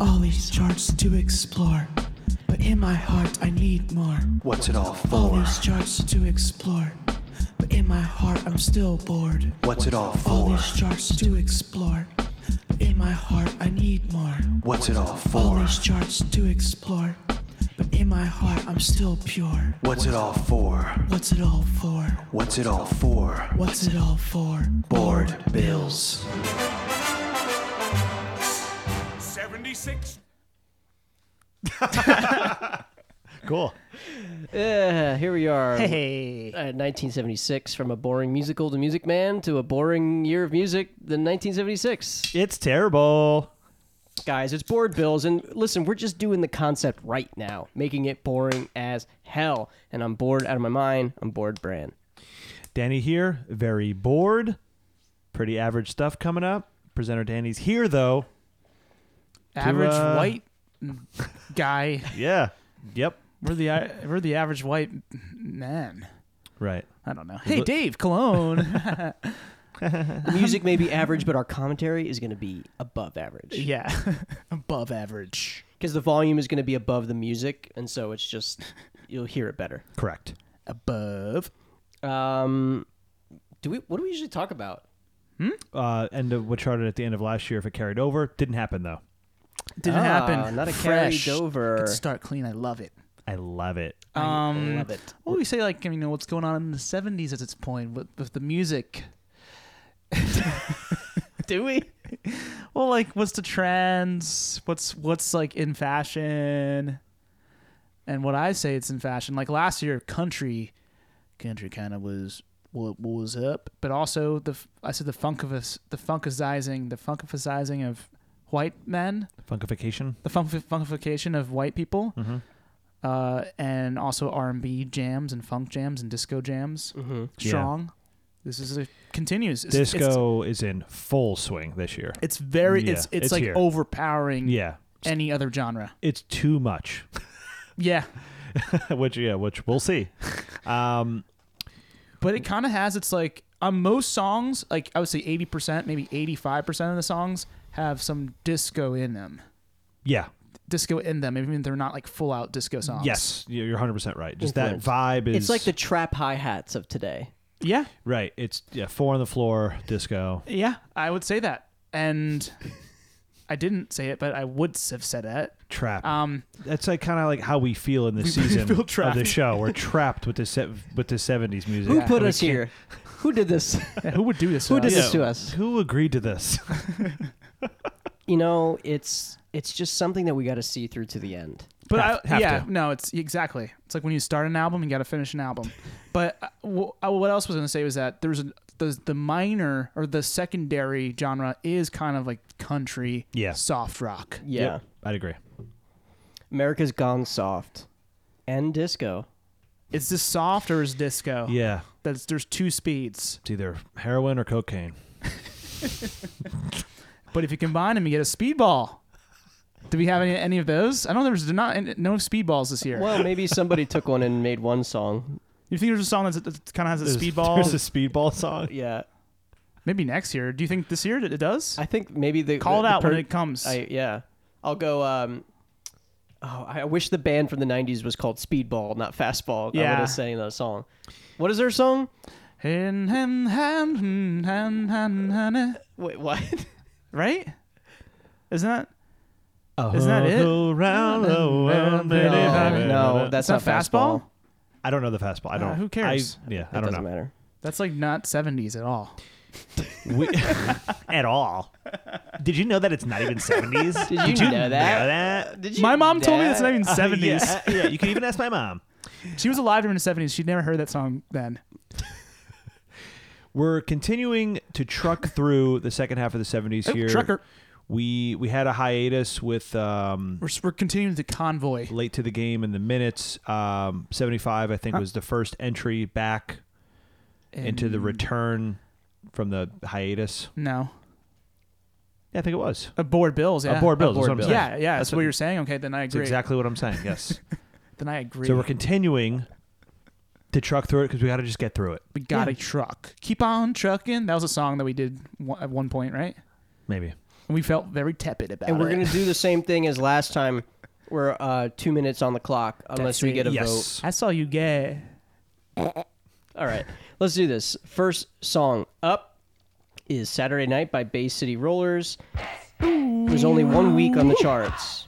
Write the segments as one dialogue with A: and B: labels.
A: Always charged to explore, but in my heart I need more.
B: What's it all for?
A: Always charged to explore, but in my heart I'm still bored.
B: What's it all for?
A: Always charged to explore, but in my heart I need more.
B: What's it all for?
A: Always charged to explore, but in my heart I'm still pure.
B: What's it all for?
A: What's it all for?
B: What's it all for?
A: What's it all for?
B: Board bills.
C: 76.
D: Cool.
E: Yeah, Uh, here we are.
D: Hey.
E: Uh, 1976, from a boring musical to Music Man to a boring year of music, the 1976.
D: It's terrible.
E: Guys, it's board bills, and listen, we're just doing the concept right now, making it boring as hell. And I'm bored out of my mind. I'm bored, Bran.
D: Danny here, very bored. Pretty average stuff coming up. Presenter Danny's here though.
F: average
D: uh,
F: white guy.
D: Yeah. Yep.
F: We're the uh, we're the average white man.
D: Right.
F: I don't know. Hey, Dave Cologne.
E: The music may be average, but our commentary is going to be above average
F: yeah, above average.
E: because the volume is going to be above the music, and so it's just you'll hear it better.
D: Correct.
F: Above.
E: Um, do we? What do we usually talk about?
D: Uh, end of what charted at the end of last year if it carried over. Didn't happen though.
F: Didn't
E: Ah,
F: happen.
E: not a
F: Fresh.
E: carried over.
F: Good start clean. I love it.
D: I love it.
F: Um,
E: love it.
F: What would we say? Like you know, what's going on in the '70s at its point with, with the music.
E: Do we?
F: Well, like what's the trends? What's what's like in fashion? And what I say it's in fashion. Like last year, country, country kind of was what was up, but also the f- I said the funkifus, the funkizing, the funkifizing of white men,
D: Funkification.
F: the funk- funkification of white people,
D: Mm-hmm.
F: uh, and also R and B jams and funk jams and disco jams.
E: Mm-hmm.
D: Yeah.
F: Strong. This is a continues. It's, it's-
D: Disco is in full swing this year.
F: It's, very.
D: Yeah,
F: it's it's,
D: it's
F: like
D: here.
F: overpowering.
D: Yeah.
F: Any other genre.
D: It's too much.
F: Yeah.
D: which yeah, which we'll see. Um,
F: but it kind of has its like on most songs like i would say 80% maybe 85% of the songs have some disco in them
D: yeah.
F: disco in them even if they're not like full out disco songs
D: Yes, you- you're 100% right. Just
E: Influence.
D: that vibe is
E: It's like the trap hi hats of today.
F: yeah
D: Right. It's yeah, four on the floor disco.
F: yeah i would say that and i didn't say it but i would have said it
D: Trap.
F: um
D: That's like kind of like how we feel in this season
F: feel
D: of the
F: trapped.
D: show. We're trapped with the se- with the seventies music.
E: Who
D: And
E: put
D: we
E: us
D: can't-
E: here? Who did this?
F: who would do this
E: Who
F: to
E: did
F: us?
E: this to us?
D: Who agreed to this?
E: You know, it's it's just something that we got to see through to the end.
F: but
D: Have-
F: I,
D: have
F: yeah
D: to.
F: no it's exactly it's like when you start an album you got to finish an album but uh, wh- uh, what else was I going to say was that there's a, the, the minor or the secondary genre is kind of like country
D: Yeah.
F: soft rock
E: Yeah,
D: Yep, I'd agree.
E: America's gone soft, and disco.
F: Is this soft or is disco?
D: Yeah,
F: That's there's two speeds.
D: it's either heroin or cocaine.
F: But if you combine them, you get a speedball. Do we have any, any of those? I know there's not any- no speedballs this year.
E: Well, maybe somebody took one and made one song.
F: You think there's a song that's, that kind of has a
D: There's-
F: speedball?
D: There's a speedball song.
E: Yeah,
F: Maybe next year. Do you think this year it it does?
E: I think maybe the
F: Call
E: the-
F: it out
E: the per-
F: when it comes.
E: I yeah, I'll go. Um, oh, I wish the band from the '90s was called Speedball, not Fastball. I would
F: Yeah.
E: have sang that song. What is their song?
F: Hin, hin, hin, hin, hin, hin, hin, eh.
E: Wait, what?
F: right? Isn't that?
D: Oh,
F: Isn't that it?
D: Around the world, baby,
E: no,
D: baby.
E: Oh, no, that's
F: It's
E: not fastball.
D: I don't know the fastball. I don't.
F: who cares?
D: I, yeah,
E: It
D: I don't know
E: doesn't matter.
F: That's like not 70s at all.
D: We, at all. Did you know that it's not even seventies?
E: Did you, know that? Did you
F: My mom told me
E: know
F: that's not
E: that?
F: even 70s.
D: Yeah, yeah, you can even ask my mom.
F: She was alive during the 70s. She'd never heard that song then.
D: We're continuing to truck through the second half of the seventies
F: Oh,
D: here.
F: trucker.
D: We we had a hiatus with um,
F: We're, we're continuing the convoy.
D: late to the game in the minutes. Um, Seventy five, I think, was the first entry back into the return from the hiatus.
F: No.
D: Yeah, I think it was.
F: Uh, board bills, yeah.
D: Uh, board bills.
E: board
D: that's what I'm
E: bills.
D: saying.
F: Yeah, yeah. That's, what, you're saying. Okay, then I
D: That's
F: agree.
D: exactly what I'm saying. Yes.
F: Then I agree.
D: so we're continuing to truck through it because we got to just get through it.
F: we got to truck. Keep on trucking. That was a song that we did one, at one point, right?
D: Maybe.
F: and we felt very tepid about
E: And
F: it.
E: we're gonna do the same thing as last time. We're uh, two minutes on the clock unless
F: That's
E: we
F: it.
E: get a vote.
D: Yes.
F: I saw you gay.
E: All right, let's do this. First song up is Saturday Night by Bay City Rollers. There's only one week on the charts.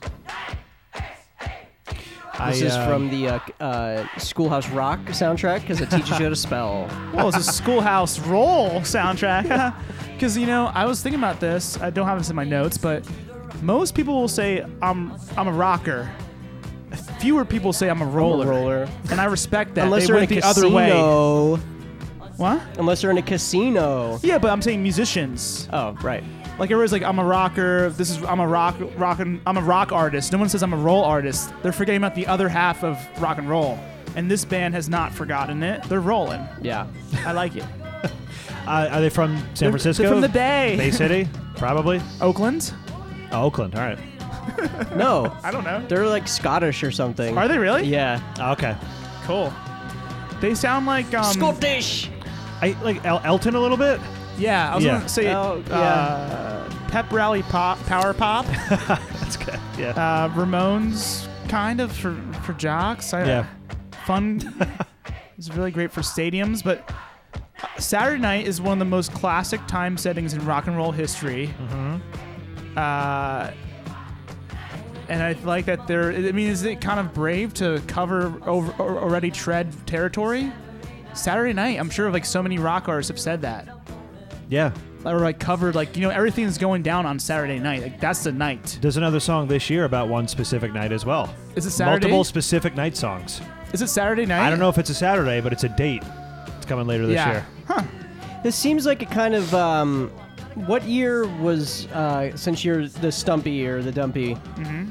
D: I,
E: This is
D: uh,
E: from the uh, uh, Schoolhouse Rock soundtrack because it teaches you how to spell.
F: Well, it's a Schoolhouse Roll soundtrack. Because, you know, I was thinking about this. I don't have this in my notes, but most people will say, I'm, I'm a rocker. Fewer people say, I'm a roller.
E: roller.
F: And I respect that.
E: Unless
F: they
E: they're in
F: went
E: a
F: the
E: casino.
F: other way. What?
E: Unless they're in a casino.
F: Yeah, but I'm saying musicians.
E: Oh, right.
F: Like everybody's like, I'm a rocker. This is I'm a rock rockin' I'm a rock artist. No one says I'm a roll artist. They're forgetting about the other half of rock and roll. And this band has not forgotten it. They're rolling.
E: Yeah.
F: I like it.
D: Uh, are they from San Francisco?
F: They're from the Bay.
D: Bay City, probably.
F: Oakland?
D: Oh, Oakland. All right.
E: No,
F: I don't know.
E: they're like Scottish or something.
F: Are they really?
E: Yeah.
D: Okay.
F: Cool. They sound like um
E: Scottish.
D: I like El- Elton a little bit.
F: Yeah, I was
D: Yeah.
F: gonna say
E: Oh, yeah.
F: uh, pep rally pop, power pop,
D: That's good. Yeah.
F: uh, Ramones kind of for for jocks. I,
D: yeah.
F: fun. it's really great for stadiums, but Saturday night is one of the most classic time settings in rock and roll history.
D: Mm-hmm.
F: Uh, and I like that they're. I mean, is it kind of brave to cover over or already tread territory? Saturday night, I'm sure like so many rock artists have said that,
D: Yeah.
F: or like covered like you know everything's going down on Saturday night. Like that's the night.
D: There's another song this year about one specific night as well.
F: Is it Saturday?
D: Multiple specific night songs.
F: Is it Saturday night?
D: I don't know if it's a Saturday, but it's a date. It's coming later this
F: Yeah.
D: year.
E: This seems like a kind of um, what year was uh, since you're the Stumpy or the Dumpy?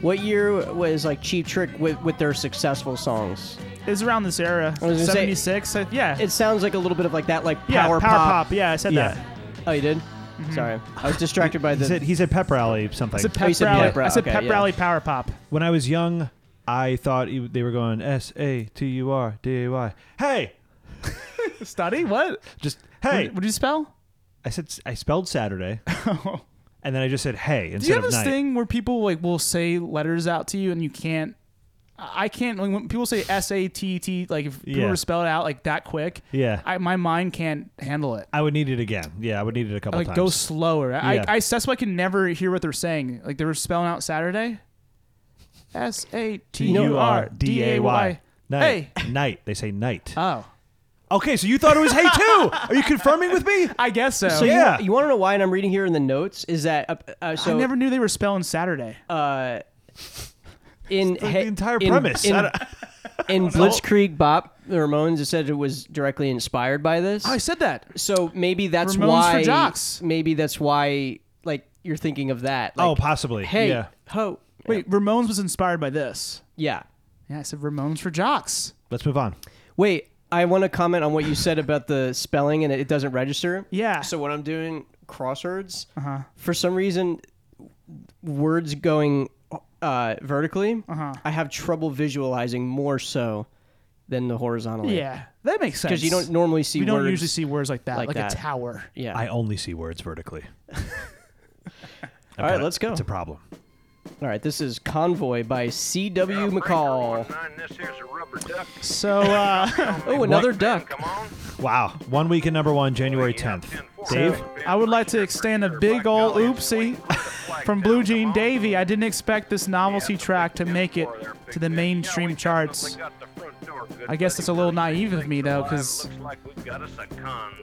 E: What year was like Cheap Trick with with their successful songs?
F: It's around this era.
E: I was gonna say-
F: 76. I- yeah.
E: It sounds like a little bit of like that, like
F: Yeah,
E: power, pop.
F: Yeah, I said
D: Yeah.
F: that.
E: Oh, you did? Sorry, I was distracted by
D: He
E: the.
D: said, he said pep rally something.
F: It's a
E: Oh, you
F: pep
E: said
F: rally.
E: pep rally.
F: I said
E: Okay,
F: pep
E: yeah.
F: rally power pop.
D: when I was young, I thought you- they were going S A T U R D A Y. Hey,
F: Study what?
D: just hey.
F: Would you spell?
D: I said I spelled Saturday, and then I just said hey instead
F: Oh. Do you have
D: of
F: this
D: night.
F: thing where people like will say letters out to you and you can't? I can't. Like, when people say S A T T, like if people
D: Yeah.
F: were to spell it out like that quick,
D: Yeah.
F: I, my mind can't handle it.
D: I would need it again. Yeah, I would need it a couple
F: like
D: times.
F: go slower.
D: Yeah.
F: I, I that's why I can never hear what they're saying. Like they were spelling out Saturday. S A T U R D A Y.
D: Night.
F: Hey.
D: Night. They say night.
F: Oh,
D: okay, so you thought it was hey too. Are you confirming with me?
F: I guess so.
E: so
D: yeah.
E: you, you want to know why? And I'm reading here in the notes is that uh, uh, so
F: I never knew they were spelling Saturday.
E: uh, in
D: the
E: he-
D: entire
E: in-
D: premise.
E: in,
D: I don't-
E: in Blitzkrieg Bop, the Ramones it said it was directly inspired by this.
F: I said that.
E: So maybe that's
F: Ramones for
E: why.
F: jocks.
E: Maybe that's why. Like you're thinking of that.
D: oh,
E: Like,
D: possibly.
E: Hey,
D: Yeah.
E: ho.
F: Wait, Ramones was inspired by this.
E: Yeah.
F: Yeah, I said Ramones for jocks.
D: Let's move on.
E: Wait. I want to comment on what you said about the spelling and it doesn't register.
F: Yeah. Uh-huh.
E: So when I'm doing crosswords, for some reason, words going uh, vertically,
F: Uh-huh.
E: I have trouble visualizing more so than the horizontally.
F: Yeah, that makes sense.
E: 'Cause you don't normally see
F: we don't
E: words
F: usually see words like that,
E: like
F: like,
E: that.
F: a tower.
E: Yeah.
D: I only see words vertically.
E: All right, let's go.
D: It's a problem.
E: All right, this is Convoy by C.W. McCall.
F: So uh,
E: Oh, another duck.
D: Wow. One week in number one, January 10th. Dave?
F: I would like to extend a big ol' oopsie from Blue Jean Davy. I didn't expect this novelty track to make it to the mainstream charts.
G: I guess it's a little naive of me though, because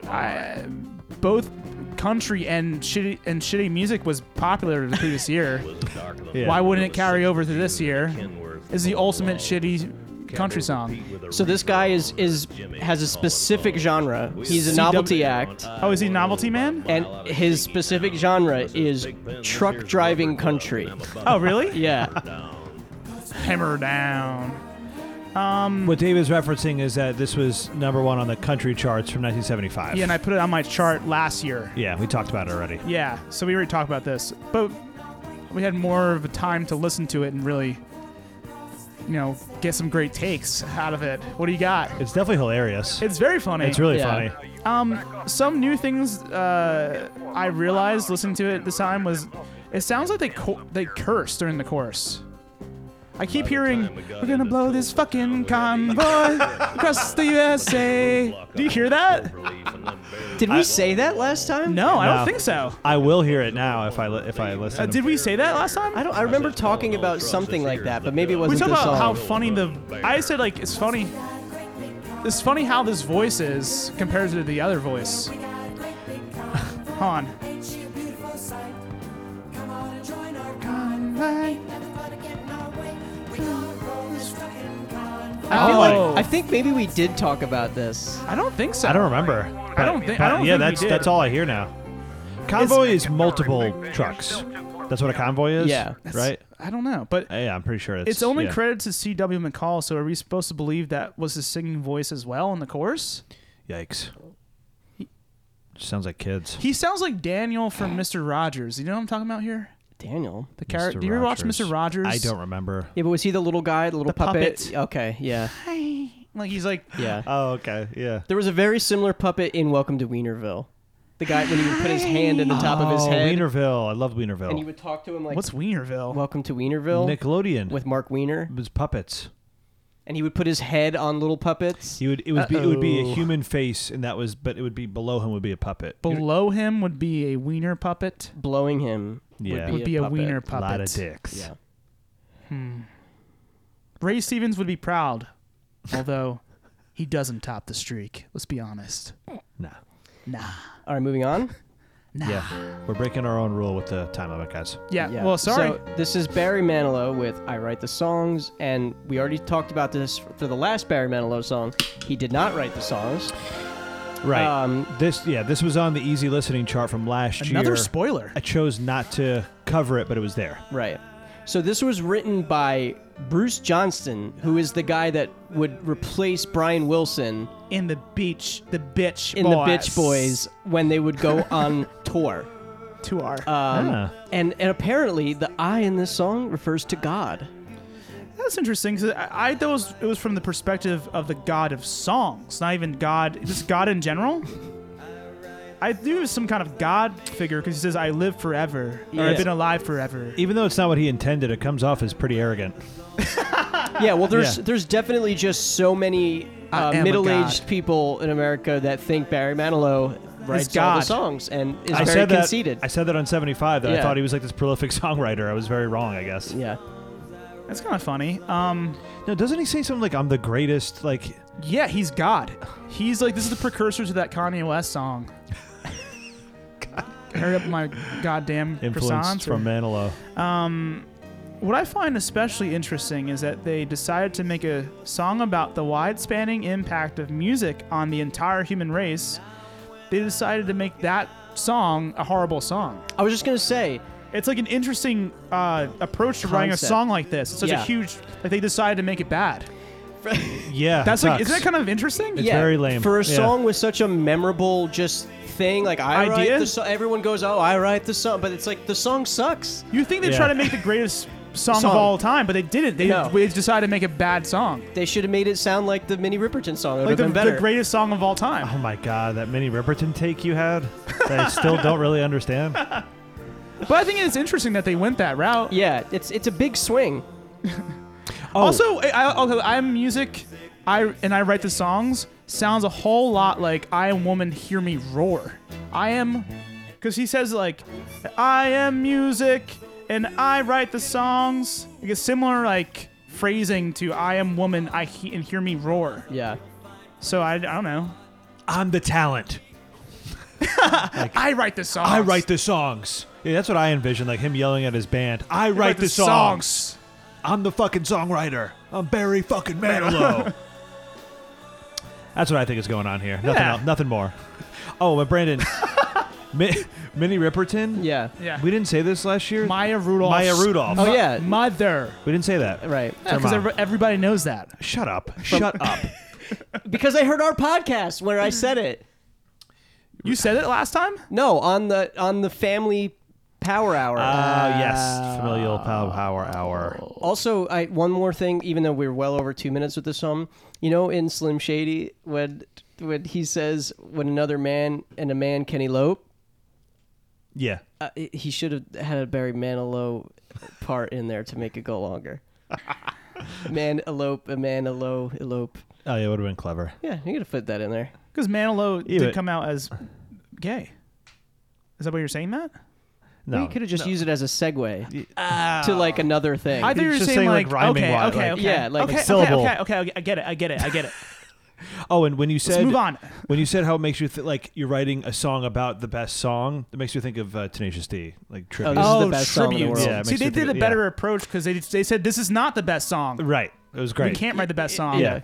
F: I, both country and shitty and shitty music was popular the previous year.
D: Yeah.
F: Why wouldn't it carry over to this year? Is the ultimate shitty country song.
E: So this guy is is has a specific genre. He's a novelty act,
F: Oh, is he Novelty Man?
E: and his specific genre is truck driving country.
F: Oh, really?
E: Yeah,
F: Hammer down. Hmm.
D: What Dave is referencing is that this was number one on the country charts from 1975.
F: Yeah, and I put it on my chart last year.
D: Yeah, we talked about it already.
F: Yeah, so we already talked about this, but we had more of a time to listen to it and really, you know, get some great takes out of it. What do you got?
D: It's definitely hilarious.
F: It's very funny.
D: It's really
E: Yeah.
D: funny.
F: um some new things uh, I realized listening to it this time was It sounds like they co- they curse during the chorus. I keep hearing, "We're gonna blow this fucking convoy across the USA." Do you hear that?
E: Did we say that last time?
F: No, I
D: No.
F: don't think so.
D: I will hear it now if I li- if I listen.
F: Uh, did we say that last time?
E: I don't. I remember talking about something like that, but maybe it
F: We
E: wasn't
F: talk
E: the song.
F: about how funny the. I said like it's funny. It's funny how this voice is compared to the other voice. Hold on.
E: I feel
F: Oh.
E: like I think maybe we did talk about this.
F: I don't think so.
D: I don't remember. But-
F: don't think- I
D: but
F: don't
D: yeah,
F: think we
D: that's
F: did.
D: that's all I hear now. Convoy is multiple trucks. That's what a convoy is.
E: Yeah.
D: Right.
F: I don't know, but
D: Yeah, I'm pretty sure it's.
F: it's only
D: yeah.
F: credited to C.W. McCall. So are we supposed to believe that was his singing voice as well in the chorus?
D: Yikes. Sounds like kids.
F: He sounds like Daniel from Mister Rogers. You know what I'm talking about here?
E: Daniel.
F: The character.
D: Mr.
F: Do you ever watch
D: Rogers.
F: Mister Rogers?
D: I don't remember.
E: Yeah, but was he the little guy, the little
F: The puppet.
E: Okay, yeah,
F: Like he's like
E: yeah.
D: Oh, okay. Yeah.
E: There was a very similar puppet in Welcome to Wienerville. The guy when he would put his hand in the top of his
D: oh,
E: head
D: Wienerville. I love
E: and you
D: Wienerville.
E: would talk to him like,
F: what's Wienerville?
E: "Welcome to Wienerville"
D: Nickelodeon
E: with Mark Wiener,
D: it was puppets.
E: and he would put his head on little puppets.
D: He would it would be it would be a
F: Uh-oh.
D: human face, and that was but it would be below him would be a puppet.
F: Below him would be a wiener puppet.
E: blowing him
D: Yeah.
E: would be,
F: Would be a,
E: puppet.
F: wiener
D: a
F: puppet.
D: lot of dicks.
E: Yeah.
F: Ray Stevens would be proud, although he doesn't top the streak. Let's be honest.
D: Nah.
F: Nah.
E: All right, moving on.
F: Nah.
D: Yeah. We're breaking our own rule with the time limit, guys.
F: Yeah. Well, sorry.
E: So this is Barry Manilow with "I Write the Songs," and we already talked about this for the last Barry Manilow song. He did not write the songs.
D: Right.
E: Um,
D: this yeah, this was on the easy listening chart from last
F: Another
D: year.
F: spoiler.
D: I chose not to cover it, but it was there.
E: Right. So this was written by Bruce Johnston, who is the guy that would replace Brian Wilson
F: In the beach, the bitch
E: in the Bitch Boys when they would go on tour.
F: Two R.
E: Um,
D: Ah.
E: and, and apparently, the I in this song refers to God.
F: That's interesting. 'cause I, I thought it was, it was from the perspective of the god of songs, not even God, just God in general. I knew it was some kind of God figure because he says, "I live forever," or
D: Yeah.
F: "I've been alive forever."
D: Even though it's not what he intended, it comes off as pretty arrogant.
E: Yeah, well, there's
D: Yeah.
E: there's definitely just so many
F: I
E: uh,
F: am a
E: middle-aged
F: god.
E: people in America that think Barry Manilow writes all
F: God.
E: the songs and is
D: I
E: very
D: said that
E: conceited.
D: I said that on 75 that
E: Yeah.
D: I thought he was like this prolific songwriter. I was very wrong, I guess.
E: yeah.
F: That's kind of funny. Um,
D: No, doesn't he say something like I'm the greatest like
F: yeah, he's God. He's like this is the precursor to that Kanye West song. Hurry up, my goddamn
D: influence
F: croissants or-
D: from Manilow?
F: What I find especially interesting is that they decided to make a song about the wide spanning impact of music on the entire human race. They decided to make that song a horrible song.
E: I was just gonna say,
F: It's like an interesting uh, approach to writing a
E: Concept.
F: song like this. It's such
E: Yeah.
F: a huge, like they decided to make it bad.
D: Yeah.
F: That's like,
D: is
F: isn't that kind of interesting?
D: It's very lame.
E: for a
D: Yeah.
E: song with such a memorable just thing. Like I write
F: Idea?
E: the song. Everyone goes, "Oh, I write the song," but it's like the song sucks.
F: You think they
D: Yeah.
F: try to make the greatest song,
E: Song.
F: of all time, but they didn't. They,
E: No.
F: they decided to make a bad song.
E: They should have made it sound like the Minnie Riperton song. It would
F: Like
E: have
F: the,
E: been better.
F: the greatest song of all time.
D: Oh my god, that mini Riperton take you had that I still don't really understand.
F: But I think it's interesting that they went that route.
E: yeah, Oh. it's it's a big swing.
F: Also, I, I, also, I'm music, I and I write the songs. Sounds a whole lot like I am woman, hear me roar. I am, because he says like, I am music and I write the songs. Like a similar like phrasing to I am woman, I he- and hear me roar.
E: Yeah,
F: So I, I don't know.
D: I'm the talent.
F: I write the songs.
D: I write the songs. Yeah, that's what I envision, like him yelling at his band. I write,
F: I
D: the, songs. I'm the fucking songwriter. I'm Barry fucking Manilow. That's what I think is going on here. Nothing
F: Yeah.
D: else, nothing more. Oh, but Brandon, Mi- Minnie Riperton.
E: yeah,
F: Yeah.
D: We didn't say this last year.
F: Maya Rudolph.
D: Maya Rudolph.
E: Oh, yeah.
F: Mother.
D: We didn't say that.
E: right.
D: Her
F: Because
D: mom.
F: everybody knows that.
D: Shut up. Shut up.
E: Because I heard our podcast where I said it.
F: You said it last time.
E: No, on the on the Family Power Hour.
D: Ah, yes. Familial pow- power hour.
E: also, I one more thing. Even though we we're well over two minutes with this song, you know, in Slim Shady, when when he says, "When another man and a man can elope."
D: Yeah.
E: Uh, he should have had a Barry Manilow part in there to make it go longer. man elope, a man elope, elope.
D: Oh, yeah, it would have been clever.
E: Yeah, you gotta put that in there.
F: Because Manilow
D: Yeah,
F: did
D: but-
F: come out as gay. Is that what you're saying, Matt?
D: No. Ah.
E: you could have just used it as a segue
F: Uh,
E: to like another thing.
F: I thought you were
D: just
F: saying,
D: saying, like,
F: like,
D: rhyming
F: okay,
D: wise,
F: okay,
D: like-
F: okay,
E: Yeah, like
F: okay, okay,
D: syllable.
F: okay, okay, okay, I get it, I get it, I get it.
D: Oh, and when you said
F: Let's move on.
D: when you said how it makes you th- like you're writing a song about the best song, it makes you think of uh, Tenacious D, like tribute.
E: Oh, this is the best song in the
F: tribute.
E: world.
D: Yeah, it
F: Oh, See,
D: makes
F: they
D: you
F: did
D: think-
F: a better approach 'cause approach because they they said this is not the best song.
D: right. It was
F: We
D: great.
F: can't write the best song.
D: yeah.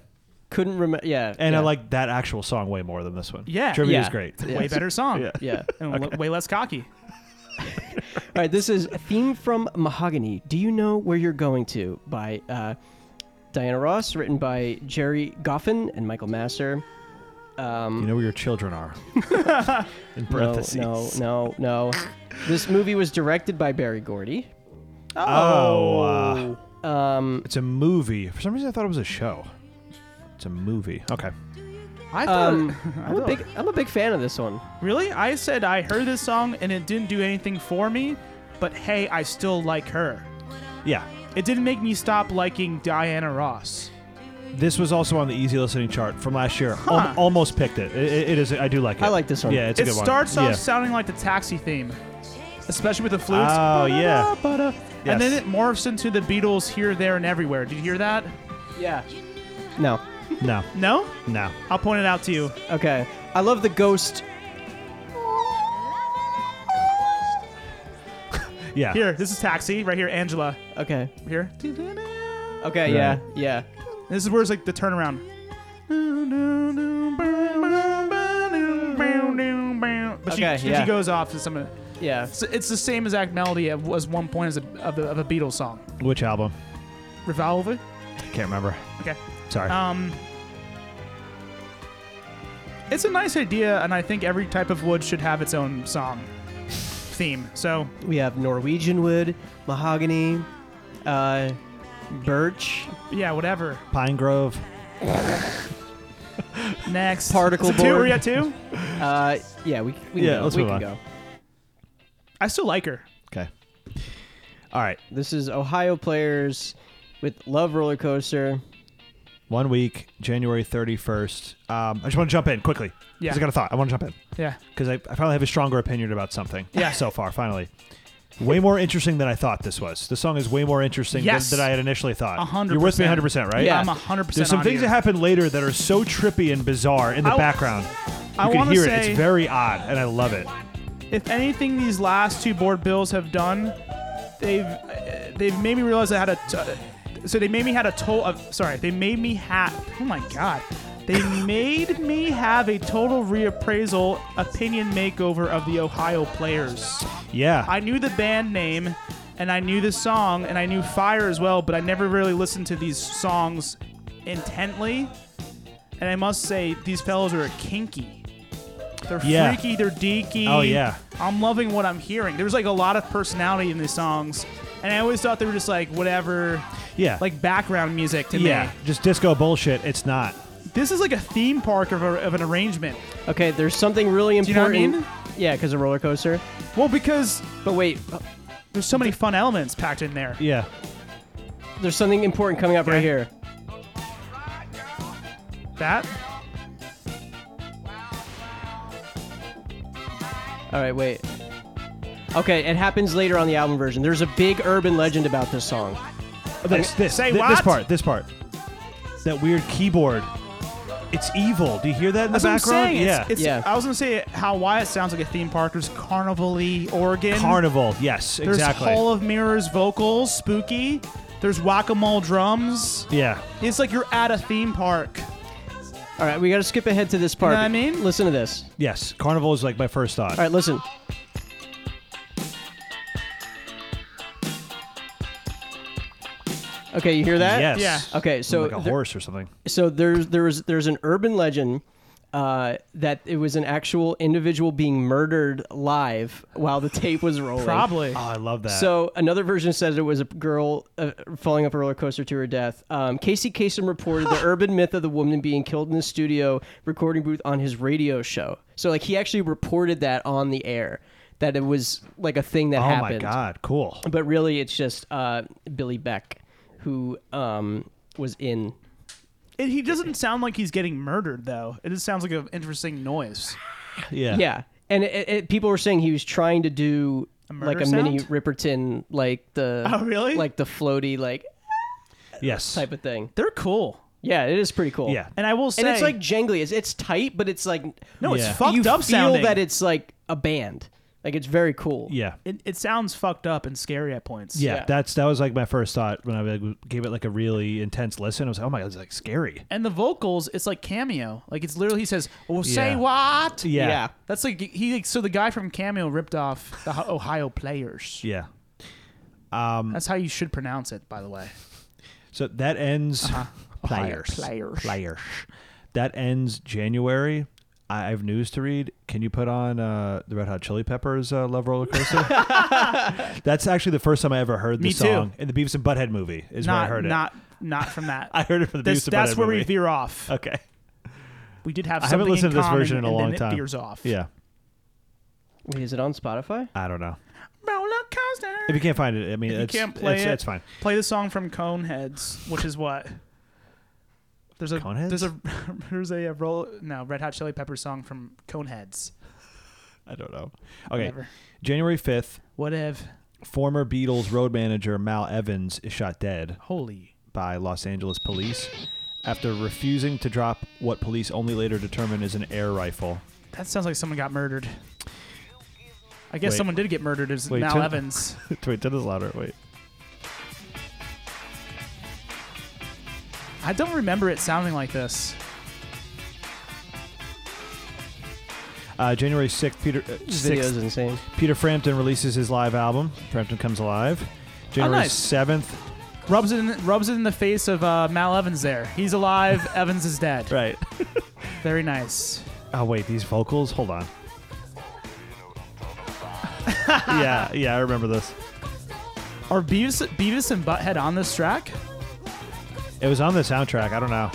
E: Couldn't remember. Yeah,
D: And
E: yeah,
D: I like that actual song way more than this one.
F: Yeah.
D: Tribute
E: Yeah.
D: is great.
E: Yeah.
F: way better song.
D: Yeah.
E: Yeah.
F: And l- way less cocky.
E: All right, this is a theme from Mahogany. Do you know where you're going to? By uh, Diana Ross, written by Jerry Goffin and Michael Masser. Um,
D: You know where your children are. In parentheses.
E: No, no, no, no. this movie was directed by Barry Gordy.
D: Oh, uh,
E: Um,
D: it's a movie. For some reason, I thought it was a show. It's a movie. Okay.
F: I thought.
E: um,
F: I
E: I'm a
F: thought-
E: big, I'm a big fan of this one.
F: really? I said I heard this song and it didn't do anything for me, but hey, I still like her.
D: Yeah.
F: It didn't make me stop liking Diana Ross.
D: This was also on the easy listening chart from last year. Al-
F: Huh.
D: almost picked it. It- it- It is. I do like it.
E: I like this one.
D: Yeah, it's a
F: it
D: good one.
F: starts off
D: Yeah.
F: sounding like the taxi theme, especially with the flutes.
D: Oh, yeah.
F: And then
D: Yes.
F: it morphs into the Beatles here, there, and everywhere. Did you hear that?
E: Yeah. No.
D: No,
F: No?
D: no.
F: I'll point it out to you.
E: Okay. I love the ghost.
D: Yeah.
F: Here, this is Taxi, right here, Angela.
E: Okay.
F: Here.
E: Okay. Yeah. Yeah.
F: This is where it's like the turnaround. But she,
E: Okay,
F: she
E: yeah.
F: goes off to some. It's,
E: Yeah.
F: it's the same exact melody of- as one point as a, of, the, of a Beatles song.
D: Which album?
F: Revolver.
D: Can't remember.
F: Okay.
D: Sorry.
F: Um, it's a nice idea, and I think every type of wood should have its own song theme. So
E: We have Norwegian wood, mahogany, uh, birch,
F: yeah, whatever.
D: Pine Grove.
F: Next
E: Particle
F: Is it two?
E: board.
F: Are we at two?
E: Uh, yeah, we, we can
D: Yeah,
E: go.
D: let's
E: we
D: move
E: can
D: on.
E: go.
F: I still like her.
D: Okay. All right.
E: This is Ohio players with Love Roller Coaster.
D: One week, January 31st. Um, I just want to jump in quickly. 'cause
F: Yeah.
D: I got a thought. I want to jump in.
F: Yeah.
D: Because I, I finally have a stronger opinion about something.
F: Yeah.
D: So far, finally. Way more interesting than I thought this was. This song is way more interesting
F: Yes.
D: than, than I had initially thought.
F: A hundred
D: You're with me
F: percent.
D: 100%, right?
E: Yeah.
F: I'm hundred percent.
D: There's some things that happen later that are so trippy and bizarre in the
F: I-
D: background.
F: I
D: You can
F: want to
D: hear
F: say,
D: it. It's very odd, and I love it.
F: if anything, these last two board bills have done, they've uh, they've made me realize I had a. T- so they made me had a total of sorry. They made me have. Oh my god. They made me have a total reappraisal opinion makeover of the Ohio Players.
D: Yeah.
F: I knew the band name, and I knew the song, and I knew Fire as well, but I never really listened to these songs intently. And I must say, these fellows are kinky. They're
D: Yeah.
F: freaky. They're deaky.
D: Oh, yeah.
F: I'm loving what I'm hearing. There's like a lot of personality in these songs, and I always thought they were just like whatever,
D: yeah.
F: like background music to
D: yeah. Just disco bullshit. It's not.
F: me. This is like a theme park of, a, of an arrangement.
E: Okay, there's something really
F: you know what
E: important.
F: I
E: Yeah, because a roller coaster.
F: Well, because
E: But wait, uh,
F: there's so many fun elements packed in there.
D: Yeah.
E: there's something important coming up
F: Okay.
E: right here.
F: That
E: All right, wait. Okay, it happens later on the album version. There's a big urban legend about this song.
D: This, this,
F: Say
D: thi-
F: what?
D: This part. This part. That weird keyboard. It's evil. Do you hear that in
F: That's
D: the
F: what I'm
D: background?
F: saying.
D: yeah.
F: It's, it's,
E: Yeah.
F: I was gonna say how why it sounds like a theme park. There's carnival-y organ.
D: Carnival. Yes.
F: There's
D: exactly.
F: Hall of Mirrors vocals, spooky. There's whack-a-mole drums.
D: yeah.
F: It's like you're at a theme park.
E: All right, we got to skip ahead to this part.
F: what I mean?
E: Listen to this.
D: Yes. Carnival is like my first thought.
E: All right, listen. Okay, you hear that?
D: Yes.
F: Yeah.
E: Okay, so
D: like a
E: there-
D: horse or something.
E: so there's there was there's an urban legend uh, that it was an actual individual being murdered live while the tape was rolling.
F: Probably.
D: Oh, I love that.
E: So another version says it was a girl uh, falling off a roller coaster to her death. Um, Casey Kasem reported the urban myth of the woman being killed in the studio recording booth on his radio show. So like he actually reported that on the air. that it was like a thing that
D: oh
E: happened.
D: my god, cool.
E: But really, it's just uh, Billy Beck, who um, was in.
F: It, he doesn't sound like he's getting murdered though. It just sounds like an interesting noise.
D: Yeah.
E: Yeah, and it, it, people were saying he was trying to do like
F: murder
E: a mini
F: sound?
E: Ripperton, like the
F: Oh, really?
E: like the floaty like
D: Yes.
E: type of thing.
F: They're cool,
E: Yeah, it is pretty cool.
D: Yeah.
F: and I will say,
E: and it's like jangly. It's it's tight, but it's like
F: no,
D: Yeah.
F: it's fucked
E: you
F: up
E: feel
F: sounding.
E: that it's like a band. Like it's very cool.
D: yeah.
F: it, it sounds fucked up and scary at points.
D: Yeah,
E: Yeah.
D: that's that was like my first thought when I like, gave it like a really intense listen. I was like, "Oh my god, it's like scary."
F: and the vocals, it's like cameo. Like it's literally he says, "Oh, say
D: Yeah.
F: what?"
D: Yeah,
E: Yeah.
F: That's like he. Like, so the guy from Cameo ripped off the Ho- Ohio Players.
D: yeah. Mm.
F: That's how you should pronounce it, by the way.
D: So that ends
F: Uh-huh.
D: players,
F: Players.
D: players. That ends January. I I have news to read. Can you put on uh, the Red Hot Chili Peppers uh, "Love Roller Coaster"? That's actually the first time I ever heard the
F: Me too.
D: song in the Beavis and Butthead movie. Is when I
F: not
D: heard it.
F: not not from that.
D: I heard it from the
F: This-
D: Beavis and
F: that's
D: Butthead
F: where we
D: movie.
F: veer off.
D: Okay.
F: We did have.
D: Uh, I
F: Something
D: haven't listened
F: in
D: to this
F: common,
D: version in a
F: and then
D: long
F: it
D: time.
F: Veers off.
D: Yeah.
E: Wait, is it on Spotify?
D: I don't know.
F: Roller coaster.
D: If you can't find it, I mean,
F: If you
D: it's,
F: can't play
D: it's,
F: it,
D: it's fine.
F: Play the song from Coneheads, which is what. There's a
D: Coneheads?
F: there's a there's a, uh roll no Red Hot Chili Peppers song from Coneheads.
D: I don't know. Okay.
F: Whatever.
D: January fifth,
F: Whatever.
D: former Beatles road manager Mal Evans is shot dead
F: Holy.
D: by Los Angeles police after refusing to drop what police only later determined is an air rifle.
F: That sounds like someone got murdered. I guess
D: Wait.
F: someone did get murdered. Is
D: Wait,
F: Mal
D: turn-
F: Evans.
D: Wait, turn this louder. Wait.
F: I don't remember it sounding like this.
D: Uh, January sixth, Peter uh,
E: This video is
D: 6th,
E: insane.
D: Peter Frampton releases his live album. Frampton comes alive. January
F: nice.
D: seventh.
F: Rubs it in, rubs it in the face of uh, Mal Evans. There, he's alive. Evans is dead.
D: Right.
F: Very nice.
D: Oh wait, these vocals. Hold on. yeah, yeah, I remember this.
F: Are Beavis, Beavis and Butthead on this track?
D: It was on the soundtrack. I don't know.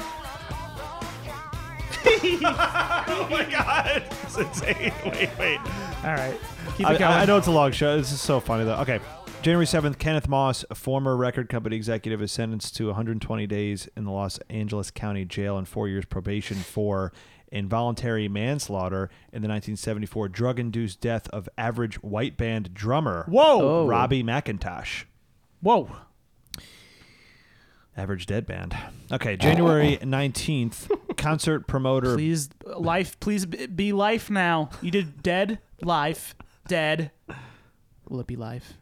D: oh my god, it's insane. Wait, wait.
F: All right, keep
D: I,
F: it going.
D: I- I know it's a long show. This is so funny though. Okay, January seventh, Kenneth Moss, a former record company executive, is sentenced to 120 days in the Los Angeles County Jail and four years probation for involuntary manslaughter in the 1974 drug-induced death of average white band drummer
F: Whoa.
E: Oh.
D: Robbie McIntosh.
F: Whoa.
D: Average Dead Band. Okay, January 19th, concert promoter.
F: Oh. Please, life. Please b- be life now. You did dead life, dead. Will it be life?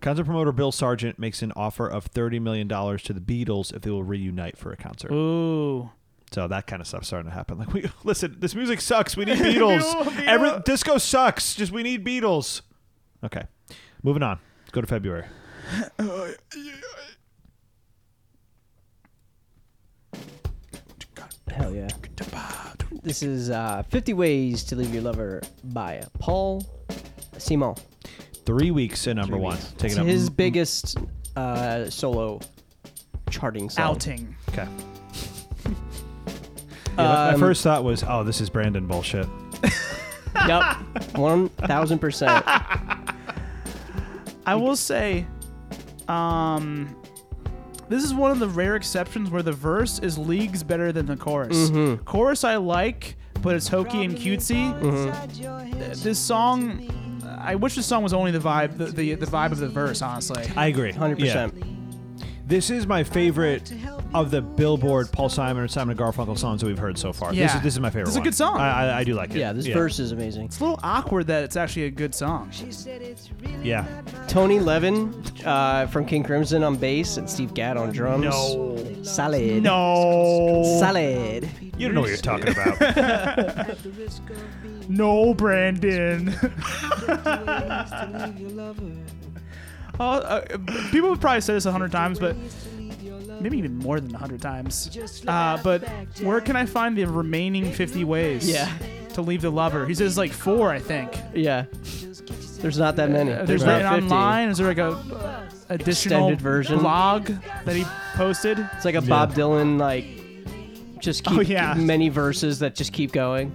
D: Concert promoter Bill Sargent makes an offer of $30 million to the Beatles if they will reunite for a concert.
F: Ooh.
D: So that kind of stuff's starting to happen. Like, we listen, this music sucks. We need Beatles.
F: Beatles.
D: Every, disco sucks. Just we need Beatles. Okay, moving on. Let's go to February.
E: Hell yeah. This is uh, 50 Ways to Leave Your Lover by Paul Simon.
D: Three weeks in number one.
E: It's
D: Taking up. Mm-hmm.
E: his biggest uh, solo charting song.
F: Outing.
D: Okay. Yeah, my- my
E: Um,
D: first thought was, oh, this is Brandon bullshit.
E: Yep. 1000%.
F: I will say, um, this is one of the rare exceptions where the verse is leagues better than the chorus. Chorus I like, but it's hokey and cutesy. Th- This song, I wish this song was only the vibe, the, the, the vibe of the verse. Honestly,
D: I agree.
E: 100%.
D: This is my favorite of the Billboard Paul Simon and Simon and Garfunkel songs that we've heard so far. This,
F: Yeah.
D: is, this is my favorite.
F: This is a
D: one.
F: good song.
D: I, I, I do like it.
E: Yeah, this verse is amazing.
F: it's a little awkward that it's actually a good song.
D: Yeah.
E: Tony Levin uh, from King Crimson on bass and Steve Gadd on drums. Salad.
F: No.
E: Salad.
D: You don't know what you're talking about.
F: No, Brandon. Oh, uh, people have probably said this a hundred times, but maybe even more than a hundred times. Uh, but where can I find the remaining fifty ways?
E: Yeah.
F: To leave the lover. He says like four, I think.
E: Yeah. There's not that many.
F: There's
E: There's
F: right
E: not 50.
F: online. Is there like a uh, additional
E: Extended version.
F: blog that he posted?
E: It's like a Bob Dylan, like, just keep
F: Oh, yeah.
E: many verses that just keep going.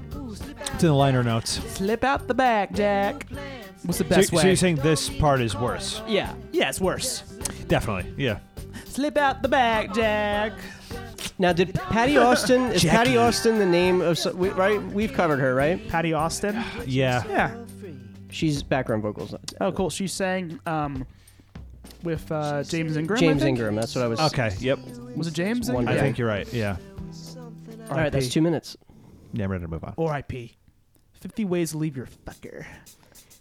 D: it's in the liner notes.
F: Slip out the back, Jack. What's the
D: So,
F: best
D: so
F: way?
D: you're saying this part is worse?
E: Yeah.
F: yeah, it's worse.
D: Definitely. Yeah.
F: Slip out the back, Jack.
E: Now, did Patty Austin is Patty Austin the name of so, we, right? We've covered her, right?
F: Patty Austin.
D: Yeah.
F: Yeah.
E: She's background vocals.
F: Oh, cool. She sang um, with uh, James Ingram. I
E: James
F: think?
E: Ingram. That's what I was.
D: Okay. Yep.
F: Was it James?
E: One
F: Ingram?
D: I
E: Yeah.
D: think you're right. Yeah.
E: All right, that's two minutes.
D: Yeah, I'm ready to move on.
F: Or IP. 50 ways to leave your fucker.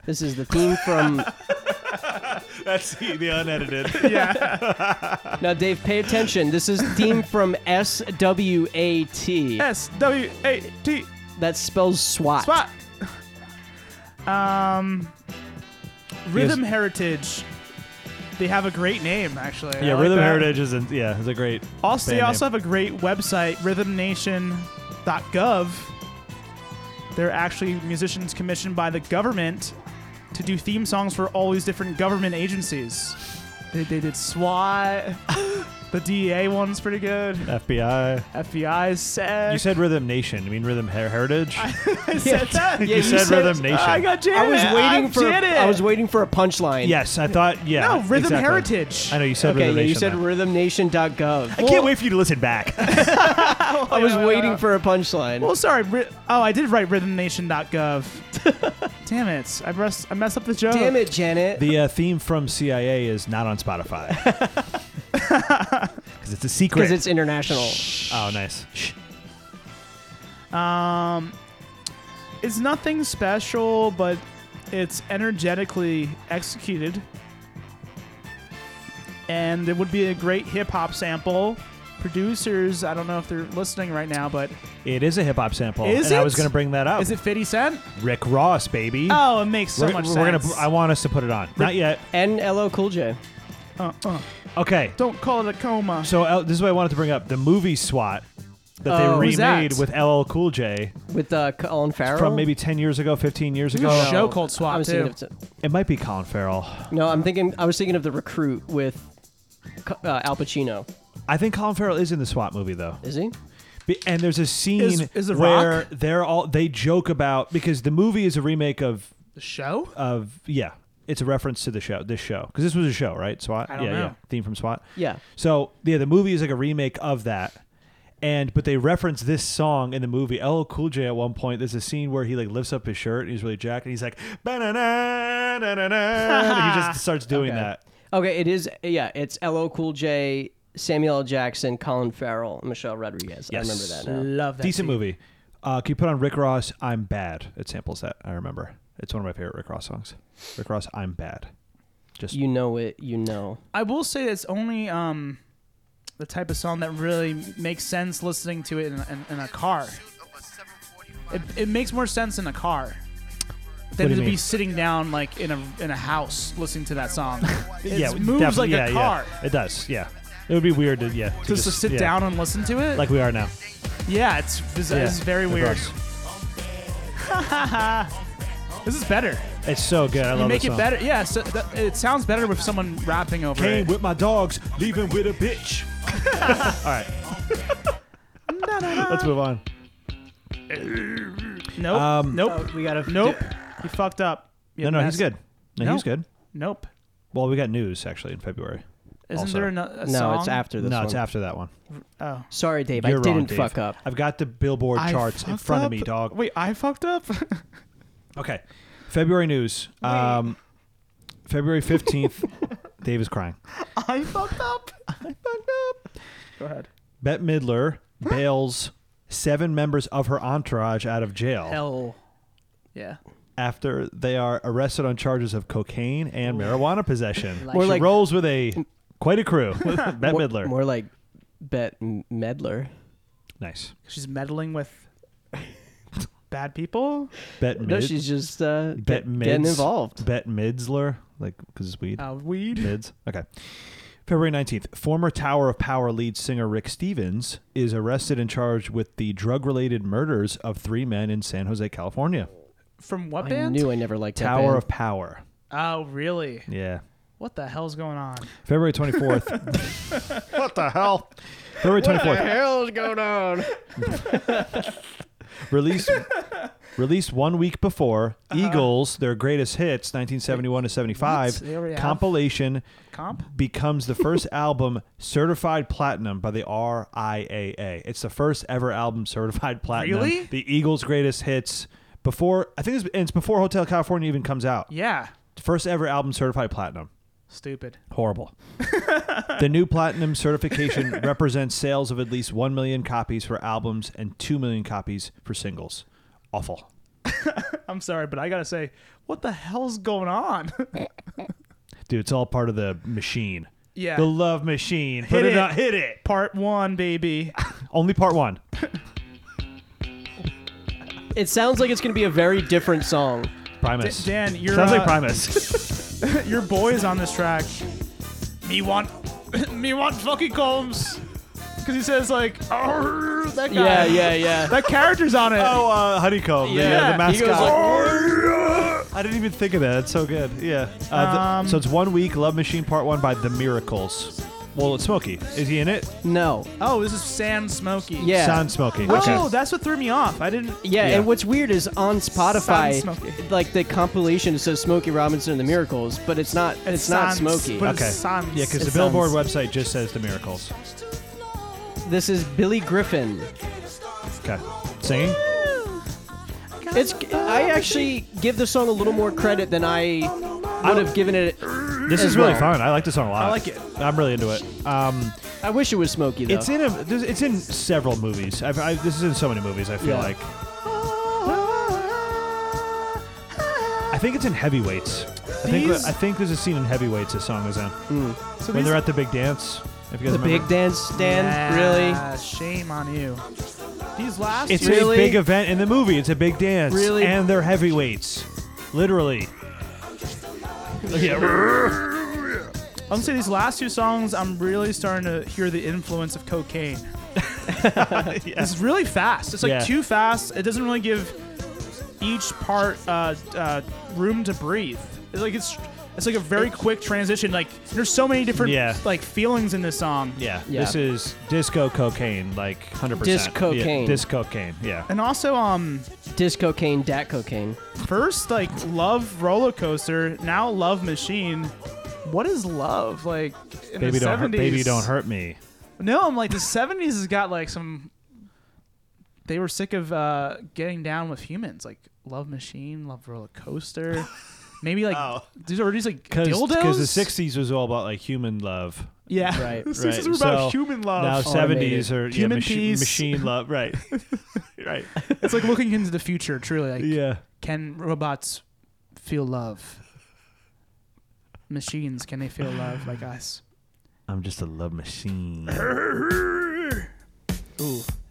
E: This is the theme from.
D: That's the, the unedited.
E: now, Dave, pay attention. This is theme from SWAT.
F: S W A T.
E: That spells SWAT.
F: Spot. Um, Rhythm Heritage. They have a great name, actually. I
D: yeah,
F: like
D: Rhythm
F: that.
D: Heritage is a, yeah, is a great.
F: Also, they
D: band
F: also
D: name.
F: have a great website, rhythmnation.gov. They're actually musicians commissioned by the government to do theme songs for all these different government agencies. They, they did SWAT. the DEA one's pretty good.
D: FBI.
F: FBI said.
D: You said Rhythm Nation. I mean Rhythm Her- Heritage.
F: I said that.
E: Yeah,
D: you, said, Rhythm
F: Ah,
D: Nation.
F: I got Janet.
E: I was waiting
F: I
E: for.
F: did it.
E: I was waiting for a punchline.
D: yes, I thought. Yeah.
F: No, Rhythm
D: exactly.
F: Heritage.
D: I know you said
E: Okay,
D: Rhythm
E: yeah,
D: Nation.
E: you said
D: then.
E: rhythmnation.gov.
D: I can't wait for you to listen back.
E: I was waiting for a punchline.
F: Well, sorry. Ri- oh, I did write rhythmnation.gov. Damn it! I messed I messed up the joke.
E: Damn it, Janet.
D: the uh, theme from CIA is not on Spotify because it's a secret.
E: Because it's international.
D: oh, nice. Shh.
F: Um, it's nothing special, but it's energetically executed, and it would be a great hip hop sample. Producers, I don't know if they're listening right now, but
D: It is a hip hop sample, Oh,
F: Is
D: and I
F: it?
D: was going to bring that up.
F: is it Fifty Cent?
D: Rick Ross, baby?
F: Oh, it makes so
D: we're,
F: much
D: we're
F: sense.
D: Gonna, I want us to put it on. Not yet.
E: And LL Cool J.
F: uh, uh,
D: Okay.
F: don't call it a coma.
D: So uh, this is what I wanted to bring up: the movie SWAT that
E: Oh.
D: they
E: Who's
F: that?
D: remade with LL Cool J
E: With uh, Colin Farrell.
D: from maybe ten years ago, fifteen years ago.
F: No. show called SWAT,
E: I was thinking
F: too.
E: of t-
D: It might be Colin Farrell.
E: no, I'm thinking. I was thinking of the recruit with Co- uh, Al Pacino.
D: I think Colin Farrell is in the SWAT movie though.
E: Is he?
D: Be- And there's a scene
F: Is- is it
D: where
F: Rock?
D: they're all they joke about because the movie is a remake of
F: The show?
D: of yeah, it's a reference to the show, this show because this was a show, right? SWAT.
F: I don't
D: yeah,
F: know.
D: yeah. Theme from SWAT.
E: Yeah.
D: So yeah, the movie is like a remake of that, and but they reference this song in the movie. LL Cool J at one point, there's a scene where he like lifts up his shirt and he's really jacked, and he's like, "Ba-na-na, na-na-na," and he just starts doing
E: Okay.
D: that.
E: Okay, it is. Yeah, it's LL Cool J, Samuel L. Jackson, Colin Farrell, and Michelle Rodriguez. I
D: Yes.
E: remember that now.
F: Love that.
D: Decent
F: scene.
D: movie. Uh, can you put on Rick Ross? I'm bad. It samples that. I remember. It's one of my favorite Rick Ross songs. Rick Ross, I'm bad. Just
E: You know it. You know.
F: I will say it's only um, the type of song that really makes sense listening to it in, in, in a car. It, it makes more sense in a car
D: What do
F: than
D: you
F: to be
D: mean?
F: sitting down like in a in a house listening to that song. It
D: yeah,
F: moves
D: defi-
F: like
D: yeah,
F: a
D: yeah.
F: car.
D: It does. Yeah, it would be weird to yeah to
F: Just, to sit
D: yeah,
F: down and listen to it.
D: like we are now.
F: yeah, it's it's,
D: Yeah,
F: it's very
D: Rick
F: weird.
D: Ross.
F: This is better.
D: It's so good. I love
F: You make
D: this
F: it
D: song.
F: better. Yeah, so that, it sounds better with someone rapping over
D: Came
F: it.
D: with my dogs, leaving with a bitch. All right. Let's move on.
F: Nope.
D: Um,
F: nope.
E: Oh, we gotta.
F: nope. You fucked up. You
D: No, no, he's
F: messed-
D: good. No,
F: No.
D: he's good.
F: Nope.
D: Well, we got news actually in February.
F: Isn't
D: Also-
F: there ano- a
E: No,
F: song?
E: it's after
D: No,
E: this one.
D: it's after that one.
F: Oh.
E: Sorry, Dave.
D: You're
E: I
D: wrong,
E: didn't
D: Dave.
E: fuck up.
D: I've got the Billboard charts in
F: fucked
D: front of
F: up?
D: me, dog.
F: Wait, I fucked up.
D: Okay. February news. Um, February 15th. Dave is crying.
F: I fucked up. I fucked up. Go ahead.
D: Bette Midler bails seven members of her entourage out of jail
F: L. Yeah.
D: after they are arrested on charges of cocaine and marijuana possession.
E: More
D: she
E: like-
D: rolls with a quite a crew. Bette
E: More-
D: Midler.
E: More like Bet M- Medler.
D: Nice.
F: She's meddling with bad people.
D: Bet Mid-
E: No, she's just uh,
D: Bet
E: get-
D: Mids.
E: getting involved.
D: Bet Midsler, like because it's weed.
F: Uh, weed.
D: Mids. Okay. February 19th, former Tower of Power lead singer Rick Stevens is arrested and charged with the drug related murders of three men in San Jose, California.
F: From what
E: I
F: band?
E: knew I never liked that
D: Tower
E: band.
D: of Power.
F: Oh, really?
D: Yeah.
F: What the hell's going on?
D: February 24th. what the hell? February 24th.
E: hell's going on?
D: Released Released one week before, Eagles, their greatest hits, 1971 to 75,
F: They already have-
D: compilation
F: Comp?
D: becomes the first album certified platinum by the RIAA. It's the first ever album certified platinum.
F: Really?
D: The Eagles' greatest hits before I think it's, and it's before Hotel California even comes out.
F: Yeah.
D: First ever album certified platinum.
F: Stupid.
D: Horrible. the new platinum certification represents sales of at least 1 million copies for albums and 2 million copies for singles. Awful.
F: I'm sorry, but I gotta say, what the hell's going on?
D: Dude, it's all part of the machine.
F: yeah.
D: The love machine. Hit
F: it.
D: out- hit it.
F: Part one, baby.
D: Only part 1.
E: It sounds like it's going to be a very different song.
D: Primus.
F: Dan, you're
D: Sounds like
F: uh,
D: Primus.
F: your boy is on this track. Me want, me want fucking Combs, because he says like, "Arr," that
E: Yeah,
F: guy.
E: yeah, yeah.
F: That character's on it.
D: oh, uh, Honeycomb. the, uh,
E: Yeah.
D: the
E: He goes
D: mascot.
E: like,
F: "Oh,
D: I didn't even think of that. That's so good. Yeah. Uh, the-
F: Um,
D: so it's one week. Love Machine Part One by The Miracles. Well, it's Smokey. Is he in it?
E: No.
F: Oh, this is Sam Smokey.
E: Yeah.
D: Sound Smokey.
F: Oh,
D: okay.
F: that's what threw me off. I didn't.
E: Yeah,
D: Yeah.
E: and what's weird is on Spotify,
F: Sans Smokey.
E: like the compilation says Smokey Robinson and the Miracles, but it's not. It's, not
F: Sans,
E: Smokey.
F: But
D: Okay.
F: It's sans.
D: yeah, because the
E: It
D: Billboard website just says The Miracles.
E: Uh, This is Billy Griffin.
D: Okay. Singing?
E: It's. I actually give the song a little more credit than I would have given it.
D: This
E: As
D: is really
E: well.
D: fun. I like this song a lot.
F: I like it.
D: I'm really into it. Um,
E: I wish it was Smokey though.
D: it's in a. there's- It's in several movies. I've, I, this is in so many movies. I feel
E: Yeah.
D: like. I think it's in Heavyweights. I think
F: These-
D: I think there's a scene in Heavyweights. This song is in
F: So
D: when
F: these-
D: they're at the big dance. If you guys
E: Hmm. the
D: remember.
E: big dance, Dan. Really?
F: Yeah, Shame on you. These last.
D: It's
E: Really?
D: a big event in the movie. It's a big dance.
E: Really?
D: And they're heavyweights. Literally.
F: I'm saying these last two songs, I'm really starting to hear the influence of cocaine. It's really fast. It's like
D: Yeah.
F: too fast. It doesn't really give each part uh, uh, room to breathe. It's like it's it's like a very quick transition. Like there's so many different
D: Yeah.
F: like feelings in this song.
D: Yeah.
E: Yeah.
D: This is disco cocaine, like 100%.
E: Disc cocaine.
D: Yeah, disc cocaine, yeah.
F: And also, um,
E: Disc cocaine, dat cocaine.
F: first like love roller coaster, now love machine. What is love like? In
D: Baby
F: the
D: don't,
F: 70s,
D: hurt, baby don't hurt me.
F: No, I'm like the '70s has got like some. They were sick of uh, getting down with humans, like Love Machine, Love Roller Coaster. Maybe like
D: Oh.
F: these are these like dildos.
D: Because the 60s was all about like human love.
F: yeah,
E: Right,
F: the '60s
D: right.
F: were about
D: So,
F: human
D: now
F: love.
D: 70s are yeah,
F: Oh, Human
D: machi-
F: peace.
D: machine love. Right. right.
F: it's like looking into the future. Truly, like
D: Yeah.
F: can robots feel love? Machines can they feel love like us?
D: I'm just a love machine.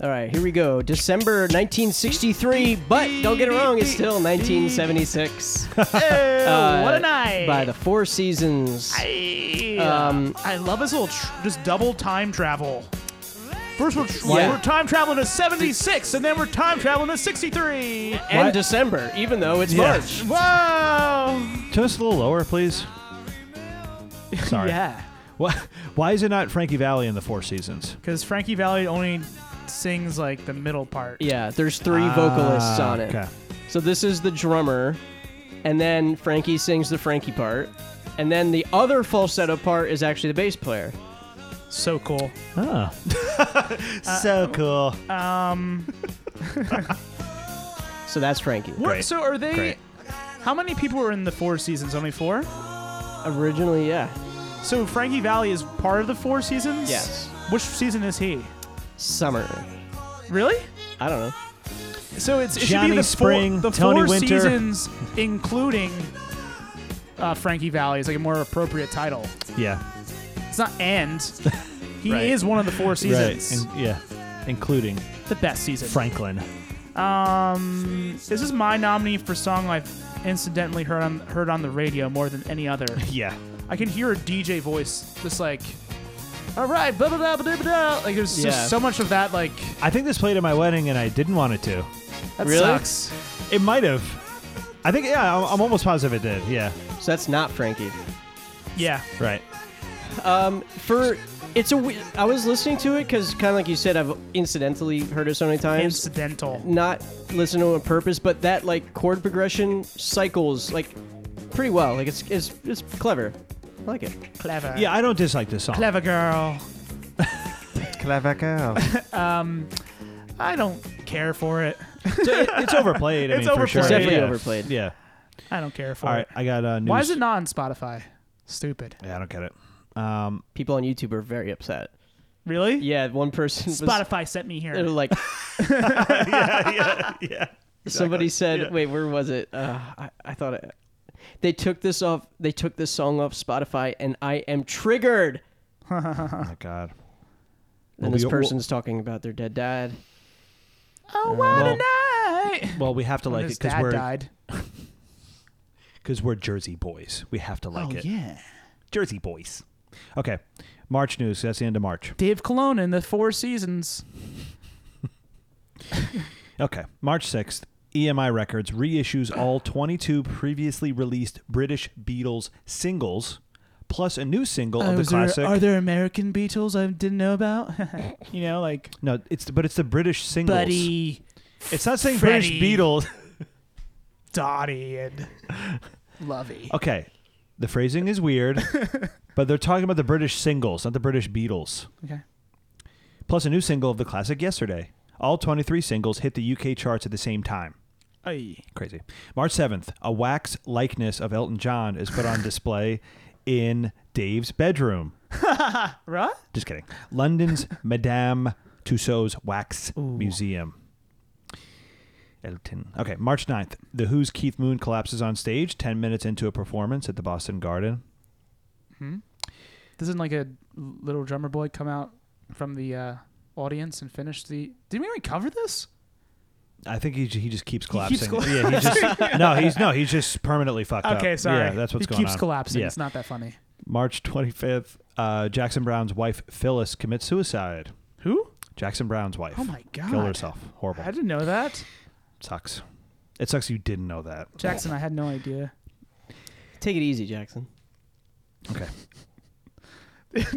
E: All right, here we go. December 1963, but don't get it wrong, it's still 1976. Uh,
F: what a night!
E: By the Four Seasons. Um,
F: I love this little tr- just double time travel. First we're, tr-
E: Yeah.
F: we're time traveling to 76, and then we're time traveling to 63.
E: and
D: What?
E: December, even though it's
D: Yeah.
E: March.
F: Whoa!
D: Turn us a little lower, please. Sorry.
F: Yeah,
D: Why, why is it not Frankie Valley in the Four Seasons?
F: because Frankie Valley only sings like the middle part.
E: Yeah, there's three vocalists
D: Ah,
E: on it.
D: Okay.
E: So this is the drummer, and then Frankie sings the Frankie part, and then the other falsetto part is actually the bass player.
F: So cool.
D: Oh. so cool.
E: So that's Frankie.
F: What-
D: Great.
F: So are they?
D: Great.
F: How many people were in the Four Seasons? Only four.
E: Originally, yeah.
F: So Frankie Valley is part of the Four Seasons.
E: Yes.
F: Which season is he?
E: Summer.
F: Really?
E: I don't know.
F: So it's it should
D: Johnny
F: be the
D: Spring,
F: four, the
D: Tony
F: four
D: Winter.
F: seasons, including uh, Frankie Valley, is like a more appropriate title.
D: Yeah.
F: It's not and. He
D: Right.
F: is one of the four seasons.
D: Right. And, yeah. Including
F: The best season.
D: Franklin.
F: Um, this is my nominee for song I've incidentally heard on heard on the radio more than any other.
D: Yeah.
F: I can hear a DJ voice just like, all right, blah blah blah blah blah. blah." Like there's
E: Yeah.
F: just so much of that. Like
D: I think this played at my wedding and I didn't want it to.
F: that
E: Really?
F: sucks.
D: It might have. I think, yeah, I'm, I'm almost positive it did. Yeah.
E: So that's not Frankie.
F: Yeah.
D: Right.
E: Um, for It's a. We- I was listening to it because, kind of like you said, I've incidentally heard it so many times.
F: Incidental.
E: Not listen to it on purpose, but that like chord progression cycles like pretty well. Like it's it's it's clever. I like it.
F: Clever.
D: Yeah, I don't dislike this song.
F: Clever girl.
H: Clever girl.
F: Um, I don't care for it.
D: It's, it's overplayed. I mean,
F: It's
D: for
F: overplayed.
D: sure.
E: It's definitely
D: yeah.
E: overplayed.
D: Yeah.
F: I don't care for
D: All right,
F: it.
D: I got uh, news.
F: Why is it not on Spotify? Stupid.
D: Yeah, I don't get it. Um,
E: People on YouTube are very upset.
F: Really?
E: Yeah, one person. was-
F: Spotify sent me
E: They're
F: here.
E: like. yeah, yeah, yeah. Somebody said, "Wait, where was it?" Uh, I, I thought it, they took this off. They took this song off Spotify, and I am triggered.
D: oh my God.
E: And
D: Well,
E: this
D: we-
E: person's talking about their dead dad.
F: Oh, why
D: Well-
F: tonight?
D: Well, we have to like
F: Oh, his
D: it because
F: dad
D: we're
F: died.
D: because we're Jersey boys. We have to like
F: oh
D: it.
F: yeah.
D: Jersey boys. Okay, March news. That's the end of March.
F: Dave Colonna in the Four Seasons.
D: Okay, March sixth. EMI Records reissues all 22 previously released British Beatles singles, plus a new single of the
F: Oh, is there-
D: classic.
F: are there American Beatles I didn't know about? you know, like
D: no, it's but it's the British singles.
F: Buddy,
D: It's not saying
F: Freddie.
D: British Beatles.
F: Dottie, and Lovey.
D: Okay, the phrasing is weird, but they're talking about the British singles, not the British Beatles.
F: Okay.
D: Plus a new single of the classic Yesterday. All 23 singles hit the UK charts at the same time.
F: Aye.
D: Crazy. March 7th, a wax likeness of Elton John is put on display in Dave's bedroom.
F: Right?
D: Just kidding. London's Madame Tussauds Wax Museum. Elton. Okay, March 9th. The Who's Keith Moon collapses on stage 10 minutes into a performance at the Boston Garden.
F: Doesn't like a little drummer boy come out from the uh, audience and finish the? Did we already cover this?
D: I think he, he just keeps collapsing.
F: keeps
D: yeah, he just, no, he's no, he's just permanently fucked up.
F: Okay, sorry.
D: Yeah, that's what's
F: he
D: going
F: keeps
D: on.
F: collapsing.
D: Yeah.
F: It's not that funny.
D: March 25th, uh, Jackson Brown's wife Phyllis commits suicide.
F: Who?
D: Jackson Brown's wife.
F: Oh my god.
D: Killed herself. Horrible.
F: I didn't know that.
D: Sucks. It sucks you didn't know that.
F: Jackson, I had no idea.
E: Take it easy, Jackson.
D: Okay.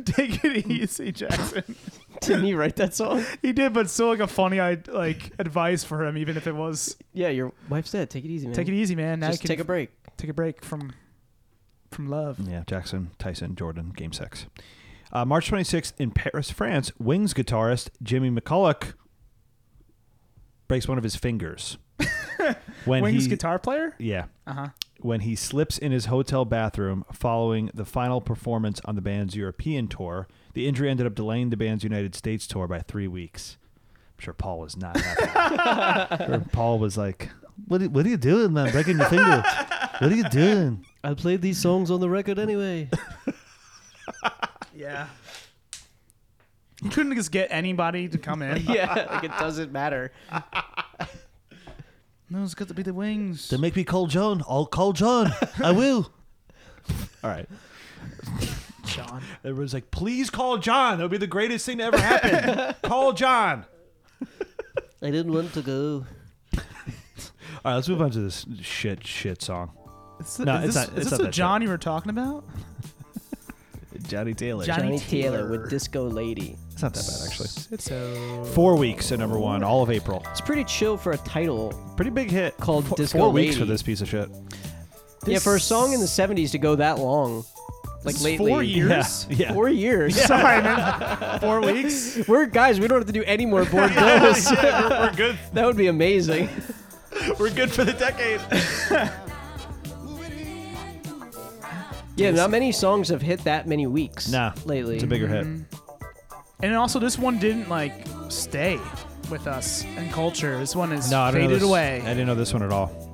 G: Take it easy, Jackson.
E: Didn't he write that song?
G: he did, but still like a funny i- like advice for him, even if it was
E: Yeah, your wife's dead. Take it easy, man.
G: take it easy, man. Now
E: Just
G: you can
E: take a break.
G: take a break from from love.
D: Yeah, Jackson, Tyson, Jordan, game six. Uh, March 26th in Paris, France, Wings guitarist Jimmy McCulloch breaks one of his fingers. when
G: Wings
D: he,
G: guitar player.
D: Yeah.
G: Uh huh.
D: When he slips in his hotel bathroom following the final performance on the band's European tour, the injury ended up delaying the band's United States tour by three weeks. I'm sure Paul was not happy. I'm sure Paul was like, what are, what are you doing, man? Breaking your finger. What are you doing?
E: I played these songs on the record anyway.
G: Yeah.
F: You couldn't just get anybody to come in.
E: yeah, like it doesn't matter.
F: No, it's got to be the wings.
D: They make me call John. I'll call John. I will. All right.
F: John.
D: Everyone's like, please call John. That would be the greatest thing to ever happen. call John.
E: I didn't want to go.
D: All right, let's move on to this shit, shit song.
F: Is, th-
D: No,
F: is
D: it's
F: this,
D: not- it's
F: is this
D: not
F: the
D: that
F: John you were talking about?
D: Johnny Taylor.
F: Johnny Taylor.
E: with Disco Lady.
D: It's not that bad, actually.
F: It's so.
D: Four weeks at number one, all of April.
E: It's pretty chill for a title.
D: Pretty big hit.
E: Called
D: four,
E: Disco
D: Four weeks
E: Lady.
D: for this piece of shit.
E: yeah, for a song in the 70s to go that long. Like
F: is
E: lately.
F: four years? Years?
D: Yeah. yeah.
E: Four years.
G: Sorry, man. Four weeks.
E: We're guys, we don't have to do any more Bordeaux's.
D: we're good.
E: that would be amazing.
D: We're good for the decade.
E: Yeah, not many songs have hit that many weeks.
D: Nah,
E: Lately.
D: it's a bigger hit.
G: And also, this one didn't like stay with us in culture. This one is
D: No, I don't know
G: faded
D: this-
G: away.
D: I didn't know this one at all.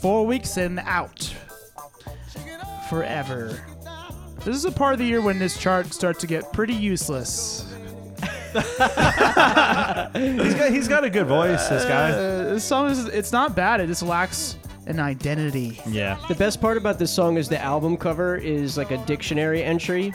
G: Four weeks and out. Forever. This is a part of the year when this chart starts to get pretty useless.
D: He's got, he's got a good voice, this guy.
G: Uh, this song is it's not bad. It just lacks an identity.
D: Yeah.
E: The best part about this song is the album cover is like a dictionary entry,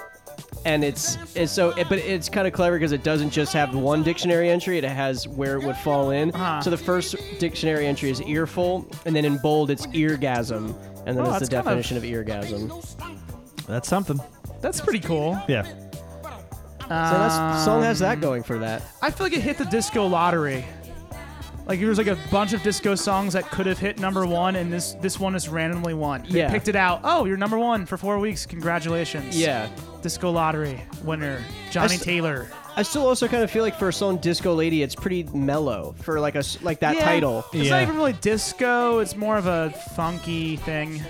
E: and it's, it's so. It, but it's kind of clever because it doesn't just have one dictionary entry; it has where it would fall in.
G: Uh-huh.
E: So the first dictionary entry is earful, and then in bold it's eargasm, and then
G: Oh,
E: it's the
G: that's kind of-
E: definition of, eargasm.
D: That's something.
G: That's pretty cool.
D: Yeah.
F: So
E: So that song has
G: Um,
E: that going for that.
F: I feel like it hit the disco lottery. Like there was like a bunch of disco songs that could have hit number one, and this this one is randomly won. They
E: Yeah.
F: picked it out. Oh, you're number one for four weeks. Congratulations.
E: Yeah.
F: Disco lottery winner Johnny
E: s-
F: Taylor.
E: I still also kind of feel like for a song Disco Lady, it's pretty mellow for like a s- like that
F: Yeah.
E: title.
F: It's
D: Yeah.
F: not even really disco. It's more of a funky thing.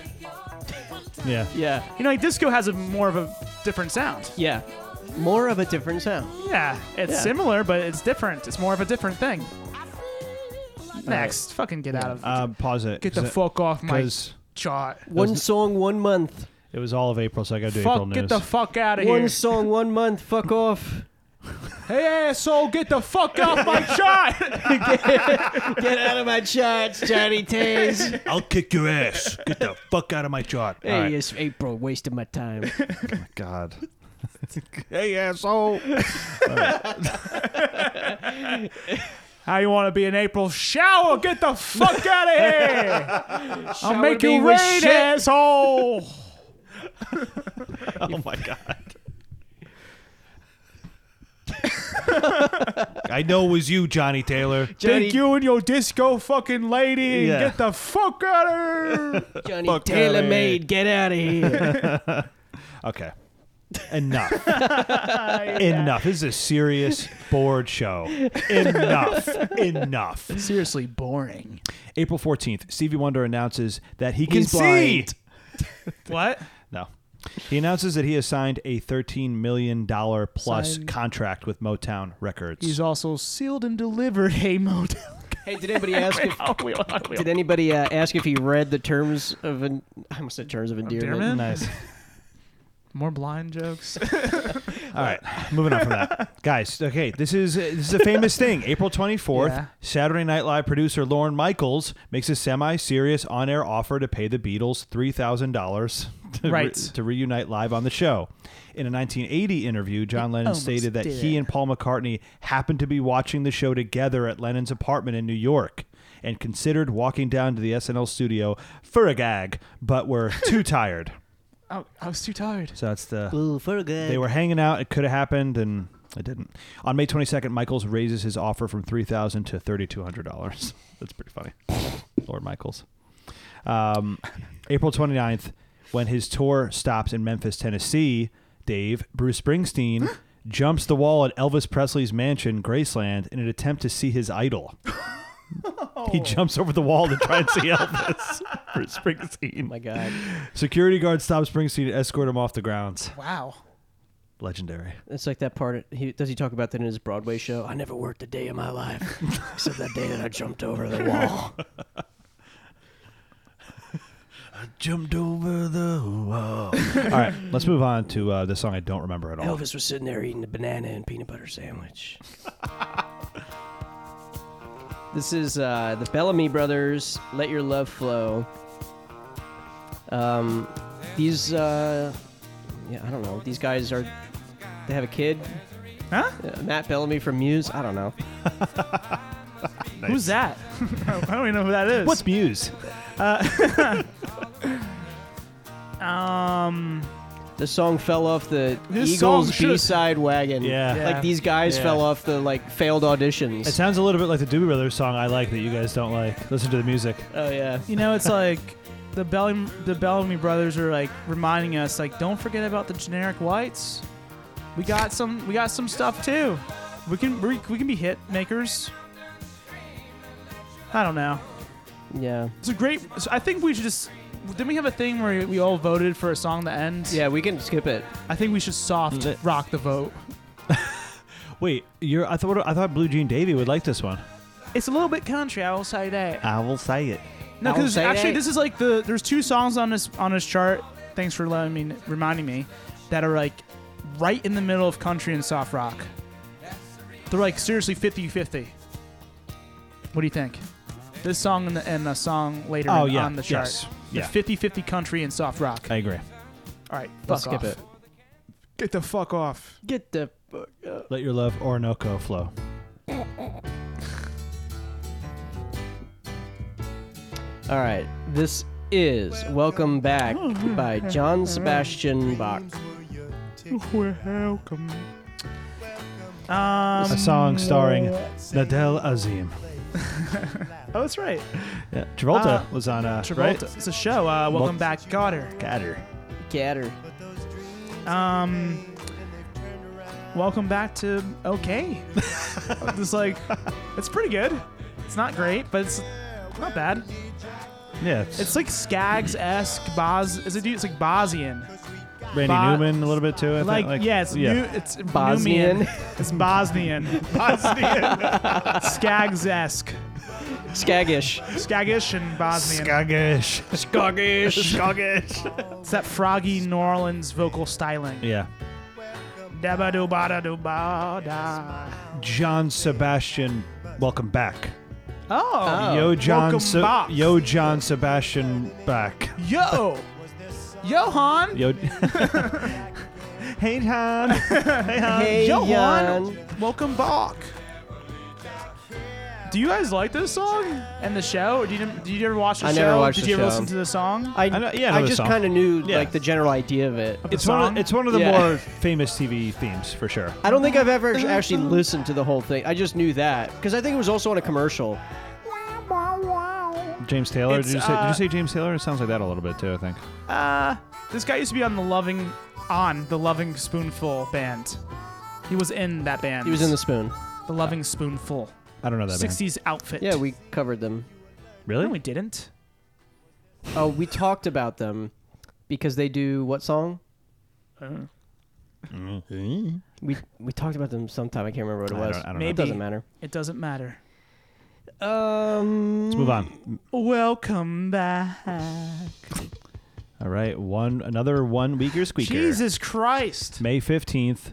D: Yeah.
E: Yeah.
F: You know, like disco has a more of a different sound.
E: Yeah. More of a different sound.
F: Yeah, it's
E: Yeah.
F: similar, but it's different. It's more of a different thing. Next, fucking get out of.
E: Uh,
D: Um, pause it.
F: get the fuck off my
D: Because
F: chart.
E: One song, one month.
D: it was all of April, so I got to do April
F: Fuck,
D: news.
F: get the fuck out of
E: One
F: here.
E: song, one month. Fuck off.
F: Hey, asshole, get the fuck off my chart.
E: Get out of my charts, Johnny Tays.
D: I'll kick your ass. Get the fuck out of my chart.
E: hey, it's April, wasting my time.
D: God. hey, asshole.
F: How you want to be an April shower? Get the fuck out of here. I'll make
E: be
F: you
E: with
F: rain,
E: shit.
F: asshole.
D: Oh, my God. I know it was you, Johnny Taylor.
E: Johnny,
F: Think you and your disco fucking lady.
D: Yeah.
F: Get the fuck out of here.
E: Johnny
D: fuck
E: Taylor
D: outta
E: made. Get out of here.
D: Okay. Enough. Enough. This is a serious board show. Enough. Enough.
G: Seriously boring.
D: April 14th, Stevie Wonder announces that he can
E: He's
D: see.
E: blind.
F: What?
D: No. He announces that he has signed a $13 million plus
F: Signed.
D: contract with Motown Records.
G: He's also sealed and delivered. Hey, Motel.
E: hey, did anybody ask if did anybody uh, ask if he read the terms of en- I almost said terms of endearment?
F: Endearment?
D: nice.
F: More blind jokes.
D: All right, moving on from that, guys. Okay, this is this is a famous thing. April twenty fourth,
F: Yeah.
D: Saturday Night Live producer Lauren Michaels makes a semi serious on air offer to pay the Beatles three thousand dollars
F: Right.
D: to reunite live on the show. In a nineteen eighty interview, John Lennon
G: almost
D: stated that
G: did.
D: he and Paul McCartney happened to be watching the show together at Lennon's apartment in New York. And considered walking down to the SNL studio for a gag, but were too tired.
F: oh, I was too tired.
D: So that's the
E: Ooh, for good.
D: they were hanging out. It could have happened, and it didn't. On May 22nd, Michaels raises his offer from three thousand to thirty-two hundred dollars. That's pretty funny, Lord Michaels. Um, April 29th, when his tour stops in Memphis, Tennessee, Dave Bruce Springsteen jumps the wall at Elvis Presley's mansion, Graceland, in an attempt to see his idol. He jumps over the wall to try and see Elvis. Bruce Springsteen.
E: Oh my God,
D: Security guards stop Springsteen to escort him off the grounds.
F: Wow.
D: Legendary.
E: it's like that part. He does he talk about that in his Broadway show? I never worked a day in my life except that day that I jumped over the wall.
B: Jumped over the wall.
D: All right, let's move on to uh, the song I don't remember at all.
E: Elvis was sitting there eating a banana and peanut butter sandwich. this is uh, the Bellamy Brothers, Let Your Love Flow. Um, these, uh, yeah, I don't know. These guys are, they have a kid.
F: Huh?
E: Uh, Matt Bellamy from Muse? I don't know.
F: Who's that? I don't even know who that is.
D: What's Muse?
F: um?
E: The song fell off the
F: This song
E: Eagles
F: should've-
E: B-side wagon.
D: Yeah.
F: Yeah.
E: Like these guys
D: Yeah.
E: fell off the like failed auditions.
D: It sounds a little bit like the Doobie Brothers song I like that you guys don't like. Listen to the music.
E: oh yeah.
F: You know, it's like the Bellamy, the Bellamy brothers are like reminding us, like, don't forget about the generic whites. We got some, we got some stuff too. We can, we, we can be hit makers. I don't know.
E: Yeah.
F: It's a great. So I think we should just. Didn't we have a thing where we all voted for a song that ends?
E: Yeah, we can skip it.
F: I think we should soft
D: Lit.
F: rock the vote.
D: Wait, you're I thought I thought Blue Jean Davy would like this one.
F: It's a little bit country, I will say that.
D: I will say it.
F: No,
E: I will
F: because
E: say
F: actually,
E: that.
F: this is like the there's two songs on this on this chart. Thanks for letting me reminding me that are like right in the middle of country and soft rock. They're like seriously 50-50. What do you think? This song and, the, and a song later
D: Oh
F: in-
D: yeah,
F: on the chart.
D: yes,
F: They're
D: yeah.
F: 50-50 country and soft rock.
D: I agree.
F: All right, fuck
E: Let's
F: off.
E: skip it.
F: Get the fuck off.
E: Get the fuck up.
D: Let your love Orinoco flow.
E: All right, this is Welcome Back by John Sebastian Bach.
F: Welcome. Um,
D: A song starring.
B: Nadal Azim.
F: Oh, that's right.
D: Yeah, Travolta
F: Uh,
D: was on uh,
F: Travolta.
D: right?
F: It's a show. Uh, Welcome
D: Multi-
F: back, Goddard.
D: Gatter.
E: Gatter.
F: Um, welcome back to okay. it's like it's pretty good. It's not great, but it's not bad.
D: Yeah, it's,
F: It's like Skaggs esque Boz. Is it? It's like Bosian.
D: Randy
F: Bo-
D: Newman a little bit too. I think.
F: Like, yeah, it's New, it's
E: Bosnian.
F: Numian. It's Bosnian. Bosnian. Skaggs esque.
E: Skaggish.
F: Skaggish and Bosnian.
D: Skaggish.
E: Skaggish.
F: it's that froggy New Orleans vocal styling.
D: Yeah.
F: Dabba do bada do ba da.
D: John Sebastian, welcome back.
F: Oh,
D: Yo, John.
F: welcome
D: Se-
F: back.
D: Yo, John Sebastian, back.
F: yo, Johan.
D: Yo. hey, John. Hey, John.
E: Hey,
F: Johan.
E: Jan.
F: Welcome back. Do you guys like this song and the show? Or do you do you ever watch the
E: I
F: show?
E: never watched
F: Did
E: the
F: you ever
E: show.
F: listen to the song?
E: I,
D: I know- yeah, I know
E: I
D: the
E: just
D: song.
E: kind of knew
D: Yeah.
E: like the general idea of it.
D: It's one, of,
F: song?
D: it's one of the
E: Yeah.
D: more famous TV themes for sure.
E: I don't think I've ever actually listened to the whole thing. I just knew that because I think it was also on a commercial.
D: James Taylor. Did
F: It's,
D: you, say, did
F: uh,
D: you say James Taylor? It sounds like that a little bit too. I think.
F: Uh, this guy used to be on the Loving on the Loving Spoonful band. He was in that band.
E: He was in the spoon.
F: the Loving Spoonful
D: I don't know that. Band.
F: 60s outfit.
E: Yeah, we covered them.
D: Really?
F: no, we didn't.
E: Oh, we talked about them because they do what song? We we talked about them sometime. I can't remember what it
D: I
E: was.
D: don't, I don't
F: Maybe.
E: It doesn't matter.
F: It doesn't matter.
E: Um,
D: know. Let's move on.
F: Welcome back.
D: All right, one another one weeker squeaker.
F: Jesus Christ.
D: May fifteenth.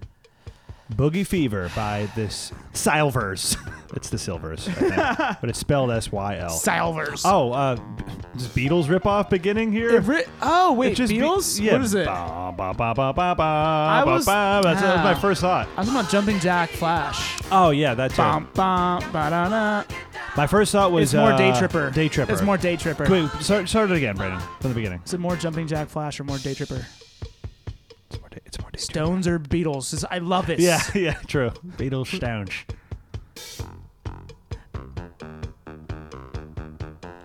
D: Boogie Fever by this Silvers. it's the Silvers, I think. but it's spelled S Y L.
F: Salvers.
D: Oh, uh, does Beatles ripoff beginning here?
F: oh
D: It
F: wait,
D: just be-
F: Beatles?
D: yeah.
F: what is it?
D: Ba, ba, ba, ba, ba, ba,
F: was-
D: ba, ba. That's, that was my
F: Ah.
D: first thought.
F: I was about Jumping Jack Flash.
D: Oh yeah, that's
F: Bum, bum, ba-da-da.
D: My first thought was
F: It's more
D: uh,
F: Day Tripper.
D: Day Tripper.
F: It's more Day Tripper.
D: Wait, start, start it again, Brandon, from the beginning.
F: Is it more Jumping Jack Flash or more Day Tripper?
D: It's more. Day, it's more day
F: Stones or Beatles? This- I love it.
D: Yeah, yeah, true. Beatles Stounge.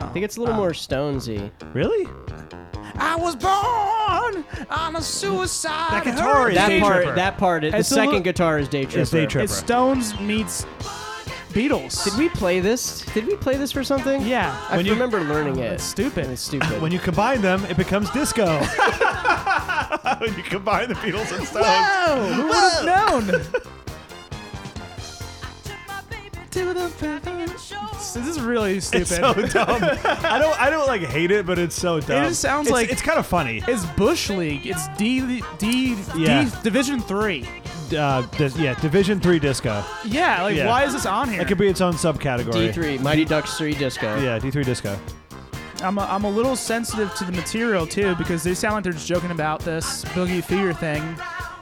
E: I think it's a little more Stonesy.
D: Really?
F: I was born on a suicide.
D: That guitar is
E: That
D: Day
E: part.
D: Tripper.
E: That part. The
F: It's a
E: second
F: little-
E: guitar is Day Tripper.
D: It's Day Tripper.
F: It's Stones meets Beatles.
E: Did we play this? Did we play this for something?
F: Yeah.
E: I
D: When you-
E: remember learning it.
F: It's stupid.
E: It's stupid.
D: When you combine them, it becomes disco. when you combine the Beatles and Stones.
F: Oh, who would have known? this is really stupid.
D: It's so dumb. I don't. I don't like hate it, but it's so dumb.
F: just sounds
D: It's-
F: like-
D: it's kind of funny.
F: It's Bush League. It's D D,
D: Yeah.
F: D Division Three.
D: Uh, dis- yeah, Division Three disco.
F: Yeah, like
D: Yeah.
F: why is this on here?
D: It could be its own subcategory.
E: D3, Mighty Ducks 3 Disco.
D: Yeah, D three disco.
F: I'm a, I'm a little sensitive to the material too because they sound like they're just joking about this boogie fever thing,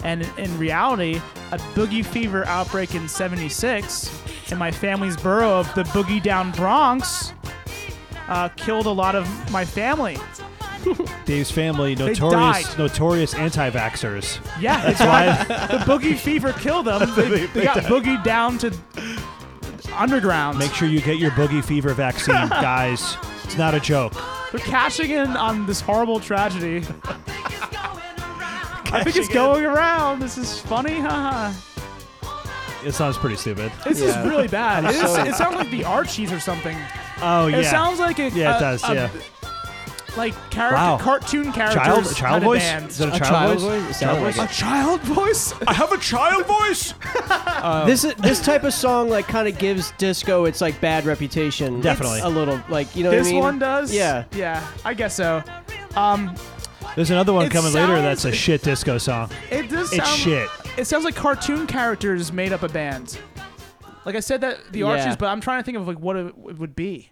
F: and in reality, a boogie fever outbreak in '76 in my family's borough of the boogie down Bronx uh, killed a lot of my family.
D: Dave's family, notorious,
F: died.
D: notorious anti-vaxxers.
F: Yeah, that's why the boogie fever killed them. They, they got boogie down to underground.
D: Make sure you get your boogie fever vaccine, guys. It's not a joke.
F: They're cashing in on this horrible tragedy. I think it's going around. This is funny, haha.
D: It sounds pretty stupid.
F: This
E: Yeah.
F: is really bad. It, is,
E: so-
F: it sounds like the Archies or something.
D: Oh yeah.
F: It sounds like a
D: yeah, it
F: a-
D: does.
F: a-
D: yeah.
F: like character,
D: Wow.
F: cartoon characters.
D: Child, child
F: kinda
D: voice.
F: band.
D: Is that a,
E: A
D: child,
E: child
D: voice?
E: voice? It sounded like
D: voice?
E: it.
F: child voice.
D: I have a child voice.
E: This is, this type of song like kind of gives disco its like bad reputation.
D: Definitely.
E: a little like you know what
F: This
E: I mean?
F: one does.
E: Yeah.
F: yeah. I guess so. Um,
D: There's another one
F: It
D: coming later.
F: sounds-
D: That's a shit disco song.
F: it does.
D: It's
F: sound,
D: shit.
F: It sounds like cartoon characters made up a band. Like I said that the
E: Yeah.
F: Archies, but I'm trying to think of like what it it would be.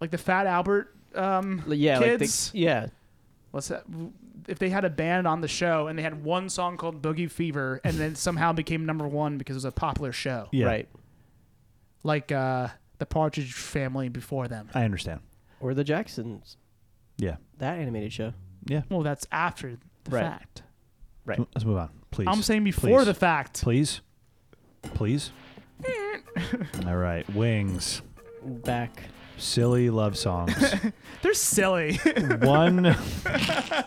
F: Like the Fat Albert. Um,
E: L- Yeah,
F: Kids.
E: like the, yeah.
F: what's that? If they had a band on the show and they had one song called Boogie Fever and then somehow became number one because it was a popular show,
D: Yeah,
E: Right.
F: like uh, the Partridge Family before them.
D: I understand.
E: Or the Jacksons.
D: Yeah.
E: That animated show.
F: Well, that's after the
E: Right.
F: fact.
E: Right.
D: Let's move on, please.
F: I'm saying before
D: Please.
F: the fact.
D: please. Please. All right, Wings.
E: Back.
D: Silly love songs.
F: They're silly.
D: One.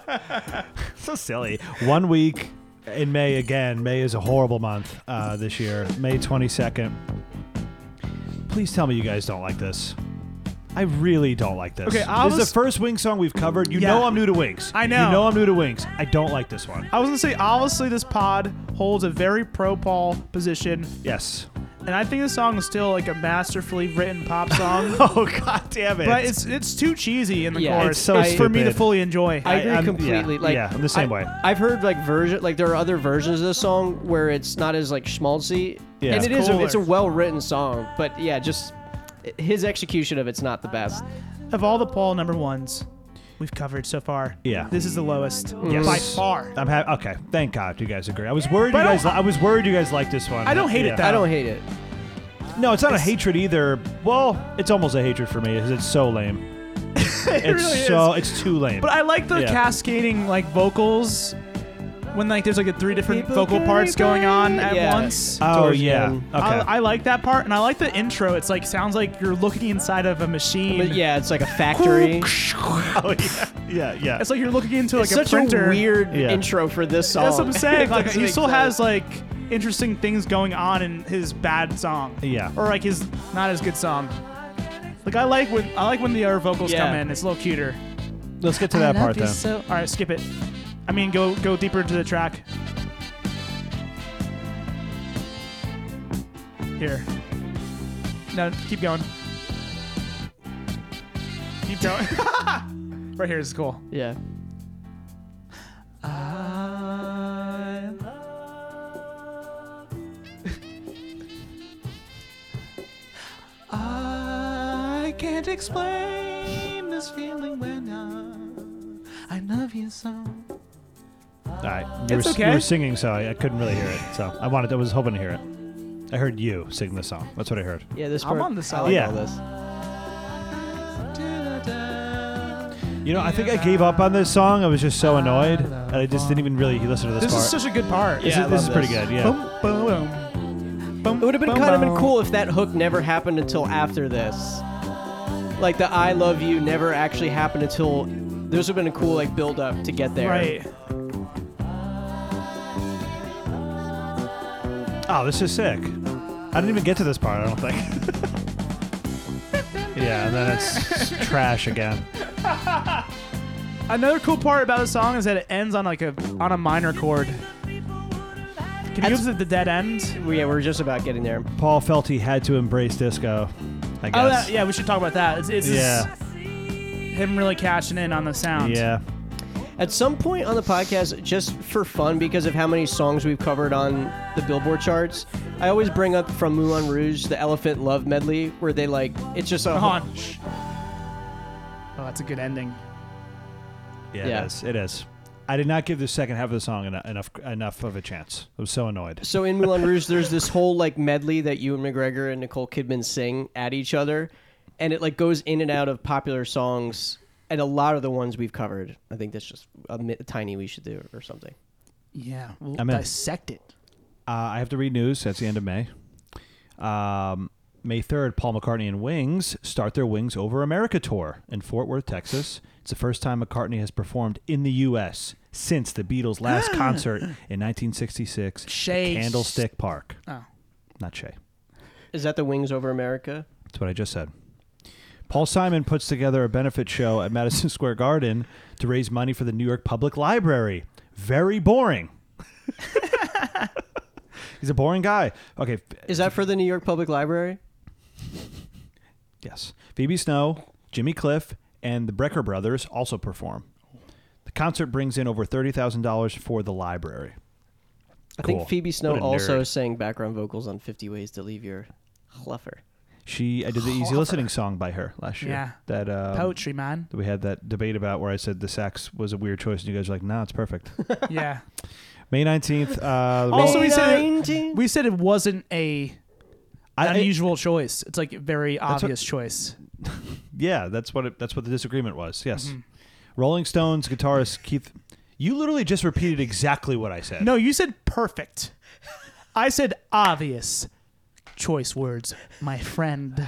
D: so silly. One week in May again. May is a horrible month uh, this year. May 22nd. Please tell me you guys don't like this. I really don't like this.
F: Okay, I
D: this
F: was-
D: is the first Wings song we've covered. You
F: Yeah.
D: know I'm new to Wings.
F: I know.
D: You know I'm new to Wings. I don't like this one.
F: I was gonna say, obviously, this pod holds a very pro Paul position,
D: Yes.
F: and I think this song is still like a masterfully written pop song.
D: Oh god damn it.
F: But it's it's too cheesy in the
E: Yeah,
F: chorus
D: it's so
F: for me to
D: stupid.
F: fully enjoy.
D: I'm-
E: I agree
D: yeah,
E: completely. like
D: yeah, I'm the same
E: I-
D: way.
E: I've heard like version like there are other versions of this song where it's not as like schmaltzy.
D: Yeah.
E: and it is a,
F: Cooler.
E: it's a well written song, but yeah, just his execution of it's not the best.
F: of all the Paul number ones we've covered so far,
D: Yeah.
F: this is the lowest
D: Yes.
F: by far.
D: I'm ha- okay. Thank God you guys agree. I was worried
F: But
D: you
F: I
D: guys. Li-
F: don't-
D: I was worried you guys liked this one.
F: I don't hate it
D: Yeah.
F: that-
E: I don't hate it.
D: No, it's not a hatred either. Well, it's almost a hatred for me because it's so lame.
F: It
D: It's
F: really
D: so
F: is.
D: it's too lame.
F: But I like the
D: Yeah.
F: cascading like vocals when like there's like the three different
E: People
F: vocal
E: can
F: parts going on
E: agree.
F: at
E: Yeah. Uh,
F: once.
D: oh
E: towards the
D: yeah,
E: end.
D: okay.
F: I, I like that part, and I like the intro. It's like sounds like you're looking inside of a machine.
E: But yeah, it's like a factory.
D: oh yeah, yeah, yeah.
F: it's like you're looking into like
E: it's
F: a
E: such
F: printer.
E: a weird
D: Yeah.
E: intro for this song.
F: That's what I'm saying. Like
E: Doesn't
F: he
E: make
F: still
E: sense.
F: has like interesting things going on in his bad song.
D: Yeah.
F: Or like his not as good song. Like I like when I like when the other vocals
E: Yeah.
F: come in. It's a little cuter.
D: Let's get to that part though.
F: All right, skip it. I mean, go go deeper into the track. Here. No, keep going. Keep going. right here is cool.
E: Yeah.
G: I can't explain this feeling when uh, I, I love you so.
D: All right, you
F: It's
D: were,
F: okay.
D: you were singing, so I, I couldn't really hear it. So I wanted, I was hoping to hear it. I heard you sing the song. That's what I heard.
E: Yeah, this
F: I'm
E: part.
F: on the
E: I
F: side.
E: like
D: Yeah.
E: all this.
D: You know, I think I gave up on this song. I was just so annoyed, and I just didn't even really listen to this,
F: This
D: part.
F: is such a good part.
D: this
E: Yeah, I
D: is, this is
E: love
D: pretty
E: this.
D: good. Yeah.
F: Boom, boom, boom. Boom,
E: It would have been
F: boom,
E: kind of been
F: boom.
E: cool if that hook never happened until after this. Like the I love you never actually happened until this would have been a cool like build up to get there.
F: Right.
D: Oh, this is sick. I didn't even get to this part, I don't think. yeah, and then it's trash again.
F: Another cool part about the song is that it ends on like a on a minor chord. Can you
E: That's-
F: give us the dead end?
E: We- Yeah, we're just about getting there.
D: Paul felt he had to embrace disco, I
F: Oh,
D: guess.
F: that, yeah, we should talk about that. It's, it's just
D: Yeah.
F: him really cashing in on the sound.
D: Yeah.
E: At some point on the podcast, just for fun, because of how many songs we've covered on the Billboard charts, I always bring up from Moulin Rouge the Elephant Love Medley, where they like it's just a
F: Come
G: Uh-huh.
F: on. Shh. Oh, that's a good ending.
D: Yeah,
E: Yeah.
D: it is. It is. I did not give the second half of the song enough enough, enough of a chance. I was so annoyed.
E: So in Moulin Rouge, there's this whole like medley that you and McGregor and Nicole Kidman sing at each other, and it like goes in and out of popular songs and a lot of the ones we've covered. I think that's just a mi- tiny we should do or something.
G: Yeah, we'll
D: I'm in.
G: dissect it.
D: Uh, I have to read news. That's the end of May. Um, May 3rd, Paul McCartney and Wings start their Wings Over America tour in Fort Worth, Texas. It's the first time McCartney has performed in the U.S. since the Beatles' last concert in 1966
G: Shay.
D: at Candlestick Park.
G: Oh.
D: Not Shay.
E: Is that the Wings Over America?
D: That's what I just said. Paul Simon puts together a benefit show at Madison Square Garden to raise money for the New York Public Library. Very boring. He's a boring guy. Okay. f-
E: Is that for the New York Public Library?
D: Yes. Phoebe Snow, Jimmy Cliff, and the Brecker brothers also perform. The concert brings in over $30,000 for the library.
E: I
D: Cool.
E: think Phoebe Snow
D: What a
E: also
D: nerd.
E: sang background vocals on 50 Ways to Leave Your Fluffer.
D: She I did the easy listening song by her last year.
F: Yeah.
D: That um,
F: Poetry, man.
D: that we had that debate about where I said the sax was a weird choice and you guys were like, "Nah, it's perfect."
F: yeah.
D: May 19th, uh, the
E: Oh,
F: Also, we said it-
E: 19?
F: We said it wasn't a
D: I- I-
F: unusual choice. It's like a very
D: what-
F: obvious choice.
D: Yeah, that's what it, that's what the disagreement was. Yes,
F: Mm-hmm.
D: Rolling Stones guitarist Keith, you literally just repeated exactly what I said.
F: No, you said perfect. I said obvious choice words, my friend.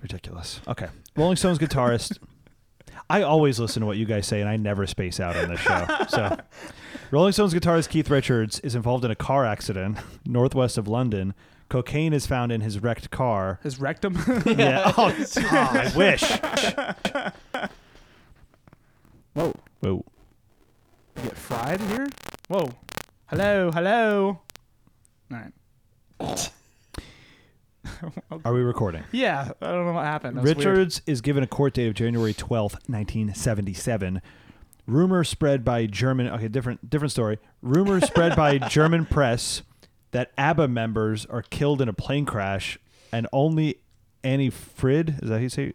D: Ridiculous. Okay. Rolling Stones guitarist. I always listen to what you guys say, and I never space out on this show. So, Rolling Stones guitarist Keith Richards is involved in a car accident northwest of London. Cocaine is found in his wrecked car.
F: His rectum.
D: Yeah. Oh, I wish.
F: Whoa.
D: Whoa.
F: You get fried here? Whoa. Hello, hello. All right.
D: Are we recording?
F: Yeah, I don't know what happened. That was weird.
D: Richards is given a court date of January 12th, 1977. Rumor spread by German okay, different different story. Rumor spread by German press that ABBA members are killed in a plane crash and only Annie Frid, is that how you say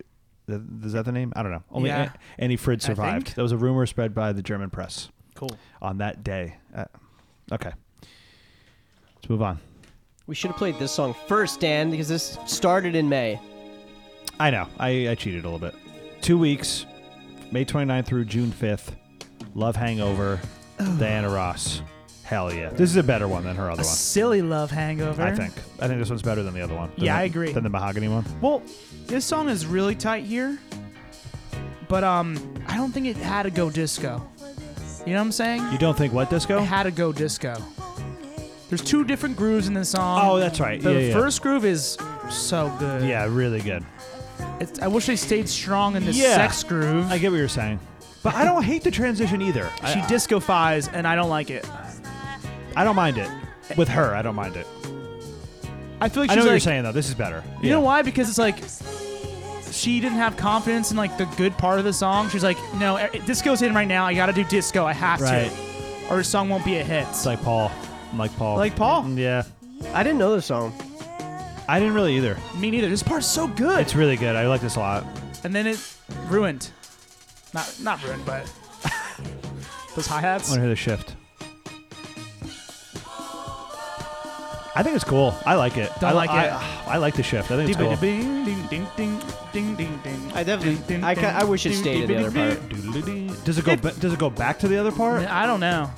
D: th- is that the name? I don't know. Only
F: Yeah.
D: A- Annie Frid survived.
F: think.
D: That was a rumor spread by the German press
F: Cool.
D: on that day. Uh, okay. Let's move on.
E: We should have played this song first, Dan, because this started in May.
D: I know. I, I cheated a little bit. Two weeks, May 29th through June 5th. Love Hangover, Diana Ross. Hell yeah. This is a better one than her other
F: A
D: one.
F: silly love hangover.
D: I think. I think this one's better than the other one. Than
F: Yeah,
D: the-
F: I agree.
D: Than the Mahogany one.
F: Well, this song is really tight here, but um, I don't think it had to go disco. You know what I'm saying?
D: You don't think what disco?
F: It had to go disco. There's two different grooves in this song.
D: Oh, that's right.
F: The
D: yeah, yeah.
F: first groove is so good.
D: Yeah, really good.
F: It's, I wish they stayed strong in this
D: Yeah.
F: sex groove.
D: I get what you're saying. But I don't hate the transition either. I-
F: she discofies, and I don't like it.
D: I don't mind it. With her, I don't mind it.
F: I feel like
D: I
F: she's
D: know what you're
F: like,
D: saying though. This is better.
F: you know why? Because it's like she didn't have confidence in like the good part of the song. She's like, no, er- disco's in right now. I got to do disco. I have
D: Right.
F: to, or the song won't be a hit.
D: It's like Paul. I'm like Paul. Mm,
F: Like Paul?
D: Yeah.
E: I didn't know the song.
D: I didn't really either.
F: Me neither. This part's so good.
D: It's really good. I like this a lot.
F: and then it ruined. Not not ruined, but those hi
D: I
F: hats.
D: want to hear the shift. I think it's cool. I like it.
F: Don't
D: I
F: like
D: I,
F: it.
D: I, like the shift. I think it's cool.
F: Ding ding ding ding ding ding ding.
E: I definitely- I ca- I wish it stayed in the other part.
D: Does it go? ba- does it go back to the other part?
F: I don't know.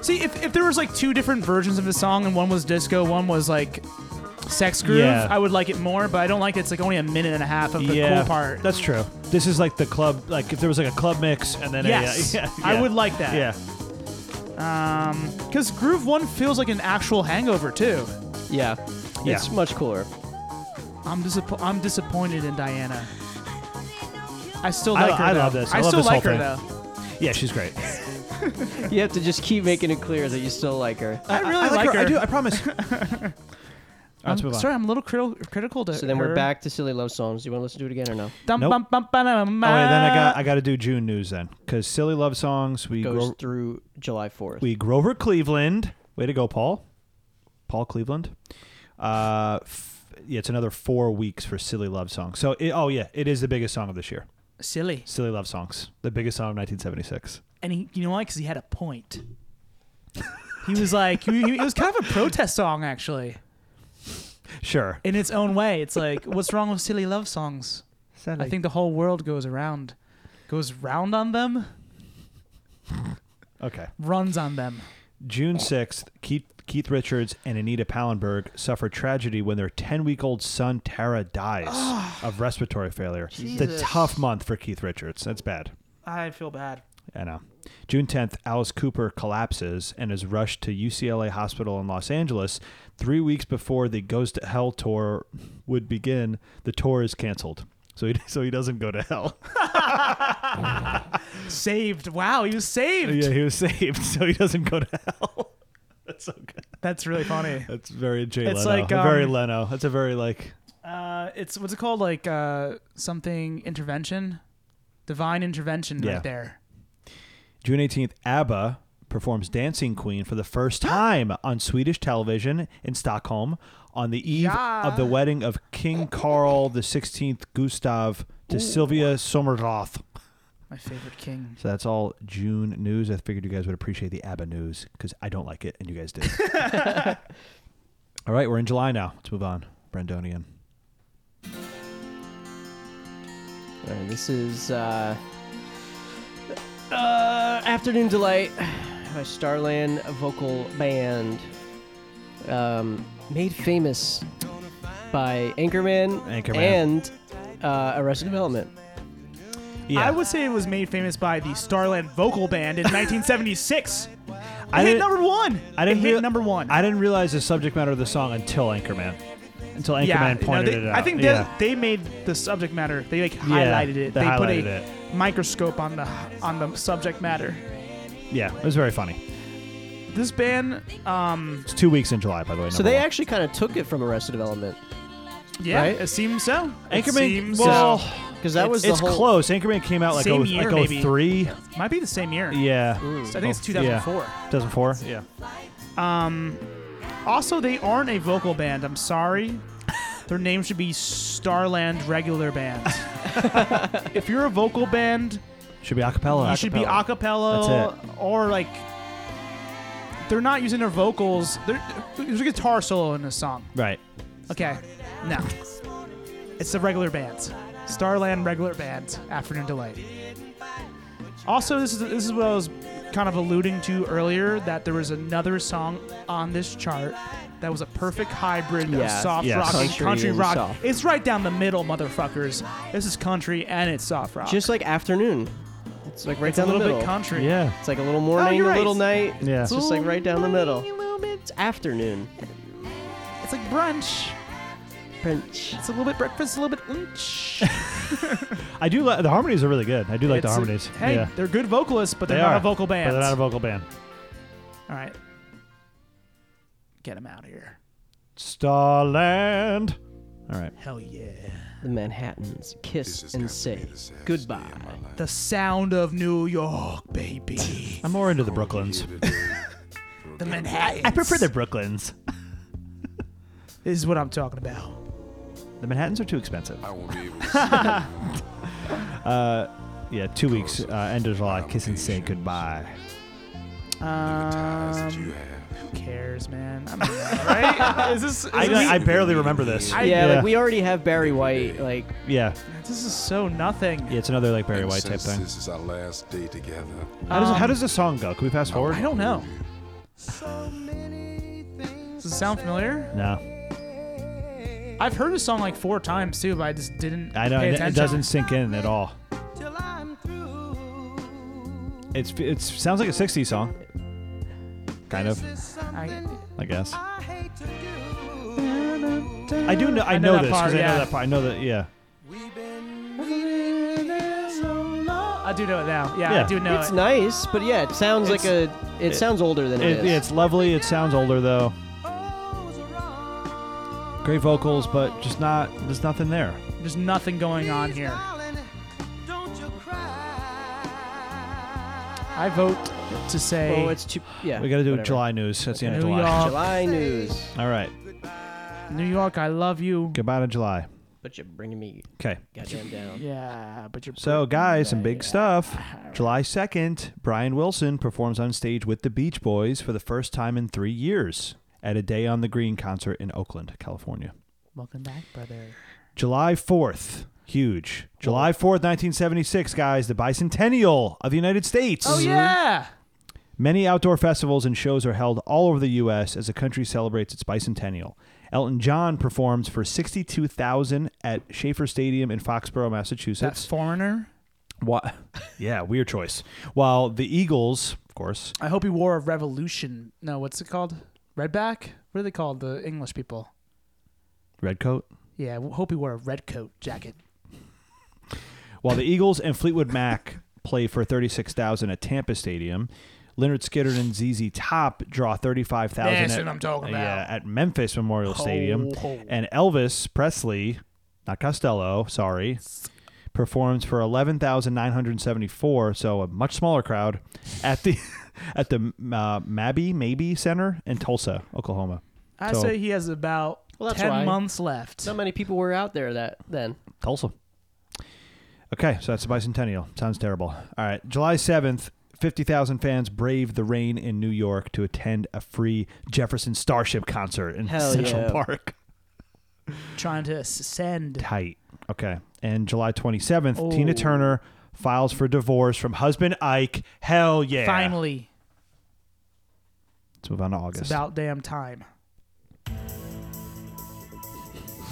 F: See, if, if there was like two different versions of the song and one was disco, one was like sex groove,
D: Yeah.
F: I would like it more. But I don't like it's like only a minute and a half of the
D: yeah,
F: cool part.
D: that's true. This is like the club. Like if there was like a club mix and then
F: yes,
D: a, yeah, yeah,
F: I would like that.
D: Yeah,
F: because groove one feels like an actual hangover too.
E: Yeah.
D: Yeah.
E: It's much cooler.
F: I'm disappo- I'm disappointed in Diana. I still
D: I-
F: like her.
D: I
F: though.
D: love this. I
F: I
D: love
F: still
D: this whole
F: like her
D: thing.
F: though.
D: yeah. She's great.
E: You have to just keep making it clear that you still like her.
F: I really
D: I
F: like her.
D: I do. I promise. All right, let's
F: I'm-
D: move on.
F: Sorry, I'm a little criti- critical to
E: So then
F: her.
E: we're back to Silly Love Songs. You want to listen to it again or no?
F: Dum,
D: Nope.
F: bum, bum, ba, dum,
D: Oh, and then I got
F: ba.
D: I got to do June news then because silly love songs. We
E: Goes
D: grow,
E: through July 4th.
D: we Grover Cleveland. Way to go, Paul. Paul Cleveland. Uh, f- yeah, it's another four weeks for silly love songs. So it, oh yeah, it is the biggest song of this year.
F: silly.
D: Silly love songs, the biggest song of 1976.
F: And he, you know why? Because he had a point. he was like, he, he- it was kind of a protest song actually,
D: Sure.
F: in its own way. It's like, what's wrong with silly love songs? I think the whole world goes around, goes round on them,
D: Okay.
F: runs on them.
D: June 6th, Keith, Keith Richards and Anita Pallenberg suffer tragedy when their 10 week old son, Tara, dies of respiratory failure. It's a tough month for Keith Richards. That's bad.
F: I feel bad.
D: I know. June 10th, Alice Cooper collapses and is rushed to UCLA Hospital in Los Angeles. Three weeks before the Goes to Hell tour would begin, the tour is canceled. So he, so he doesn't go to hell.
F: Saved. Wow, he was saved.
D: yeah, he was saved, so he doesn't go to hell. That's so good.
F: That's really funny.
D: That's very Jay
F: It's
D: Leno.
F: like,
D: A very
F: um,
D: Leno. That's a very like
F: Uh, it's what's it called? Like uh, something intervention, divine intervention
D: Yeah.
F: right there.
D: June 18th, ABBA performs Dancing Queen for the first time on Swedish television in Stockholm on the eve of the wedding of King Carl the 16th Gustav to Sylvia Sommerroth.
F: My favorite king.
D: So that's all June news. I figured you guys would appreciate the ABBA news because I don't like it and you guys do. all right, we're in July now. Let's move on. Brendonian.
E: All right, this is uh, uh, Afternoon Delight by Starland Vocal Band. Um, made famous by Anchorman,
D: Anchorman.
E: and uh, Arrested Development.
D: Yeah.
F: I would say it was made famous by the Starland Vocal Band in 1976. It
D: I
F: hit
D: didn't-
F: number one.
D: I didn't
F: it hit
D: real-
F: number one.
D: I didn't realize the subject matter of the song until Anchorman. Until Anchorman
F: yeah, no,
D: pointed
F: they-
D: it out.
F: I think they,
D: yeah.
F: they made the subject matter. They like
D: Yeah,
F: highlighted it.
D: they
F: They, put
D: highlighted
F: a
D: it.
F: microscope on the on the subject matter.
D: yeah, it was very funny.
F: This band, um,
D: It's two weeks in July, by the way.
E: So
D: number
E: they
D: one.
E: actually kind of took it from Arrested Development
F: yeah,
E: Right?
F: it seemed so. It
D: Anchorman.
F: seems
D: Well,
F: so.
E: because that was the
D: it's
E: whole.
D: close. Anchorman came out like
F: Same
D: oh
F: year,
D: like
F: maybe.
D: 03.
F: might be the same year.
D: Yeah.
F: I think it's
D: Oh,
F: 2004.
D: Yeah. 2004. Yeah.
F: Um, Also, they aren't a vocal band. I'm sorry. Their name should be Starland Regular Band. if you're a vocal band,
D: Should be acapella.
F: you should be a cappella or like they're not using their vocals. They're, there's a guitar solo in this song.
D: Right.
F: Okay, no, it's the regular band, Starland Regular Band, Afternoon Delight. Also, this is this is what I was kind of alluding to earlier that there was another song on this chart that was a perfect hybrid
E: Yeah.
F: of soft
D: Yes.
F: rock
E: Country
F: and country
E: and
F: rock.
E: soft.
F: It's right down the middle, motherfuckers. This is country and it's soft rock.
E: Just like Afternoon. It's like right
F: it's
E: down
F: a little
E: the middle.
F: bit country.
D: Yeah.
E: it's like a little morning,
F: you're
E: a
F: right.
E: little night.
D: Yeah.
E: It's just like right down the middle. It's afternoon.
F: It's like brunch.
E: French.
F: It's a little bit breakfast, a little bit lunch. I
D: I do like the harmonies are really good. I do like the harmonies.
F: hey,
D: yeah.
F: they're good vocalists, but they're
D: They
F: not
D: are,
F: a vocal band.
D: But they're not a vocal band.
F: All right. Get them out of here.
D: Starland. All right.
F: Hell yeah.
E: The Manhattans kiss and say goodbye.
F: The sound of New York, baby.
D: I'm more into the Brooklyns.
F: the Manhattan.
D: I prefer the Brooklyns.
F: This is what I'm talking about.
D: The Manhattans are too expensive.
I: I won't be able to see
D: Yeah, two weeks. Uh, end of July. Kiss and say goodbye.
F: Um,
I: what you have.
F: who cares, man? I mean, all right? Is this, is
D: I,
F: this,
D: I barely remember this.
F: I-
E: Yeah,
D: Yeah.
E: like we already have Barry White. Like
D: yeah.
F: this is so nothing.
D: Yeah, it's another like Barry
I: And
D: White type
I: since
D: thing.
I: This is our last day together.
D: How does, how does the song go? Can we fast forward?
F: Um, I don't know. Does it sound familiar?
D: No,
F: I've heard this song like four times too, but I just didn't.
D: I know
F: Pay
D: it,
F: attention.
D: it doesn't sink in at all. It's it sounds like a '60s song, kind of,
F: I,
D: I guess. I do know. I,
F: I
D: know,
F: know that
D: this
F: part,
D: because I
F: yeah.
D: know that part. I know that. Yeah,
F: I do know it now. Yeah,
D: Yeah.
F: I do know
E: it's
F: it.
E: nice, but yeah, it sounds like a. It, sounds older than
D: it,
E: is.
D: it's lovely. It sounds older though. Great vocals, but just not. There's nothing there.
F: There's nothing going on here. I vote to say
E: Oh, it's too. Yeah.
D: We got to do
E: whatever.
D: July news. That's the end of
F: New
D: July.
F: York.
E: July news,
D: All right,
F: New York, I love you.
D: goodbye to July.
E: but you're bringing me
D: Okay.
E: goddamn down.
F: Yeah, but you're
D: So, guys, some big stuff. July 2nd, Brian Wilson performs on stage with the Beach Boys for the first time in three years at a Day on the Green concert in Oakland, California.
F: Welcome back, brother.
D: July 4th, huge. July 4th, 1976, guys, the bicentennial of the United States.
F: Oh yeah.
D: Many outdoor festivals and shows are held all over the U.S. as the country celebrates its bicentennial. Elton John performs for 62,000 at Schaefer Stadium in Foxborough,
F: That
D: Massachusetts.
F: foreigner.
D: What? Yeah, weird choice. While the Eagles, of course,
F: I hope he wore a revolution. No, what's it called? Redback? What are they called? The English people.
D: red coat.
F: Yeah, I hope he wore a red coat jacket.
D: While the Eagles and Fleetwood Mac play for thirty-six thousand at Tampa Stadium, Leonard Skiddard and ZZ Top draw thirty-five thousand.
F: That's what I'm talking about.
D: Yeah, at Memphis Memorial Stadium,
F: ho.
D: and Elvis Presley, not Costello, sorry, performs for eleven thousand nine hundred seventy-four. So a much smaller crowd at the at the uh, Mabby Maybe Center in Tulsa, Oklahoma.
F: I
D: So-
F: say he has about
E: Well, that's
F: ten
E: why.
F: months left.
E: Not many people were out there that then.
D: Tulsa. Okay, so that's the bicentennial. Sounds terrible. All right, July 7th, 50,000 fans brave the rain in New York to attend a free Jefferson Starship concert in
E: Hell
D: Central
E: yeah.
D: Park.
F: Trying to ascend.
D: Tight. Okay, and July 27th, Tina Turner files for divorce from husband Ike. Hell yeah.
F: Finally,
D: Let's move on to
F: it's
D: August.
F: about damn time.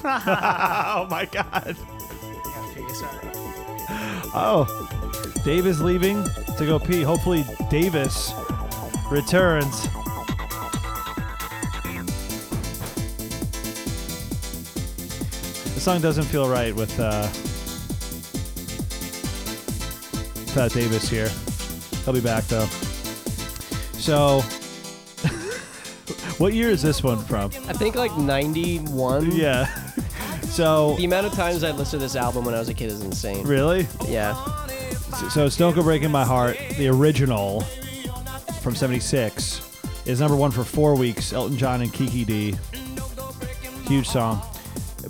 D: oh my god. Oh, Dave is leaving to go pee. Hopefully, Davis returns. The song doesn't feel right with uh, without Davis here. He'll be back though. So, what year is this one from?
E: I think like 91.
D: Yeah. So
E: The amount of times I listened to this album when I was a kid is insane.
D: really,
E: Yeah.
D: so "Don't Go Breaking My Heart," the original from '76, is number one for four weeks. Elton John and Kiki D. Huge song.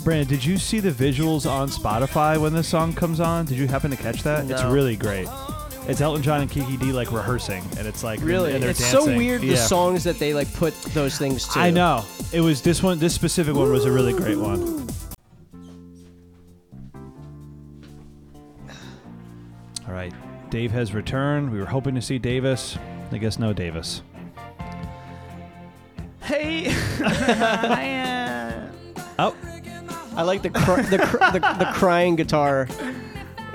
D: Brandon, did you see the visuals on Spotify when this song comes on? Did you happen to catch that? It's
E: No.
D: really great. It's Elton John and Kiki D like rehearsing, and it's like
E: Really?
D: and they're
E: It's so
D: dancing.
E: weird the
D: Yeah.
E: songs that they like put those things to.
D: I know. It was this one. This specific one was a really great one. All right, Dave has returned. We were hoping to see Davis. I guess no Davis.
G: Hey, man.
D: Oh,
E: I like the cr- the, cr- the the crying guitar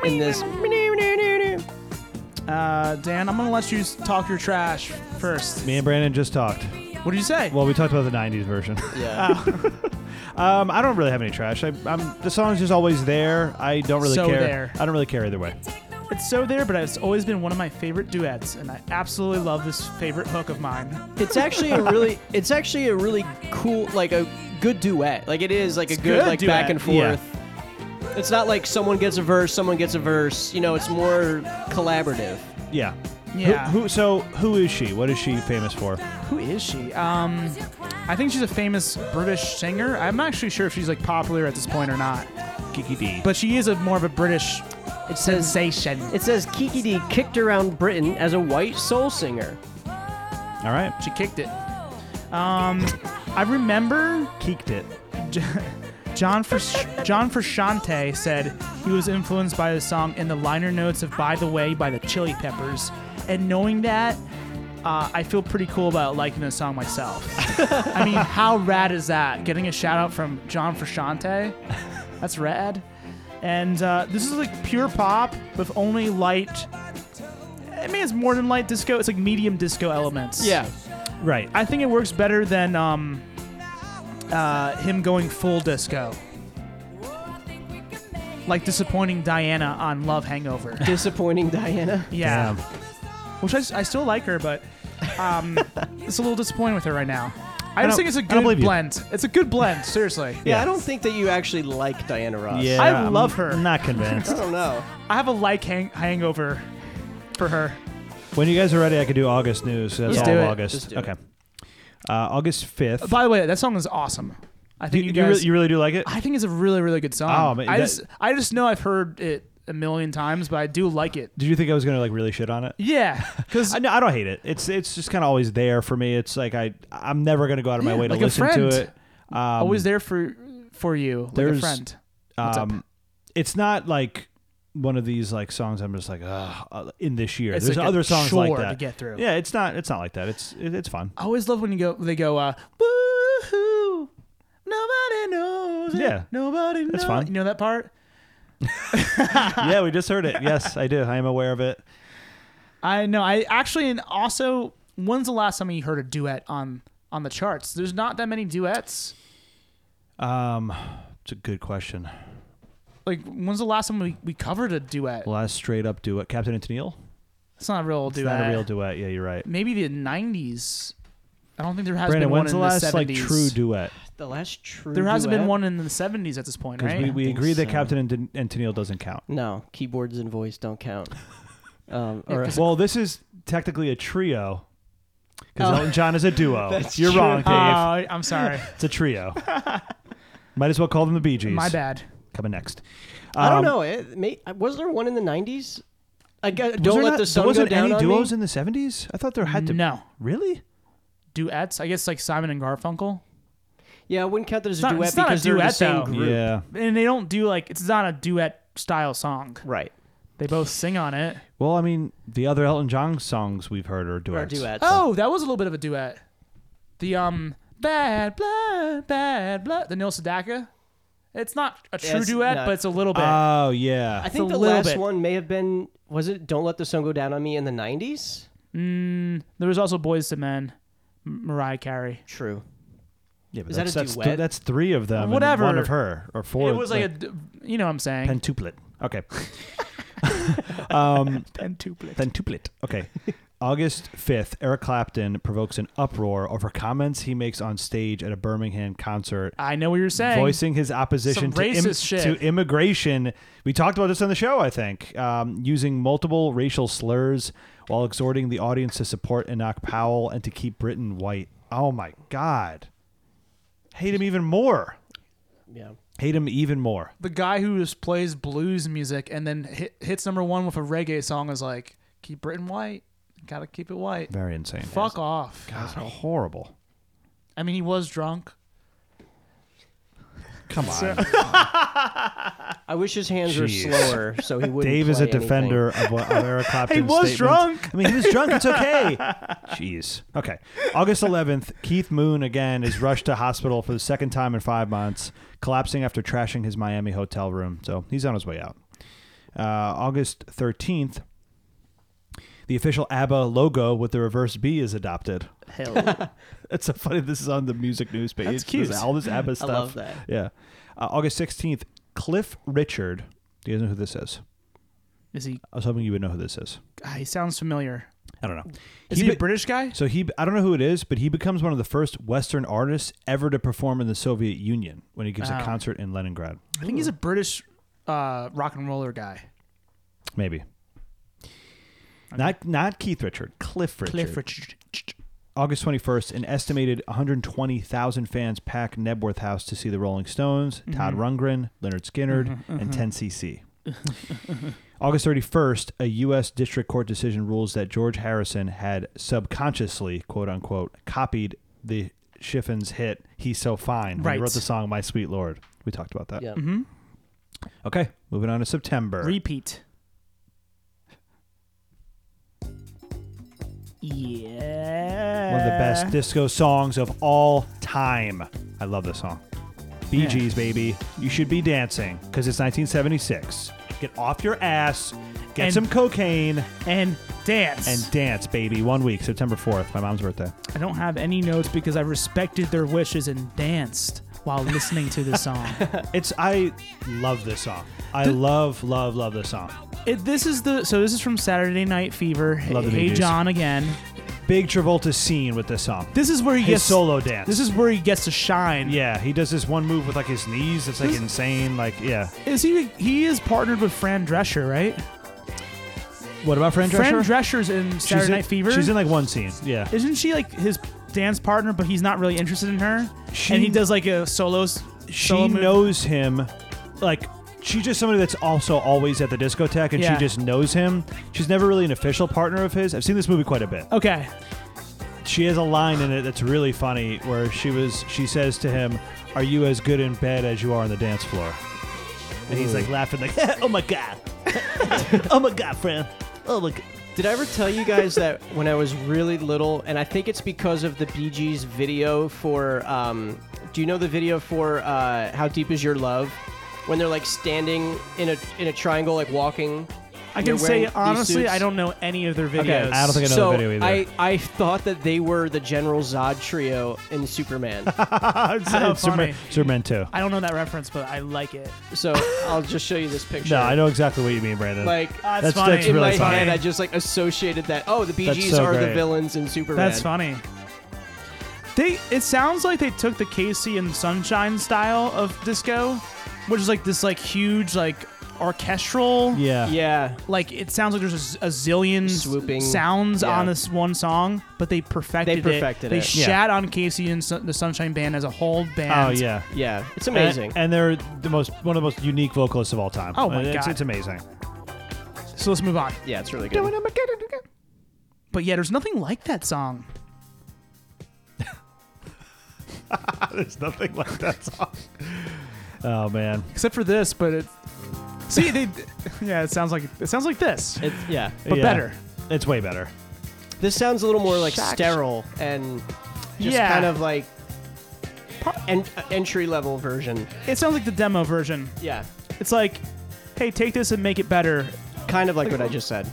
E: in this.
F: Uh, Dan, I'm gonna let you s- talk your trash first.
D: me and Brandon just talked.
F: What did you say?
D: Well, we talked about the '90s version.
E: Yeah.
D: Um, I don't really have any trash. I, I'm the song's just always there. I don't really
F: So
D: care.
F: there.
D: I don't really care either way.
F: It's so there, but it's always been one of my favorite duets, and I absolutely love this favorite hook of mine.
E: It's actually a really it's actually a really cool like a good duet. Like it is like a good,
F: good
E: like
F: duet.
E: back and forth. It's not like someone gets a verse, someone gets a verse. You know, it's more collaborative.
D: Yeah.
F: Yeah.
D: Who, who? So who is she? What is she famous for?
F: Who is she? Um, I think she's a famous British singer. I'm not actually sure if she's like popular at this point or not,
D: Kiki D.
F: but she is a more of a British
E: It says
F: sensation.
E: it says Kiki D kicked around Britain as a white soul singer.
D: All right.
F: She kicked it. Um, I remember
D: Keeked it.
F: J- John Frus- John Frusciante said he was influenced by the song in the liner notes of "By the Way" by the Chili Peppers, and knowing that, uh, I feel pretty cool about liking the song myself. I mean, how rad is that? Getting a shout out from John Frusciante, that's rad. And uh, this is like pure pop with only light. I mean, it's more than light disco. It's like medium disco elements.
E: Yeah.
D: Right.
F: I think it works better than um, uh, him going full disco. Like disappointing Diana on Love Hangover.
E: Disappointing Diana.
F: Yeah. Which I, s- I still like her, but um, it's a little disappointing with her right now. I, just
D: don't-
F: think it's a
D: I don't believe
F: good
D: you.
F: blend. It's a good blend, seriously.
E: Yeah,
D: Yeah.
E: I don't think that you actually like Diana Ross.
D: Yeah,
F: I
D: I'm
F: love her.
D: Not convinced.
E: I don't know.
F: I have a like hang- hangover for her.
D: when you guys are ready, I could do August news. That's
F: Let's
D: all
F: do it.
D: August.
E: Just do it.
D: okay. Uh, August fifth.
F: By the way, that song is awesome. I
D: Do
F: think
D: you,
F: you,
D: you
F: guys.
D: really, you really do like it?
F: I think it's a really, really good song.
D: Oh, man,
F: I
D: that-
F: just, I just know I've heard it a million times, but I do like it.
D: Did you think I was gonna like really shit on it?
F: Yeah, because
D: I, no, I don't hate it. It's it's just kind of always there for me. It's like I I'm never gonna go out of my
F: Yeah,
D: way to
F: like a
D: listen to
F: friend.
D: it. Um,
F: always there for for you, like a
D: There's-
F: friend. What's up?
D: Um, It's not like one of these like songs I'm just like Ugh, uh, in this year.
F: It's
D: There's
F: like a
D: other songs like
F: chore
D: that
F: to get through.
D: Yeah, it's not it's not like that. It's it, it's fun.
F: I always love when you go. They go, uh, woohoo! Nobody knows. it.
D: Yeah.
F: nobody knows.
D: That's fine.
F: You know that part?
D: yeah, we just heard it. Yes, I do. I am aware of it.
F: I know. I actually, and also, when's the last time you heard a duet on on the charts? There's not that many duets.
D: Um, it's a good question.
F: Like, when's the last time we, we covered a duet?
D: Last straight up duet, Captain and Tennille.
F: It's not a real
D: It's
F: duet.
D: not a real duet. Yeah, you're right.
F: Maybe the '90s. I don't think there has
D: Brandon,
F: been one
D: when's
F: in
D: the last like
F: 70s.
D: true duet?
E: The last true.
F: There hasn't been
E: duet?
F: one in the '70s at this point,
D: Because
F: right?
D: we, we
H: think
D: agree that
H: so.
D: Captain and, Den- and Tennille doesn't count.
E: No, keyboards and voice don't count. Um, or-
D: Well, this is technically a trio. Because
E: Oh.
D: Elton John is a duo.
E: That's
D: You're
E: true. Ah.
D: wrong, Dave.
F: Oh, I'm sorry.
D: it's a trio. Might as well call them the Bee Gees.
F: My bad.
D: Coming next.
E: I don't
D: Um,
E: know. It, may, uh, was there one in the '90s? I gu-
D: was
E: don't
D: there
E: let
D: not-
E: the sun
D: there wasn't
E: go down
D: any
E: on
D: duos
E: me.
D: in the 70s? I thought there had to
F: No
D: Really?
F: duets. I guess like Simon and Garfunkel,
E: yeah, I wouldn't count that as a
F: not-
E: duet
F: it's not a
E: because they're the
F: duet,
E: same
F: though.
E: group.
D: Yeah.
F: and they don't do like it's not a duet style song.
E: Right.
F: They both sing on it.
D: Well, I mean, the other Elton John songs we've heard are
E: Or
D: duets.
E: duets.
F: Oh, that was a little bit of a duet. The um bad blood, bad blood, the Neil Sedaka. It's not a true
E: It's
F: duet,
E: not-
F: but it's a little bit.
D: Oh yeah.
E: I think
F: a
E: the
F: little
E: last
F: bit.
E: one may have been was it "Don't Let the Sun Go Down on Me" in the '90s.
F: mm, there was also Boys to Men, M- Mariah Carey.
E: True.
D: yeah, but
E: is that
D: that's,
E: a
D: that's, th-
E: duet?
D: that's three of them. and
F: Whatever.
D: one of her or four.
F: it was like, a, d- you know what I'm saying.
D: pentuplet. Okay. um,
F: Pentuplet.
D: pentuplet. Okay. August 5th, Eric Clapton provokes an uproar over comments he makes on stage at a Birmingham concert,
F: I know what you're saying.
D: voicing his opposition
F: Some
D: to,
F: racist shit.
D: to immigration. We talked about this on the show, I think, um, using multiple racial slurs while exhorting the audience to support Enoch Powell and to keep Britain white. Oh my God. Hate him even more.
E: Yeah.
D: Hate him even more.
F: the guy who just plays blues music and then hit, hits number one with a reggae song is like, keep Britain white. Gotta keep it white.
D: Very insane.
F: Fuck off.
D: God, horrible.
F: I mean, he was drunk.
D: Come on.
E: I wish his hands
D: Jeez.
E: were slower, so he wouldn't.
D: Dave is a
E: play anything.
D: defender of, what, of Eric Clapton's
F: was
D: statements. I mean, he was drunk. It's okay. Jeez. Okay. August 11th, Keith Moon again is rushed to hospital for the second time in five months, collapsing after trashing his Miami hotel room. So he's on his way out. Uh, August 13th, the official ABBA logo with the reverse B is adopted.
E: Hell,
D: That's so funny. This is on the music news page.
E: That's
D: This is
E: cute.
D: all this ABBA stuff.
E: love that.
D: Yeah. Uh, August 16th, Cliff Richard. Do you guys know who this is?
F: Is he?
D: I was hoping you would know who this is.
F: ah, He sounds familiar.
D: I don't know.
F: Is he, a
D: be-
F: British guy?
D: so he, I don't know who it is, but he becomes one of the first Western artists ever to perform in the Soviet Union when he gives a
F: Oh.
D: concert in Leningrad.
F: I think he's a British uh, rock and roller guy.
D: Maybe. Not not Keith Richard, Cliff Richard.
F: Cliff Richard.
D: August 21st, an estimated 120,000 fans pack Nebworth House to see the Rolling Stones, Todd Rundgren, Leonard Skinnard, and 10cc. August 31st, a U.S. District Court decision rules that George Harrison had subconsciously, quote unquote, copied the Chiffin's hit "He's So Fine" when he
F: Right.
D: wrote the song "My Sweet Lord." We talked about that.
E: Yeah.
D: Okay, moving on to September.
F: Repeat. Yeah.
D: One of the
F: Uh.
D: best disco songs of all time. I love this song. Bee Gees, baby. You should be dancing because it's 1976. Get off your ass, get
F: And-
D: some cocaine,
F: And dance.
D: and dance, baby. One week, September 4th, my mom's birthday.
F: I don't have any notes because I respected their wishes and danced while listening to the song.
D: It's I love this song. I love, love, love this song.
F: It, this is the so this is from Saturday Night Fever.
D: Love the Bee
F: hey
D: Gees.
F: John again.
D: Big Travolta scene with this song.
F: This is where he
D: His
F: gets
D: solo dance.
F: This is where he gets to shine.
D: yeah, he does this one move with like his knees. It's like
F: This-
D: insane. Like yeah.
F: Is he he is partnered with Fran Drescher, right?
D: What about Fran
F: Fran
D: Drescher?
F: Drescher's in
D: She's
F: Saturday
D: in-
F: Night Fever.
D: She's in like one scene. Yeah.
F: Isn't she like his dance partner, but he's not really interested in her?
D: She-
F: and he does like a solos.
D: she
F: solo move.
D: knows him like she's just somebody that's also always at the discotheque and
F: Yeah.
D: she just knows him she's never really an official partner of his i've seen this movie quite a bit
F: Okay.
D: she has a line in it that's really funny where she was she says to him are you as good in bed as you are on the dance floor and he's like laughing like oh my god oh my god friend oh my god
E: Did I ever tell you guys that when I was really little, and I think it's because of the Bee Gees video for, um, do you know the video for uh, "How Deep Is Your Love"? When they're like standing in a in a triangle, like walking.
F: I
E: and
F: can
E: they're wearing
F: say
E: these
F: honestly,
E: suits.
F: I don't know any of their videos.
D: okay i don't think i know
E: so
D: the video either
E: I, I thought that they were the General Zod trio in Superman.
D: It's-
F: how
D: it's superman,
F: funny.
D: superman 2
F: I don't know that reference, but I like it.
E: so I'll just show you this picture.
D: no i know exactly what you mean brandon
E: Like
D: that's,
F: Ah, That's funny.
D: that's
E: in
D: really
E: my
D: funny.
E: head, I just like associated that. Oh, the Bee
D: That's
E: Gees
D: so
E: are
D: great.
E: the villains in Superman.
F: That's funny. They it sounds like they took the Casey and Sunshine style of disco, which is like this like huge like orchestral.
D: yeah
E: Yeah.
F: Like it sounds like there's a z- a, zillion s-
E: Swooping,
F: sounds
E: yeah.
F: on this one song, but they perfected it.
E: They perfected
F: They
E: it.
D: Yeah.
F: shat on Casey and Sun the Sunshine Band as a whole
D: oh
F: band.
D: yeah
E: Yeah. It's amazing.
D: And, and they're the most one of the most unique vocalists of all time.
F: Oh, my
D: it's,
F: God.
D: It's amazing.
F: So let's move on.
E: yeah, it's really good.
F: But yeah, there's nothing like that song.
D: There's nothing like that song. Oh man,
F: Except for this, but it See, they yeah, it sounds like it sounds like this.
E: It's, yeah.
F: But
D: Yeah.
F: better.
D: It's way better.
E: This sounds a little more like
F: Shocks.
E: sterile and just
F: Yeah.
E: kind of like
F: Par-
E: en- entry level version.
F: It sounds like the demo version.
E: Yeah,
F: It's like, hey, take this and make it better,
E: kind of like what I just said.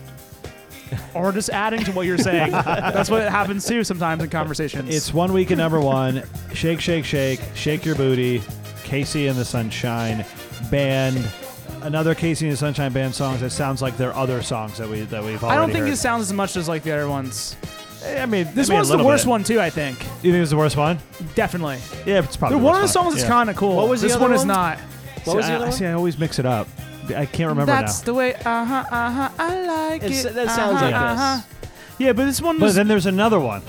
F: or just adding to what you're saying. That's what happens too sometimes in conversations.
D: It's one week in number one. shake, shake, shake, shake your booty. Casey and the Sunshine Band. Another Casey and the Sunshine Band songs that sounds like they're other songs that we that we've already.
F: I don't think
D: heard.
F: this sounds as much as like the other ones.
D: I mean,
F: This
D: I mean, a
F: one's the
D: little
F: worst
D: bit.
F: one too. I think
D: You think it's the worst one?
F: definitely.
D: Yeah, it's probably.
F: The
D: the
F: one of the
D: worst
F: songs is
D: Yeah.
F: kind of cool.
E: What was the
F: this
E: other
F: one, is
E: one?
F: not.
E: What was
D: See,
E: the
D: I-
E: other
D: I, see,
E: one?
D: I always mix it up. I can't remember
F: That's
D: now.
F: the way. Uh huh. Uh huh. I like
E: It's-
F: it.
E: that sounds
F: uh-huh,
E: like this.
F: uh-huh. Yeah, but this one
D: but
F: was.
D: then there's another one.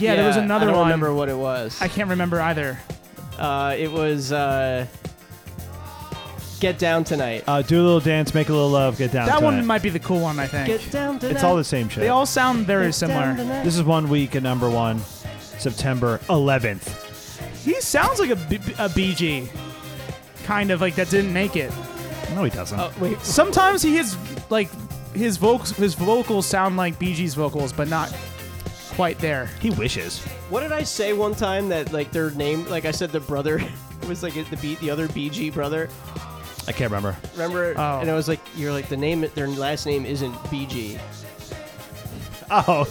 F: yeah, there was another
E: I don't
F: one.
E: remember what it was.
F: I can't remember either.
E: Uh, it was uh, Get Down Tonight.
D: Uh, do a little dance, make a little love, get down.
F: That
D: to
F: one
D: it.
F: might be the cool one. I think.
E: Get Down Tonight.
D: It's all the same shit.
F: They all sound very similar.
D: this is one week at number one, September 11th.
F: He sounds like a, B- a BG, kind of like that didn't make it.
D: No, he doesn't.
E: Oh, wait,
F: Sometimes he has like his vocals his vocals sound like BG's vocals, but not quite there.
D: He wishes.
E: what did I say one time that like their name? Like I said, the brother was like the beat the other BG brother.
D: I can't remember.
E: Remember?
F: Oh.
E: And I was like, you're like the name. Their last name isn't BG.
D: Oh,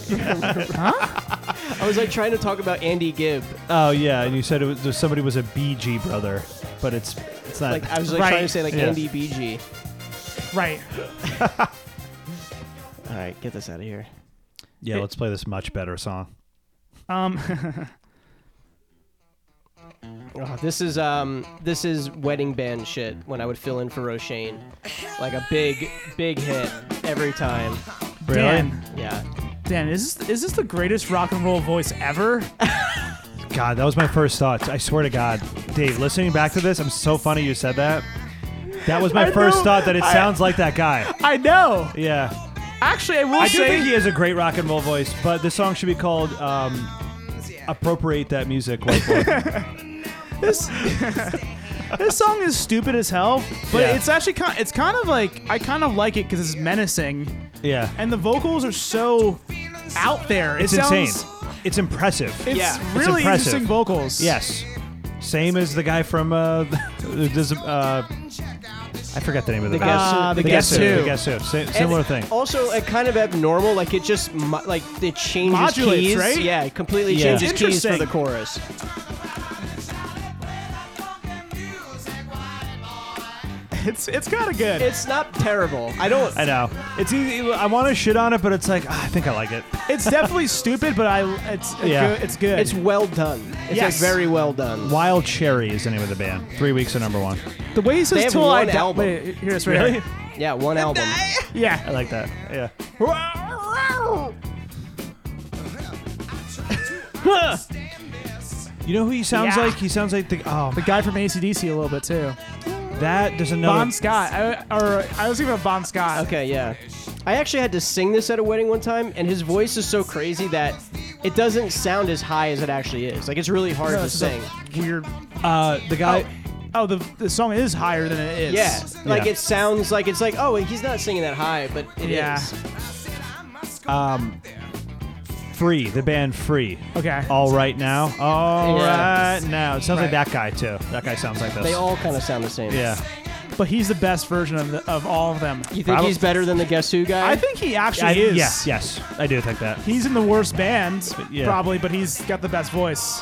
E: I was like trying to talk about Andy Gibb.
D: oh yeah. And you said it was, there- somebody was a BG brother, but it's it's not.
E: Like I was like
F: Right.
E: trying to say like
D: Yeah.
E: Andy BG.
F: Right.
E: All right, get this out of here.
D: yeah, let's play this much better song.
F: Um.
E: Oh, this is um this is wedding band shit when I would fill in for Roshane. Like a big big hit every time.
F: Dan.
E: Yeah.
F: Dan, is this is this the greatest rock and roll voice ever?
D: God, that was my first thoughts. I swear to God, Dave. Listening back to this, I'm so funny you said that. That was my
F: I
D: first
F: know.
D: thought that it
F: I-
D: sounds like that guy.
F: I know.
D: Yeah,
F: Actually, I will
D: I do
F: say
D: think he has a great rock and roll voice, but the song should be called um, "Appropriate That Music." White Boy.
F: this this song is stupid as hell, but
D: Yeah.
F: it's actually kind it's kind of like I kind of like it because it's menacing
D: yeah,
F: and the vocals are so out there. It
D: it's
F: sounds-
D: insane. It's impressive.
F: It's
E: Yeah.
D: It's
F: really
D: impressive.
F: interesting vocals.
D: Yes. Same as the guy from uh, does, uh I forget the name of the,
E: The
D: guy.
E: Guess Who-
F: Uh, the
E: The
F: guess
E: Guess
F: who.
D: The guess who. Sa- similar
E: And
D: thing.
E: Also, a kind of abnormal. Like it just mo- like it changes
F: Modulates,
E: keys.
F: right?
E: Yeah, it completely
D: Yeah.
E: changes keys for
F: Interesting.
E: the chorus.
F: It's it's kind of good.
E: It's not terrible. I don't.
D: I know. It's easy. I want to shit on it, but it's like ah, I think I like it.
F: it's definitely stupid, but I it's it's
D: Yeah.
F: good. It's good.
E: It's well done. It's
F: Yes.
E: like very well done.
D: Wild Cherry is the name of the band. Three weeks of number one.
F: the way he
E: They
F: says
E: have
F: "till I
E: one
F: die."
E: album.
F: Wait, here it's right here.
E: Yeah, one album.
D: I
F: Yeah,
D: like that. Yeah. You know who he sounds
F: Yeah.
D: like? He sounds like the oh
F: the guy from ACDC a little bit too.
D: that there's another
F: Bon Scott, I, or I was thinking about Bon Scott.
E: Okay, yeah. I actually had to sing this at a wedding one time, and his voice is so crazy that it doesn't sound as high as it actually is. Like it's really hard
F: No,
E: to
F: this is a
E: sing.
F: Weird.
D: Uh, the guy.
F: Oh, the the song is higher than it is.
E: Yeah, like
D: Yeah.
E: it sounds like it's like oh he's not singing that high, but it is.
F: Yeah.
D: Um, Free, the band Free.
F: Okay.
D: All right now. All right
E: Yeah.
D: now. It sounds like
F: Right.
D: that guy too. That guy sounds like this.
E: They all kind of sound the same.
D: yeah.
F: But he's the best version of the, of all of them.
E: You think
D: Probab-
E: he's better than the Guess Who guy?
F: I think he actually
D: I,
F: is.
D: Yes, yes, I do think that.
F: He's in the worst band,
D: yeah.
F: probably, but he's got the best voice.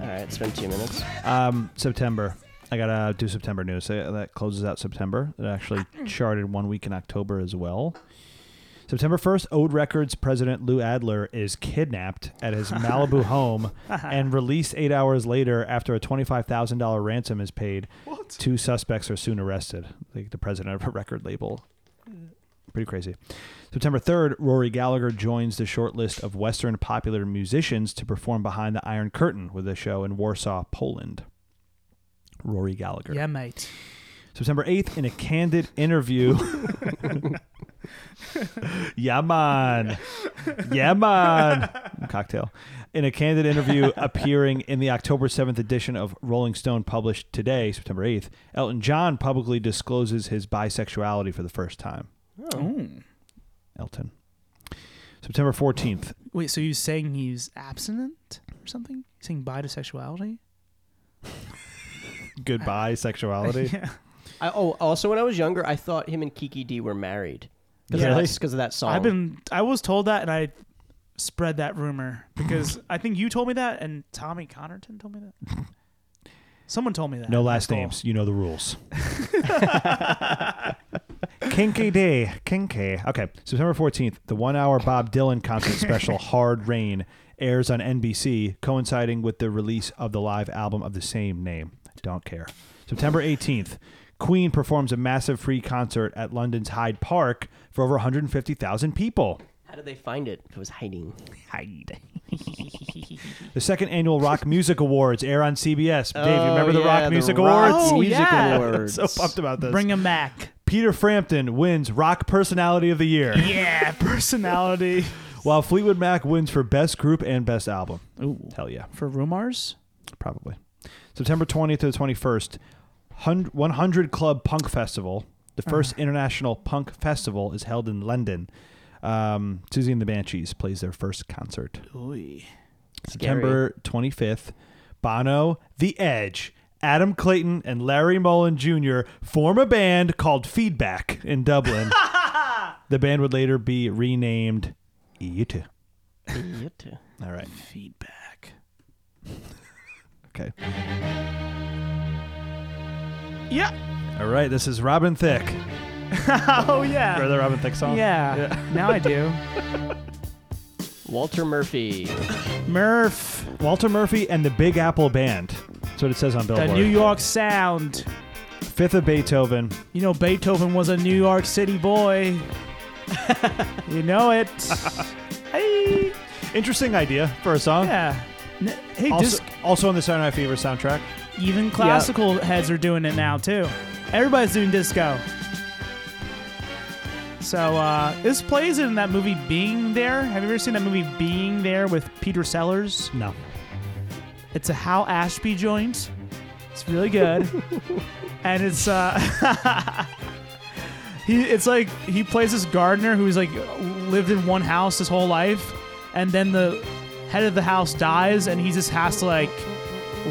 E: All right, it's been two minutes.
D: Um, September. I gotta do September news. Uh, That closes out September. It actually charted one week in October as well. September 1st, Ode Records president Lou Adler is kidnapped at his Malibu home and released eight hours later after a $25,000 ransom is paid. Two suspects are soon arrested, like the president of a record label. Pretty crazy. September 3rd, Rory Gallagher joins the short list of Western popular musicians to perform behind the Iron Curtain with a show in Warsaw, Poland. Rory Gallagher.
F: Yeah, mate.
D: September 8th, in a candid interview. yeah, man. Yeah, man. Cocktail. In a candid interview appearing in the October 7th edition of Rolling Stone, published today, September 8th, Elton John publicly discloses his bisexuality for the first time. Elton. September 14th.
F: Wait, so you're saying he's abstinent? or something? He's saying bye to sexuality?
D: Goodbye, sexuality.
F: yeah.
E: I, oh, also when I was younger, I thought him and Kiki D were married. Because
D: Really?
E: of that
D: Oh.
E: song.
F: I've been I was told that and I spread that rumor because I think you told me that and Tommy Connerton told me that. Someone told me that.
D: No
F: in high
D: last
F: school.
D: names. You know the rules. Kinky Day. Kinky. Okay. September 14th, the one hour Bob Dylan concert special, Hard Rain, airs on NBC, coinciding with the release of the live album of the same name. Don't care. September 18th, Queen performs a massive free concert at London's Hyde Park for over 150,000 people.
E: How did they find it? It was hiding.
D: The second annual Rock Music Awards air on CBS. Dave, you
E: Oh,
D: remember the
E: yeah,
D: Rock Music
E: Rock
D: Awards?
E: Music
F: yeah.
E: Awards.
D: So pumped about this.
F: Bring him back.
D: Peter Frampton wins Rock Personality of the Year,
F: Yeah, personality.
D: while Fleetwood Mac wins for Best Group and Best Album. Hell yeah,
F: For rumors?
D: probably. September 20th to the 21st, hun- 100 Club Punk Festival. The 1st international punk festival is held in London. Um, Susie and the Banshees plays their first concert. September 25th, Bono, The Edge, Adam Clayton, and Larry Mullen Jr. form a band called Feedback in Dublin. the band would later be renamed U2.
E: You too.
D: All right.
F: Feedback.
D: Okay.
F: Yeah.
D: All right. This is Robin Thicke.
F: Oh yeah.
D: Remember the Robin Thicke song?
F: Yeah. Now I do.
E: Walter Murphy.
F: Murph,
D: Walter Murphy and the Big Apple Band. That's what it says on
F: the
D: Billboard.
F: New York sound.
D: Fifth of Beethoven.
F: You know Beethoven was a New York City boy. you know it. hey.
D: Interesting idea for a song.
F: Yeah. N- Hey,
D: Also,
F: just
D: also on the Saturday Night Fever soundtrack.
F: even classical heads are doing it now too. Everybody's doing disco. So uh, this plays in that movie Being There. Have you ever seen that movie Being There with Peter Sellers?
D: No.
F: It's a Hal Ashby joint. It's really good. and it's uh he it's like he plays this gardener who's like lived in one house his whole life and then the head of the house dies and he just has to like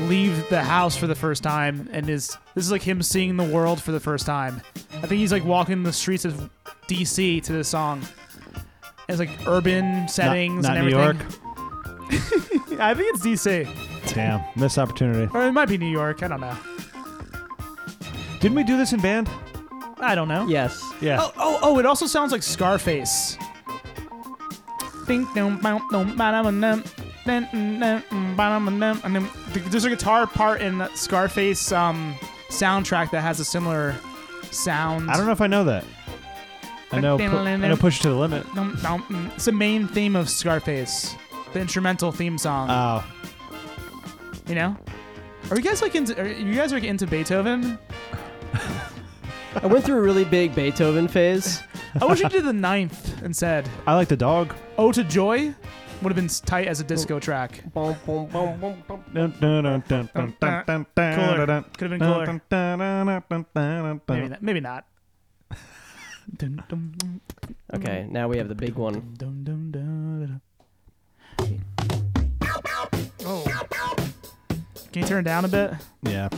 F: leave the house for the first time and is this is like him seeing the world for the first time. I think he's like walking the streets of DC to this song. It's like urban settings
D: not
F: and
D: New
F: everything. York. I think it's DC.
D: Damn. Missed opportunity.
F: Or it might be New York. I don't know.
D: Didn't we do this in band?
F: I don't know.
E: Yes.
D: Yeah.
F: Oh, oh, oh, it also sounds like Scarface. Ding, dong, bong, dong, ba-dum, ba-dum, dun, dun, dun, dun, ba-dum, ba-dum, and then th- There's a guitar part in the Scarface um, soundtrack that has a similar sound.
D: I don't know if I know that. I know. Pu- I know. Push to the limit.
F: Dum, dum, mm. It's the main theme of Scarface, the instrumental theme song.
D: Oh,
F: you know? Are you guys like into? Are you guys like into Beethoven?
E: I went through a really big Beethoven phase.
F: I wish you did the ninth instead.
D: I like the dog.
F: "Oh to Joy" would have been s- tight as a disco track.
E: Boom, boom, boom, boom, boom.
D: Dun, dun, dun, dun, dun, dun, dun, dun,
F: Cooler.
D: dun,
F: Could have been
D: dun,
F: cooler.
D: dun, dun, dun, dun, dun,
F: Maybe
D: dun.
F: not. Maybe not. Dun, dun, dun,
E: Okay, now we have the big one.
F: dun, dun, dun, dun. Oh. Can you turn it down a bit?
D: Yeah.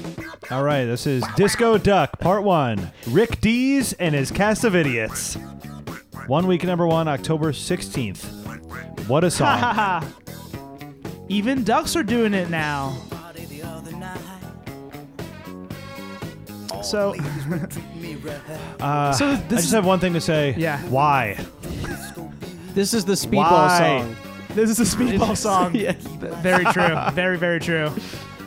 D: All right. This is Disco Duck Part One. Rick Dees and his cast of idiots. One week number one, October sixteenth. What a song!
F: Haha. Even ducks are doing it now. So,
D: Uh,
F: So
D: I
F: this
D: just
F: is-
D: have one thing to say.
F: Yeah.
D: Why?
E: This is the speedball
D: Why?
E: song.
F: this is a speedball song.
E: Yeah.
F: Very true. Very, very true.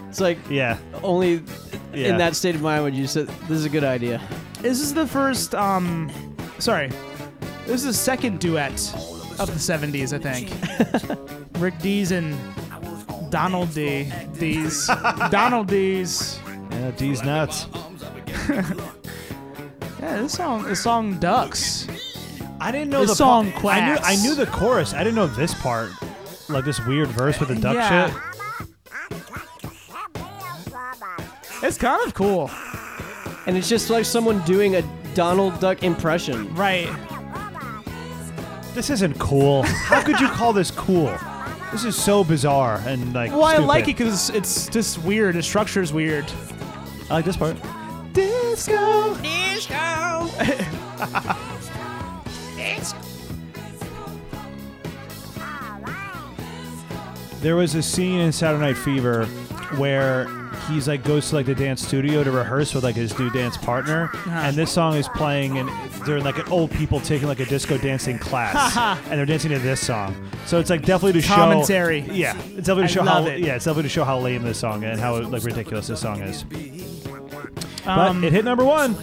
E: It's like
D: Yeah.
E: only
D: Yeah.
E: in that state of mind would you say this is a good idea.
F: This is the first, um, sorry. This is the second duet of the 70s, I think. Rick Dees and Donald D. Dees. Donald Dees.
D: Yeah, Dees nuts.
F: Yeah, this song, this song ducks.
D: I didn't know
F: This
D: the
F: song
D: pa- I knew, I
F: quacks.
D: knew the chorus. I didn't know this part, like this weird verse with the duck
F: Yeah.
D: shit.
F: It's kind of cool.
E: And it's just like someone doing a Donald Duck impression.
F: Right.
D: This isn't cool. How could you call this cool? This is so bizarre and like.
F: Well, I
D: stupid.
F: like it because it's just weird. The structure's weird.
D: I like this part.
F: Disco.
D: There was a scene in Saturday Night Fever where he's like goes to like the dance studio to rehearse with like his new dance partner,
F: Uh-huh.
D: and this song is playing, and they're like an old people taking like a disco dancing class, and they're dancing to this song. So it's like definitely to
F: Commentary.
D: show Yeah, it's definitely to
F: I
D: show
F: love
D: how
F: it.
D: yeah, it's definitely to show how lame this song and how like ridiculous this song is.
F: Um,
D: but it hit number one.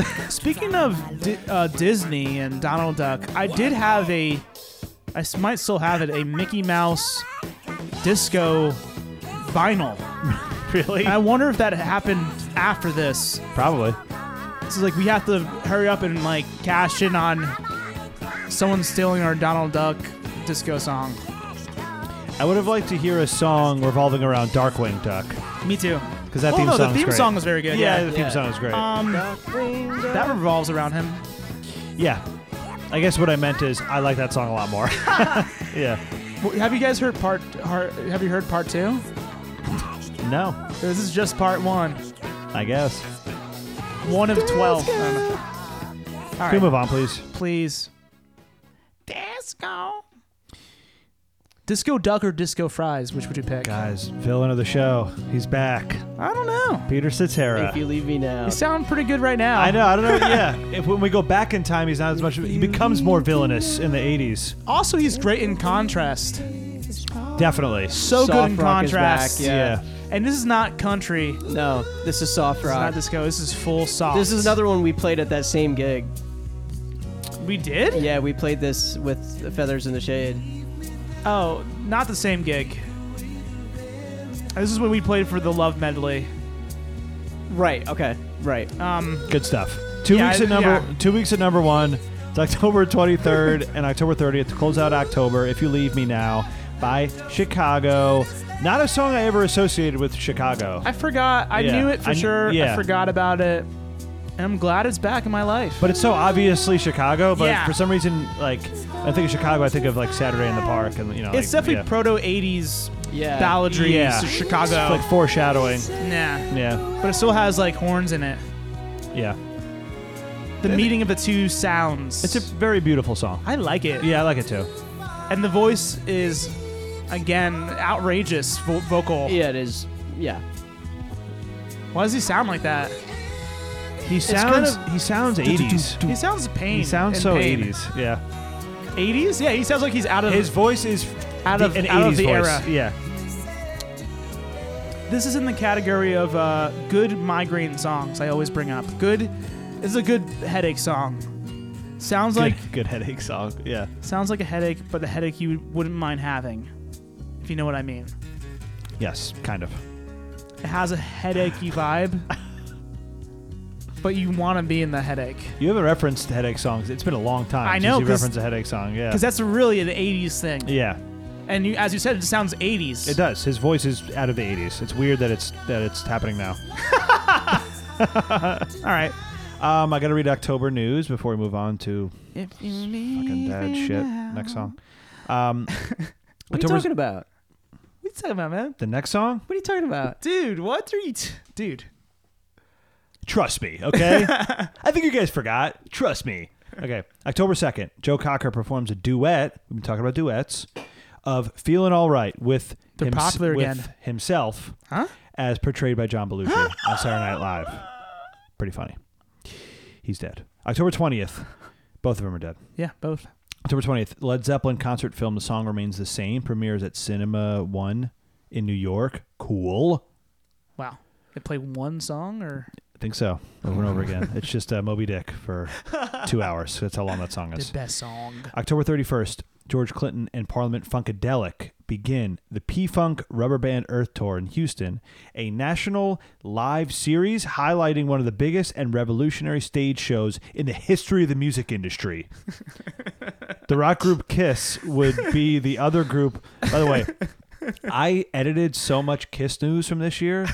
F: Speaking of Di- uh, Disney and Donald Duck, I did have a, I s- might still have it, a Mickey Mouse disco vinyl.
D: Really?
F: And I wonder if that happened after this.
D: Probably.
F: This is like we have to hurry up and like cash in on someone stealing our Donald Duck disco song.
D: I would have liked to hear a song revolving around Darkwing Duck
F: Me too.
D: because that
F: Oh
D: theme
F: no,
D: song.
F: the theme
D: great.
F: song was very good.
D: yeah,
F: Yeah, Um,
D: the theme song is great.
F: that revolves around him.
D: Yeah. I guess what I meant is I like that song a lot more. yeah.
F: Well, Have you guys heard part? Har- Have you heard part two?
D: No,
F: This is just part one.
D: I guess.
F: One of twelve. All
D: Can we
F: right,
D: move on, please?
F: please. Disco. Disco duck or disco fries? Which would you pick?
D: Guys, villain of the show. He's back.
F: I don't know.
D: Peter Cetera.
E: If you leave me now,
F: You sound pretty good right now.
D: I know. I don't know. Yeah. If when we go back in time, he's not as much. He becomes more villainous in the '80s.
F: Also, he's great in contrast.
D: Definitely.
F: So
E: Soft
F: good in
E: rock is back,
F: contrast.
D: Yeah.
F: And this is not country.
E: no, this is soft
F: It's not
E: rock.
F: disco. This is full soft.
E: This is another one we played at that same gig.
F: We did?
E: Yeah, we played this with the Feathers in the Shade.
F: Oh, not the same gig. This is when we played for the love medley.
E: Right. Okay. Right.
F: Um,
D: Good stuff. Two
F: Yeah,
D: weeks
F: I-
D: at number.
F: yeah.
D: Two weeks at number one. It's October 23rd and October 30th to close out October. If you leave me now, by Chicago. Not a song I ever associated with Chicago.
F: I forgot. I
D: Yeah.
F: knew it for
D: I kn-
F: sure.
D: yeah.
F: I forgot about it. And I'm glad it's back in my life.
D: But it's so obviously Chicago. But
F: Yeah.
D: for some reason, like I think of Chicago, I think of like Saturday in the Park, and you know,
F: it's
D: like,
F: definitely
D: yeah.
F: proto 80s
E: Yeah.
F: balladries
D: Yeah.
F: of
D: It's
F: Chicago.
D: like foreshadowing.
F: nah.
D: Yeah,
F: But it still has like horns in it.
D: yeah.
F: The meeting of the two sounds.
D: It's a very beautiful song.
F: I like it.
D: Yeah, I like it too.
F: And the voice is, again, outrageous vo- vocal.
E: Yeah, it is. Yeah.
F: Why does he sound like that?
D: He
F: kind
D: sounds he sounds 80s.
F: He sounds pain.
D: He sounds
F: and
D: so
F: pain.
D: 80s. Yeah,
F: 80s? Yeah, he sounds like he's out of
D: his voice is
F: out of,
D: an
F: out
D: 80s
F: of the
D: voice.
F: era.
D: Yeah,
F: This is in the category of uh, good migraine songs. I always bring up good. This is a good headache song. Sounds like
D: good, good headache song. Yeah,
F: sounds like a headache, but the headache you wouldn't mind having, if you know what I mean.
D: yes, kind of.
F: It has a headachey vibe, but you want to be in the headache
D: You haven't referenced headache songs. It's been a long time.
F: I know,
D: since you
F: 'cause-
D: referenced a headache song. Yeah,
F: because that's really an '80s thing.
D: yeah.
F: And you, as you said, it sounds '80s.
D: It does. His voice is out of the 80s. It's weird that it's that it's happening now.
F: All right.
D: Um, I got to read October news before we move on to
F: If you leave
D: fucking dad
F: me
D: shit.
F: now-
D: Next song. Um,
E: What are you
D: October's-
E: talking about?
F: What are you talking about, man?
D: the next song?
E: What are you talking about?
F: Dude, what are you, t- dude?
D: Trust me, okay? I think you guys forgot. Trust me. Okay. October 2nd, Joe Cocker performs a duet. We've been talking about duets of Feeling All Right with,
F: They're popular
D: with
F: again.
D: himself
F: Huh?
D: as portrayed by John Belushi on Saturday Night Live. Pretty funny. He's dead. October 20th, both of them are dead.
F: Yeah, both.
D: October 20th, Led Zeppelin concert film The Song Remains the Same premieres at Cinema 1 in New York. Cool.
F: Wow. They play one song or
D: I think so. Over and over again. It's just uh, Moby Dick for two hours. That's how long that song
F: the
D: is.
F: best song.
D: October 31st, George Clinton and Parliament Funkadelic begin the P Funk Rubber Band Earth Tour in Houston, a national live series highlighting one of the biggest and revolutionary stage shows in the history of the music industry. the rock group Kiss would be the other group. By the way, I edited so much Kiss news from this year.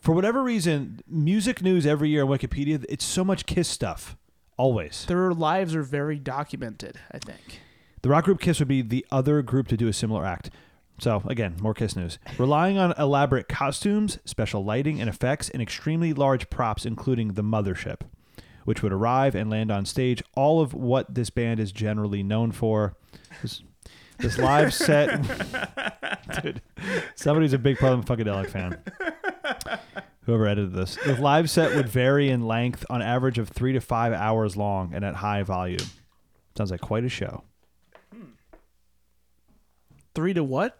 D: For whatever reason, music news every year on Wikipedia, it's so much Kiss stuff. Always.
F: Their lives are very documented, I think.
D: The rock group Kiss would be the other group to do a similar act. So, again, more Kiss news. Relying on elaborate costumes, special lighting and effects, and extremely large props, including the mothership, which would arrive and land on stage, all of what this band is generally known for. This, this live set. Dude, somebody's a big Problem Funkadelic fan. Whoever edited this. The live set would vary in length on average of three to five hours long and at high volume. Sounds like quite a show.
F: Three to what?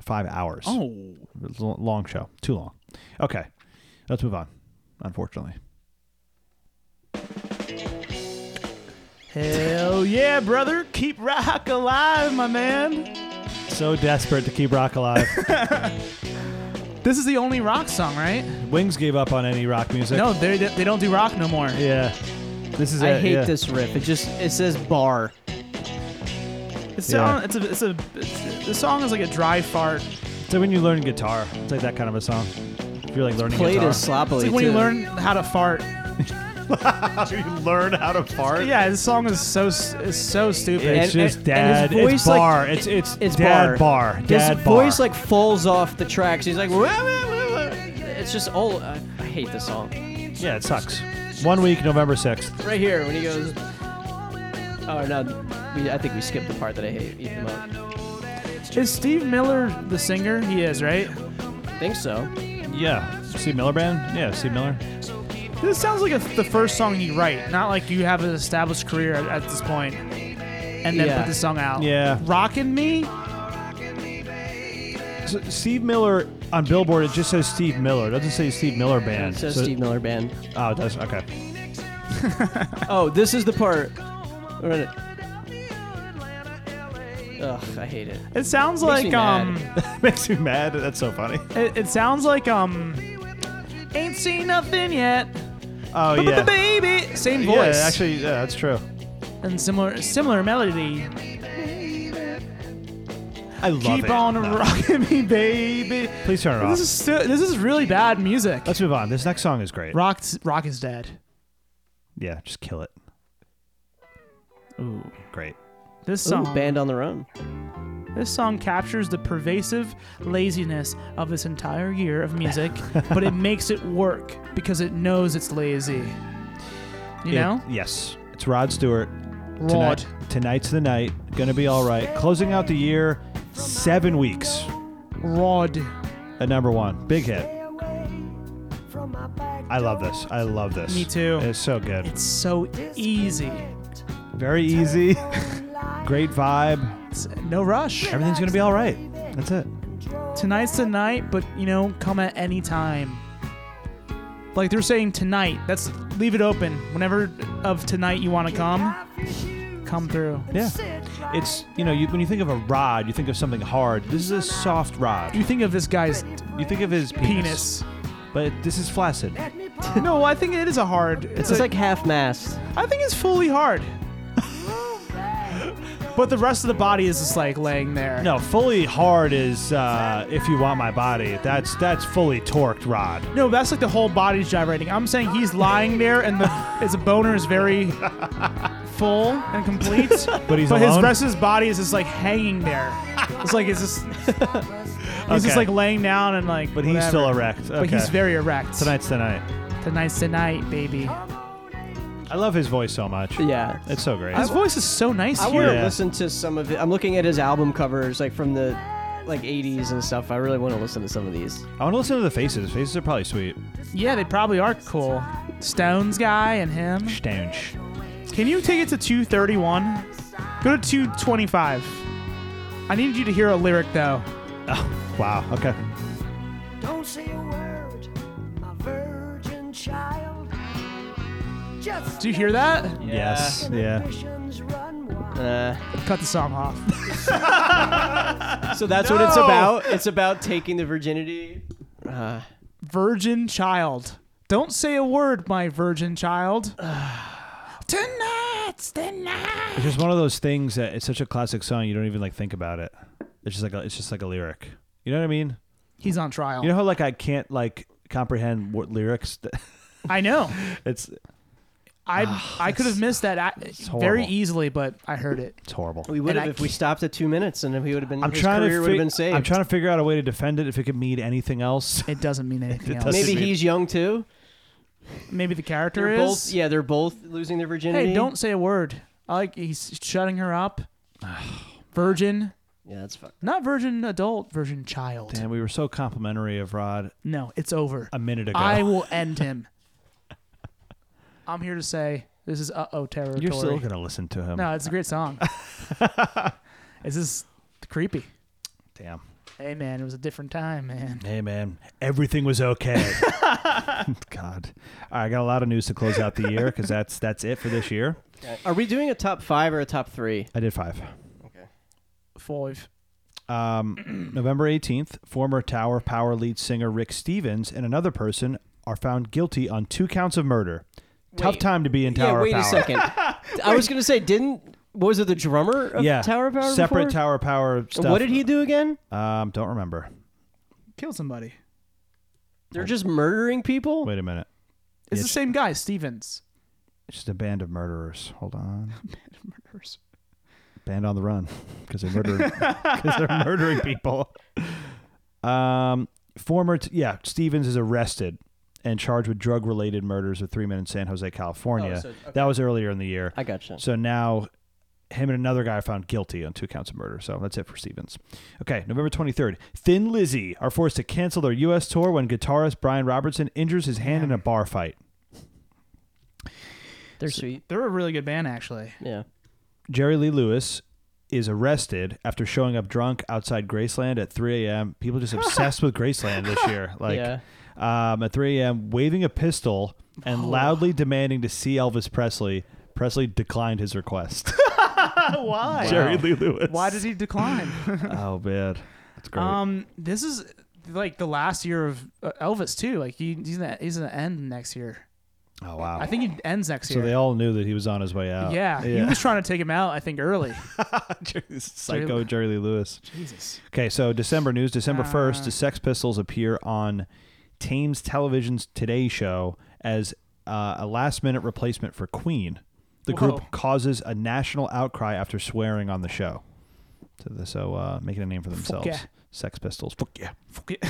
D: Five hours.
F: Oh,
D: It's a lo- long show. Too long. Okay. Let's move on, unfortunately.
F: hell yeah, brother! Keep rock alive, my man.
D: So desperate to keep rock alive.
F: This is the only rock song, right?
D: Wings gave up on any rock music.
F: No, they they don't do rock no more.
D: Yeah. This is
E: I
D: it,
E: hate
D: yeah.
E: this riff. It just it says bar.
F: It's
D: Yeah.
F: on- it's a it's a it's, the song is like a dry fart.
D: So when you learn guitar, it's like that kind of a song. If you're like learning
E: Played
D: guitar.
E: as sloppily.
F: It's like when you
E: too.
F: learn how to fart.
D: you learn how to fart.
F: Yeah, this song is so s- is so stupid.
D: It's
E: And- and-
D: just
E: and his
D: dad. it's
E: voice, like-
D: bar. it's it's
E: It's
D: dad bar. Dad
E: His
D: bar.
E: voice like falls off the tracks. He's like, "Wah, wah, wah, wah." it's just all. I I hate this song.
D: yeah, it sucks. One week, November sixth.
E: Right here when he goes. Oh no, we, I think we skipped the part that I hate. Eat them up.
F: Is Steve Miller the singer? He is, right?
E: Think so.
D: Yeah, Steve Miller band. Yeah, Steve Miller.
F: This sounds like a, the first song you write, not like you have an established career at, at this point, and then
E: Yeah.
F: put the song out.
D: Yeah.
F: Rockin' Me?
D: So Steve Miller on Billboard. It just says Steve Miller. It doesn't say Steve Miller band.
E: It says
D: So-
E: Steve Miller Band.
D: Oh, it does. Okay.
E: Oh, this is the part. We're gonna- Ugh, I hate it.
F: It sounds
E: Makes me
F: like
E: mad.
F: um,
D: Makes me mad. That's so funny.
F: it, it sounds like um, ain't seen nothing yet,
D: Oh
F: but
D: yeah.
F: the baby, same
D: Yeah,
F: voice,
D: actually, yeah, that's true.
F: and similar similar melody.
D: I love
F: Keep on rockin' me, baby.
D: Please turn it off.
F: This is so, this is really bad music.
D: Let's move on. This next song is great.
F: Rock rock is dead.
D: Yeah, just kill it. Ooh, great.
F: This
E: Ooh,
F: song
E: band on their own.
F: This song captures the pervasive laziness of this entire year of music, but it makes it work because it knows it's lazy. You
D: It-
F: know?
D: Yes. It's Rod Stewart.
F: Rod.
D: Tonight, tonight's the night. Gonna be all right. Closing out the year, seven weeks
F: Rod.
D: at number one. Big hit. I love this. I love this.
F: Me too.
D: It's so good.
F: It's so easy.
D: Very easy. great vibe.
F: It's no rush.
D: Everything's gonna be all right. That's it.
F: Tonight's the night, but you know, come at any time. Like they're saying tonight. That's leave it open. Whenever of tonight you want to come, come through.
D: Yeah. It's you know you, when you think of a rod, you think of something hard. This is a soft rod.
F: You think of this guy's
D: You think of his penis,
F: penis.
D: but this is flaccid.
F: no, I think it is a hard.
E: It's like half mast.
F: I think it's fully hard. but the rest of the body is just like laying there.
D: No, fully hard is uh, if you want my body. That's that's fully torqued rod.
F: No, that's like the whole body's gyrating. I'm saying he's lying there and the his boner is very full and complete.
D: But he's
F: but
D: alone.
F: his rest of his body is just like hanging there. It's like it's just he's just like laying down and like
D: but he's still
F: whatever.
D: erect.
F: But he's
D: Okay.
F: very erect.
D: tonight's the night.
F: Tonight's the night, baby.
D: I love his voice so much.
E: Yeah.
D: it's so great.
F: His voice is so nice
E: I
F: here.
E: want to
D: Yeah.
E: listen to some of it. I'm looking at his album covers, like from the like 80s and stuff. I really want to listen to some of these.
D: I want to listen to the faces. Faces are probably sweet.
F: Yeah, they probably are cool. Stones guy and him.
D: Stanch.
F: Can you take it to 231? Go to 225. I need you to hear a lyric though.
D: Oh, wow. Okay.
J: Don't say a word, my virgin child. Just
F: Do you hear that?
D: Yes. Yeah.
J: missions run wild.
E: Uh,
F: Cut the song off.
E: so that's what it's about. It's about taking the virginity. Uh,
F: Virgin child. Don't say a word, my virgin child. Tonight's the night.
D: It's just one of those things that it's such a classic song. You don't even like think about it. It's just like a, it's just like a lyric. You know what I mean?
F: He's on trial.
D: You know how like I can't like comprehend what lyrics. That,
F: I know.
D: it's
F: I I could have missed that a- very
D: horrible.
F: easily, but I heard it.
D: It's horrible.
E: We would
F: And
E: have
F: I
E: if we stopped at two minutes, and we would have been.
D: I'm
E: his
D: trying
E: career
D: to
E: would have
D: fig-
E: been saved.
D: I'm trying to figure out a way to defend it if it could mean anything else.
F: It doesn't mean anything
D: It
F: else.
D: doesn't
E: Maybe
D: mean-
E: he's young too.
F: Maybe the character
E: They're
F: is.
E: both. Yeah, they're both losing their virginity.
F: Hey, don't say a word. I like he's shutting her up. virgin,
E: Yeah, that's fucked.
F: not virgin adult, virgin child.
D: Damn, we were so complimentary of Rod
F: No, it's over.
D: a minute ago.
F: I will end him. I'm here to say this is uh oh territory.
D: You're still gonna listen to him.
F: no, it's a great song. this is creepy.
D: Damn.
F: Hey man, it was a different time, man.
D: Hey man, everything was okay. God, All right, I got a lot of news to close out the year because that's that's it for this year.
E: Are we doing a top five or a top three?
D: I did five.
F: Five.
D: Um, November 18th, former Tower Power lead singer Rick Stevens and another person are found guilty on two counts of murder. Tough
E: Wait.
D: time to be in Tower
E: yeah,
D: Power.
E: wait a second. I was gonna say, didn't what was it the drummer of
D: Yeah,
E: Tower Power?
D: separate
E: before?
D: Tower Power stuff.
E: What did he do again?
D: Um, don't remember.
F: Killed somebody.
E: They're just murdering people.
D: Wait a minute.
F: It's
D: Yeah,
F: the
D: sh-
F: same guy, Stevens.
D: It's just a band of murderers. Hold on. Band on the run because they murder because they're murdering people. Um, former t- yeah Stevens is arrested and charged with drug related murders of three men in San Jose, California.
E: Oh, so-
D: That was earlier in the year.
E: I gotcha.
D: So now him and another guy are found guilty on two counts of murder. So that's it for Stevens. Okay, November 23rd. Thin Lizzy are forced to cancel their U.S. tour when guitarist Brian Robertson injures his hand in a bar fight.
E: They're sweet.
F: They're a really good band, actually.
E: Yeah.
D: Jerry Lee Lewis is arrested after showing up drunk outside Graceland at 3 a.m. People just obsessed with Graceland this year. Like
E: Yeah.
D: um, at 3 a.m., waving a pistol and loudly demanding to see Elvis Presley. Presley declined his request.
F: Oh, Why?
D: Jerry Lee Lewis.
F: Why did he decline?
D: Oh man, that's great.
F: um, this is like the last year of uh, Elvis too. Like he, he's gonna he's gonna end next year.
D: oh wow.
F: I think he ends next
D: So
F: year.
D: they all knew that he was on his way out.
F: yeah, he was trying to take him out. I think early.
D: Psycho Jerry Lee Lewis.
F: Jesus.
D: Okay, so December news. December 1st,
A: Ah.
D: the Sex Pistols appear on Thames Television's Today Show as uh, a last minute replacement for Queen. The group
F: Whoa.
D: causes a national outcry after swearing on the show. So, the- so uh, making a name for themselves.
F: yeah.
D: Sex Pistols. Fuck yeah.
F: Fuck it.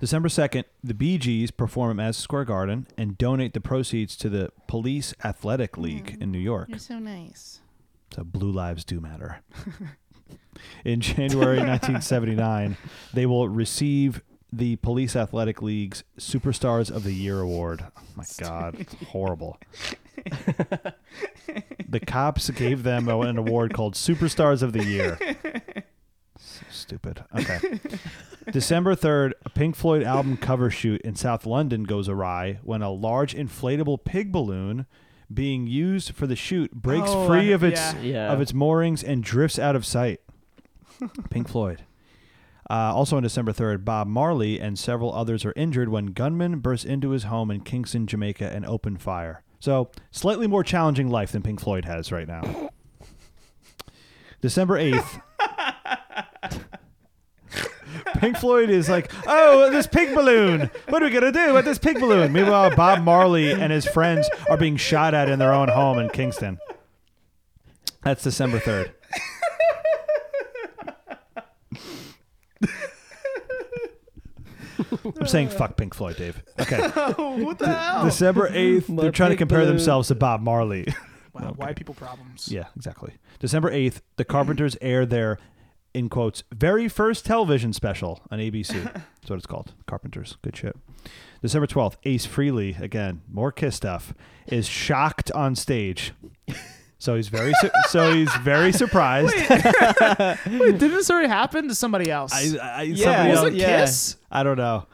D: December 2nd, the Bee Gees perform at Madison Square Garden and donate the proceeds to the Police Athletic League in New York.
A: Mm. You're so nice.
D: So blue lives do matter. In January 1979, they will receive the Police Athletic League's Superstars of the Year award. Oh my God, horrible. the cops gave them an award called Superstars of the Year. So stupid. Okay. December 3rd, a Pink Floyd album cover shoot in South London goes awry when a large inflatable pig balloon being used for the shoot breaks
F: Oh,
D: free
F: I-
D: of its
F: yeah.
E: Yeah.
D: of its moorings and drifts out of sight. Pink Floyd. Uh, also on December 3rd, Bob Marley and several others are injured when gunmen burst into his home in Kingston, Jamaica and open fire. So, slightly more challenging life than Pink Floyd has right now. December 8th. Pink Floyd is like, oh, this pig balloon. What are we going to do with this pig balloon? Meanwhile, Bob Marley and his friends are being shot at in their own home in Kingston. That's December 3rd. I'm saying fuck Pink Floyd, Dave. Okay.
F: what the hell?
D: December 8th,
E: My
D: they're trying to
E: big
D: compare
E: balloon.
D: themselves to Bob Marley.
F: Wow, white people problems.
D: yeah, exactly. December 8th, the Carpenters air their, in quotes, very first television special on ABC. That's what it's called. Carpenters. Good shit. December 12th, Ace Freely, again, more Kiss stuff, is shocked on stage. So he's very su- so he's very surprised.
F: Wait, did this already happen to somebody else?
D: I, I,
E: I
D: somebody
F: was
E: don't-
F: it
D: else,
E: yeah.
F: Kiss?
D: I don't know.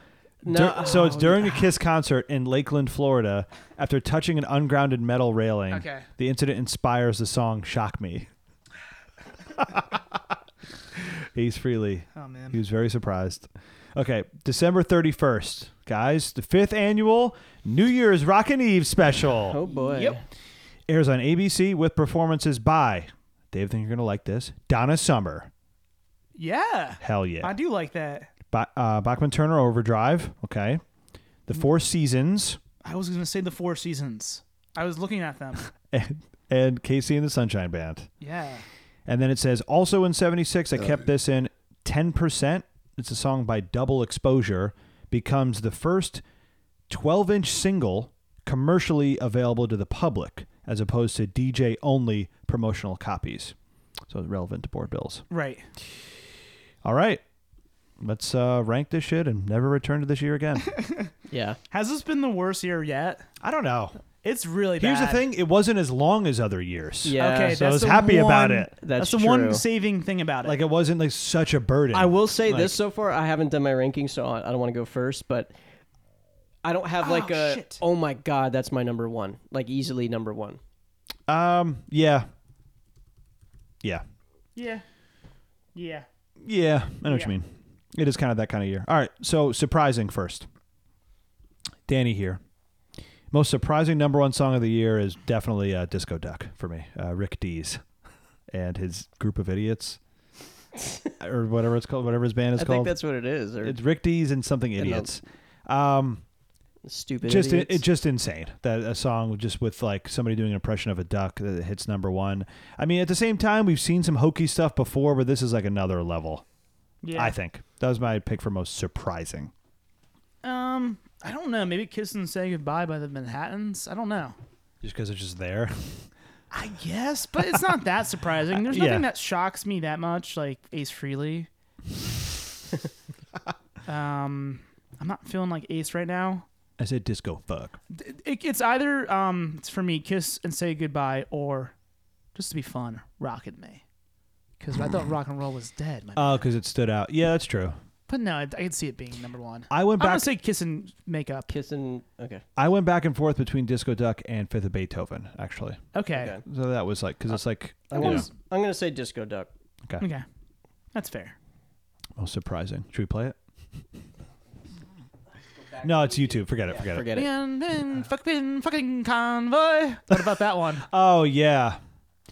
E: No.
D: Dur- so it's during a Kiss concert in Lakeland, Florida. After touching an ungrounded metal railing,
F: Okay.
D: the incident inspires the song "Shock Me." Ace Freely.
F: Oh man.
D: He was very surprised. Okay, December thirty first, guys. The fifth annual New Year's Rockin' Eve special
E: Oh boy.
F: Yep.
D: airs on ABC with performances by Dave. Think you're gonna like this? Donna Summer.
F: Yeah.
D: Hell yeah.
F: I do like that.
D: Ba- uh, Bachman Turner Overdrive. Okay. The Four Seasons.
F: I was gonna say the Four Seasons. I was looking at them.
D: and, and Casey and the Sunshine Band.
F: Yeah.
D: And then it says also in 76, I kept this in 10%. It's a song by Double Exposure, becomes the first 12 inch single commercially available to the public as opposed to DJ only promotional copies. So it's relevant to board bills.
F: Right.
D: All right. Let's uh, rank this shit and never return to this year again.
E: Yeah.
F: Has this been the worst year yet?
D: I don't know.
F: It's really bad.
D: Here's the thing it wasn't as long as other years.
E: Yeah.
F: Okay,
D: So I
F: that's
D: was
F: the
D: happy about
F: one-
D: it.
E: That's
F: That's, the one
E: true.
F: saving thing about it.
D: Like it wasn't like such a burden.
E: I will say this so far. I haven't done my ranking, so I I don't want to go first, but I don't have like a
F: shit.
E: oh my god, that's my number one, like easily number one.
D: Um. Yeah. Yeah.
F: yeah. Yeah.
D: Yeah. I know what you mean. It is kind of that kind of year. All right. So surprising first. Danny here. Most surprising number one song of the year is definitely uh, Disco Duck for me. Uh, Rick Dees and his group of idiots, or whatever it's called, whatever his band is
E: I think
D: called.
E: that's what it is. Or
D: it's Rick Dees and something
E: the-
D: idiots. Um.
E: stupid.
D: just
E: idiots.
D: it's just insane that a song just with like somebody doing an impression of a duck that hits number one. I mean, at the same time, we've seen some hokey stuff before, but this is like another level.
F: Yeah.
D: I think that was my pick for most surprising.
F: Um, I don't know. Maybe "Kiss and Say Goodbye" by the Manhattans. I don't know.
D: Just because it's just there.
F: I guess, but it's not that surprising. There's nothing
D: Yeah.
F: that shocks me that much, like Ace Freely. um, I'm not feeling like Ace right now.
D: I said disco fuck.
F: It, it's either um, it's for me, "Kiss and Say Goodbye," or just to be fun, "Rocket Me," because I thought rock and roll was dead. My
D: Oh, because it stood out. Yeah, that's true.
F: But no, I, I could see it being number one.
D: I went
F: I'm gonna
D: back.
F: say kiss and make up.
E: kissing. Okay.
D: I went back and forth between Disco Duck and Fifth of Beethoven, actually.
F: Okay.
E: Okay.
D: So that was like because it's like
E: I'm
D: you
E: gonna,
D: know,
E: s- I'm gonna say Disco Duck.
D: okay.
F: Okay. That's fair.
D: most surprising. Should we play it? No, it's YouTube. Forget it. Forget it. Uh.
E: Forget it.
F: And then fucking fucking convoy. What about that one?
D: Oh yeah.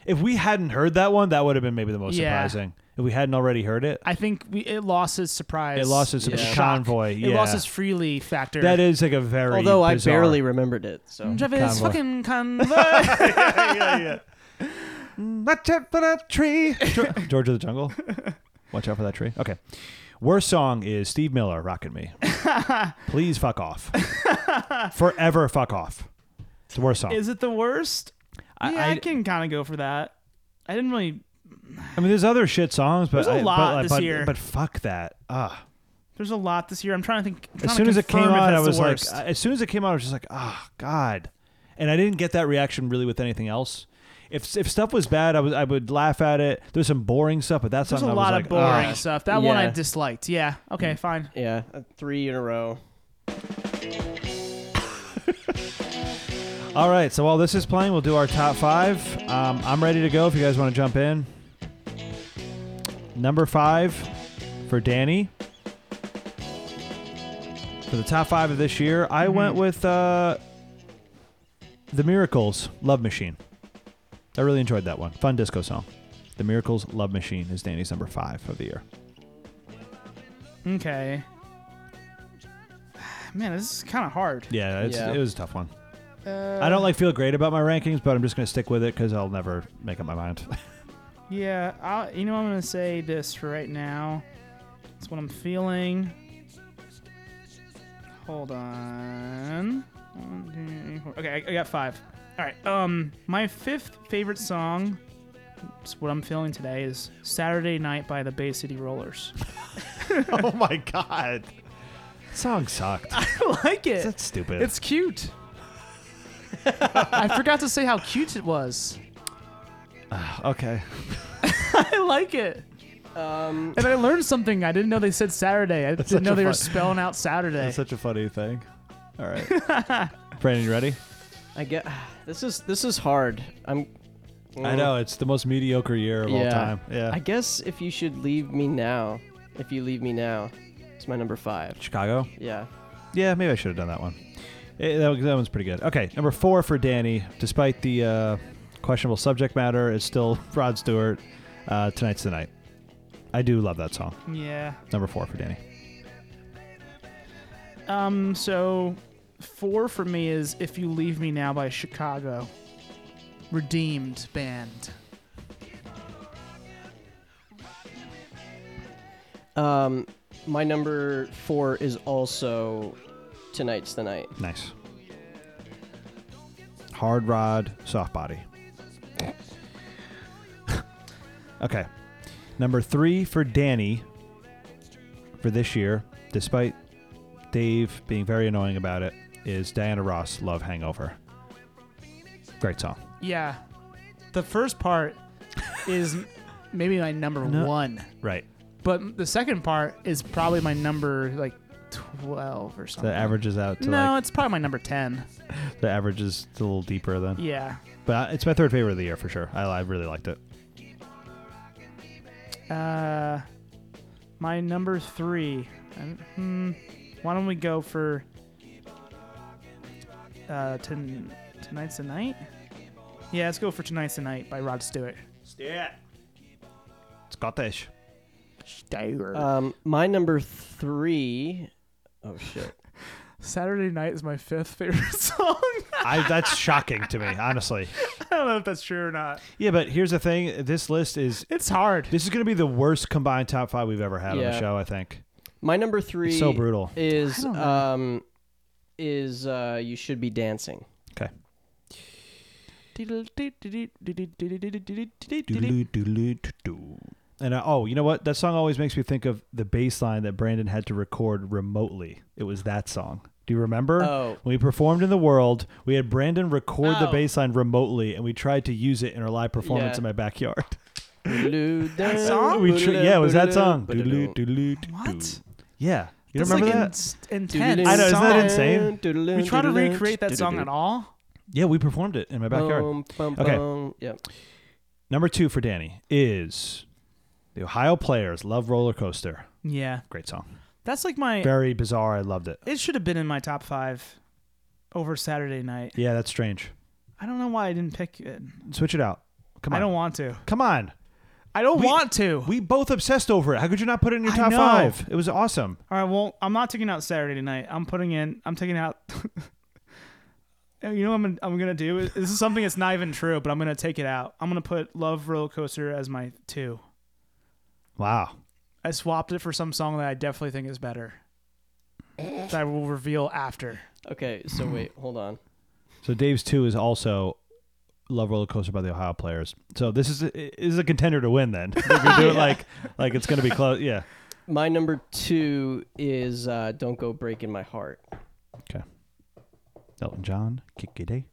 D: If we hadn't heard that one, that would have been maybe the most
F: Yeah.
D: surprising. If we hadn't already heard it,
F: I think we, it lost its surprise.
D: it lost its
E: Yeah.
D: convoy. Yeah.
F: It lost its freely factor.
D: that is like a very
E: Although I
D: bizarre- Mm-hmm.
E: barely remembered it, so
F: Travis
D: Convoy.
F: fucking convoy. Mm,
D: Watch out for that tree. Ge- George of the Jungle. Watch out for that tree. Okay. Worst song is Steve Miller, "Rockin' Me." Please fuck off. Forever fuck off. It's the worst song.
F: is it the worst?
D: I-
F: yeah, I,
D: I-
F: can kind of go for that. I didn't really.
D: I mean, there's other shit songs, but
F: There's a
D: I- but,
F: lot
D: like,
F: this
D: but-
F: year.
D: But fuck that. Ugh.
F: There's a lot this year. I'm trying to think. I'm trying
D: as
F: to
D: soon as it came
F: confirm if
D: out, I
F: that's the
D: was like,
F: worst.
D: as soon as it came out, I was just like, oh, God. And I didn't get that reaction really with anything else. If, if stuff was bad, I, was, I would laugh at it. There's some boring stuff, but that's
F: there's a
D: something
F: lot
D: I was
F: of
D: like, "Ah." Mm. "Ugh."
F: boring stuff. That one I
E: Yeah.
F: disliked. Yeah. Okay. Fine.
E: yeah, uh, three in a row.
D: All right, so while this is playing, we'll do our top five. Um, I'm ready to go if you guys want to jump in. Number five for Danny. For the top five of this year, I went with uh, The Miracles, Love Machine. I really enjoyed that one. Fun disco song. The Miracles, Love Machine is Danny's number five of the year.
F: Okay. Man, this is kind of hard. Uh,
D: Yeah, it's,
E: Yeah.
D: it was a tough one. I don't like feel great about my rankings, but I'm just going to stick with it because I'll never make up my mind.
F: Yeah, i you know I'm gonna say this for right now. It's what I'm feeling. Hold on. One, two, three, four. Okay, I, I got five. All right. Um, my fifth favorite song, it's what I'm feeling today, is "Saturday Night" by the Bay City Rollers.
D: oh my god. Song sucked.
F: I like it.
D: That's stupid.
F: It's cute. I forgot to say how cute it was.
D: okay.
F: I like it.
E: Um,
F: And I learned something. I didn't know they said Saturday. I
D: That's such
F: didn't know
D: a
F: they were
D: fun-
F: spelling out Saturday.
D: That's such a funny thing. All right. Brandon, you ready?
E: I get this is this is hard. I'm.
D: I know it's the most mediocre year of all
E: Yeah.
D: time. Yeah.
E: I guess if you should leave me now, if you leave me now, it's my number five.
D: Chicago.
E: Yeah.
D: Yeah, maybe I should have done that one. Eh, that, one- that one's pretty good. Okay, number four for Danny. Despite the uh, questionable subject matter, it's still Rod Stewart. Uh, Tonight's the night. I do love that song.
F: yeah.
D: Number four for Danny.
F: Um, so four for me is "If You Leave Me Now" by Chicago Redeemed Band.
E: Um, my number four is also tonight's the night.
D: Nice. Hard rod, soft body. okay. Number three for Danny for this year, despite Dave being very annoying about it, is Diana Ross, Love Hangover. Great song.
F: Yeah, the first part is m- maybe my number
D: No.
F: one,
D: Right.
F: but m- the second part is probably my number like twelve or something.
D: The averages out to
F: no, it's probably my number ten.
D: like the average is a little deeper then.
F: Yeah.
D: But it's my third favorite of the year for sure. I, I really liked it.
F: Uh, my number three. I- Hmm, why don't we go for uh, ton, tonight's the night? Yeah, let's go for tonight's the night by Rod Stewart.
D: Scottish.
F: Uh,
E: Um, my number three oh shit.
F: Saturday night is my fifth favorite song.
D: I that's shocking to me, honestly.
F: I don't know if that's true or not.
D: Yeah, but here's the thing. This list is
F: It's hard.
D: This is going to be the worst combined top five we've ever had on the
E: Yeah.
D: show. I think.
E: My number three
D: so brutal.
E: is um is uh you should be dancing.
D: Okay. And uh, oh, you know what? That song always makes me think of the bass line that Brandon had to record remotely. It was that song. Do you remember?
E: Oh.
D: When we performed in the world, we had Brandon record the
F: Oh.
D: bass line remotely, and we tried to use it in our live performance
E: Yeah.
D: in my backyard.
E: that
D: we tr- yeah, it was that song. What? Yeah. You don't
F: That's,
D: remember
F: like,
D: that?
F: ins- intense.
D: I know, isn't that
F: song.
D: insane?
F: We try to recreate that song at all.
D: Yeah, we performed it in my backyard. Okay.
E: Okay. Yep.
D: Number two for Danny is the Ohio Players Love Roller Coaster.
F: Yeah,
D: Great song.
F: that's like my.
D: Very bizarre. I loved it.
F: It should have been in my top five over Saturday night.
D: Yeah, that's strange.
F: I don't know why I didn't pick it.
D: Switch it out. Come on.
F: I don't want to.
D: Come on.
F: I don't
D: We-
F: want to.
D: We both obsessed over it. How could you not put it in your
F: I
D: top
F: know.
D: five? It was awesome.
F: All right, well, I'm not taking out Saturday night. I'm putting in. I'm taking out. you know what I'm gonna, I'm gonna do? This is something that's not even true, but I'm gonna take it out. I'm gonna put Love Roller Coaster as my two.
D: Wow.
F: I swapped it for some song that I definitely think is better. That I will reveal after.
E: Okay, so wait, hold on.
D: So Dave's two is also Love Roller Coaster by the Ohio Players. So this is a, is a contender to win then. If you do it like like it's going to be close. Yeah.
E: My number two is uh, "Don't Go Breaking My Heart."
D: Okay. Elton John, Kiki Day.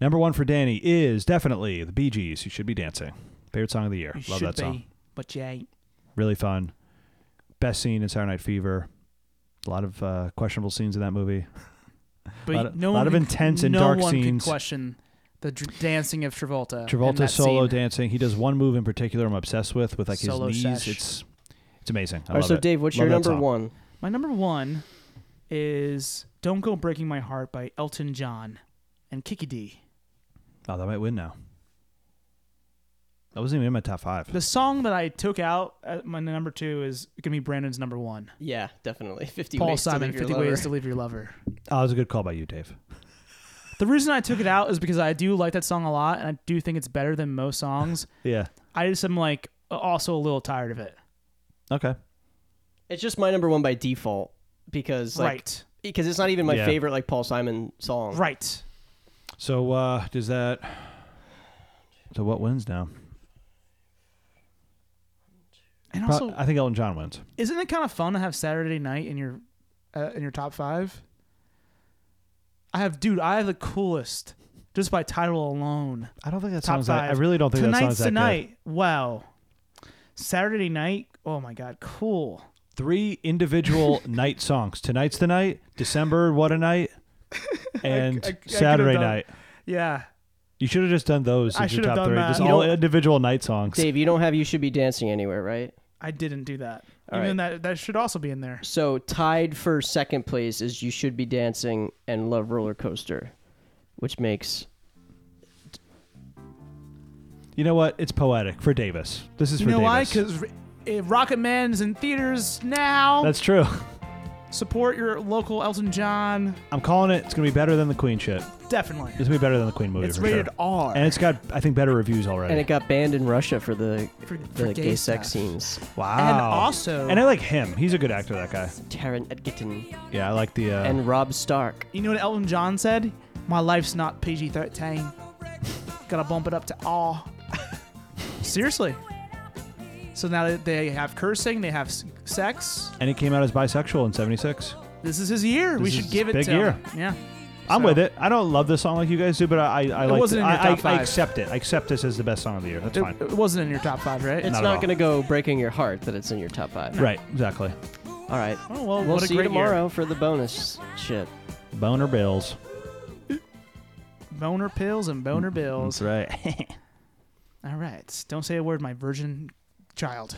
D: Number one for Danny is definitely the Bee Gees. You should be dancing. Favorite song of the year.
F: You
D: Love
F: should
D: that song.
F: be, but you ain't.
D: Really fun. Best scene in Saturday Night Fever. A lot of uh, questionable scenes in that movie.
F: But
D: Lot of-
F: no
D: lot
F: one
D: of
F: could-
D: intense and
F: no
D: dark
F: one could
D: scenes.
F: question the dr- dancing of Travolta. in
D: Travolta
F: that
D: solo
F: scene.
D: dancing. He does one move in particular I'm obsessed with, with like
F: Solo
D: his knees.
F: sesh.
D: It's it's amazing. I
E: All right,
D: love
E: so
D: it.
E: Dave, what's
D: Love
E: your
D: that
E: number
D: song.
E: one?
F: My number one is "Don't Go Breaking My Heart" by Elton John and Kiki D.
D: Oh, that might win now. That wasn't even in my top five.
F: The song that I took out at my number two is gonna be Brandon's number one.
E: Yeah, definitely. Fifty.
F: Paul
E: ways
F: Simon,
E: to Leave Your
F: Fifty
E: Lover.
F: Ways to Leave Your Lover."
D: Oh, it was a good call by you, Dave.
F: The reason I took it out is because I do like that song a lot, and I do think it's better than most songs.
D: Yeah.
F: I just am like also a little tired of it.
D: Okay.
E: It's just my number one by default because like
F: right,
E: because it's not even my
D: Yeah.
E: favorite like Paul Simon song.
F: right.
D: So uh does that So what wins now?
F: And
D: Pro-
F: also,
D: I think Elton John wins.
F: isn't it kind of fun to have Saturday night in your uh, in your top five? I have, dude. I have the coolest just by title alone.
D: I don't think that
F: Top
D: sounds that I
F: five.
D: really don't think that sounds
F: Tonight's
D: that
F: the night. Wow. Saturday night. Oh my God. Cool.
D: good. Three individual night songs. Tonight's the night, December what a night, and
F: I- I could've
D: Saturday
F: done-
D: night.
F: Yeah.
D: You should have just done those
F: I
D: as your
F: should've
D: top
F: done
D: three.
F: that.
D: Just
F: You
D: all
F: know-
D: individual night songs.
E: Dave, you don't have "You Should Be Dancing Anywhere," right?
F: I didn't do that.
E: All
F: Even that that should also be in there.
E: So tied for second place is "You Should Be Dancing" and "Love Roller Coaster," which makes
D: You know what? It's poetic for Davis. This is
F: You
D: for
F: know why?
D: Davis.
F: Because Rocket Man's in theaters now.
D: That's true.
F: Support your local Elton John.
D: I'm calling it. It's gonna be better than the Queen shit.
F: Definitely.
D: It's gonna be better than the Queen movie.
F: It's
D: for
F: rated
D: sure.
F: R.
D: and it's got I think better reviews already.
E: And it got banned in Russia for the
F: For-
E: the
F: for
E: gay,
F: gay
E: sex
F: stuff.
E: scenes.
D: wow.
F: and also-
D: and I like him. He's a good actor. That guy.
E: Taron Edgerton
D: Yeah, I like the. Uh,
E: and Rob Stark.
F: You know what Elton John said? My life's not PG 13. Gotta bump it up to R. Seriously. So now that they have cursing, they have s- sex.
D: and he came out as bisexual in '76.
F: This is his year. we
D: This
F: should
D: is
F: give it
D: big
F: to
D: year.
F: him. Yeah.
D: I'm
F: So-
D: with it. I don't love this song like you guys do, but I I, I like.
F: wasn't in your
D: I, I-
F: top five.
D: I accept it. I accept this as the best song of the year. That's
F: It,
D: fine.
F: it wasn't in your top five, right?
E: It's
D: Not at
E: not,
D: all.
E: gonna go breaking your heart that it's in your top five.
D: Right. Exactly.
E: All right.
F: Oh, well,
E: we'll
F: what a
E: see you
F: great
E: tomorrow
F: year.
E: for the bonus shit.
D: Boner bills.
F: Boner pills and
D: Mm-hmm.
F: boner bills.
D: right.
F: All right. Don't say a word, my virgin child.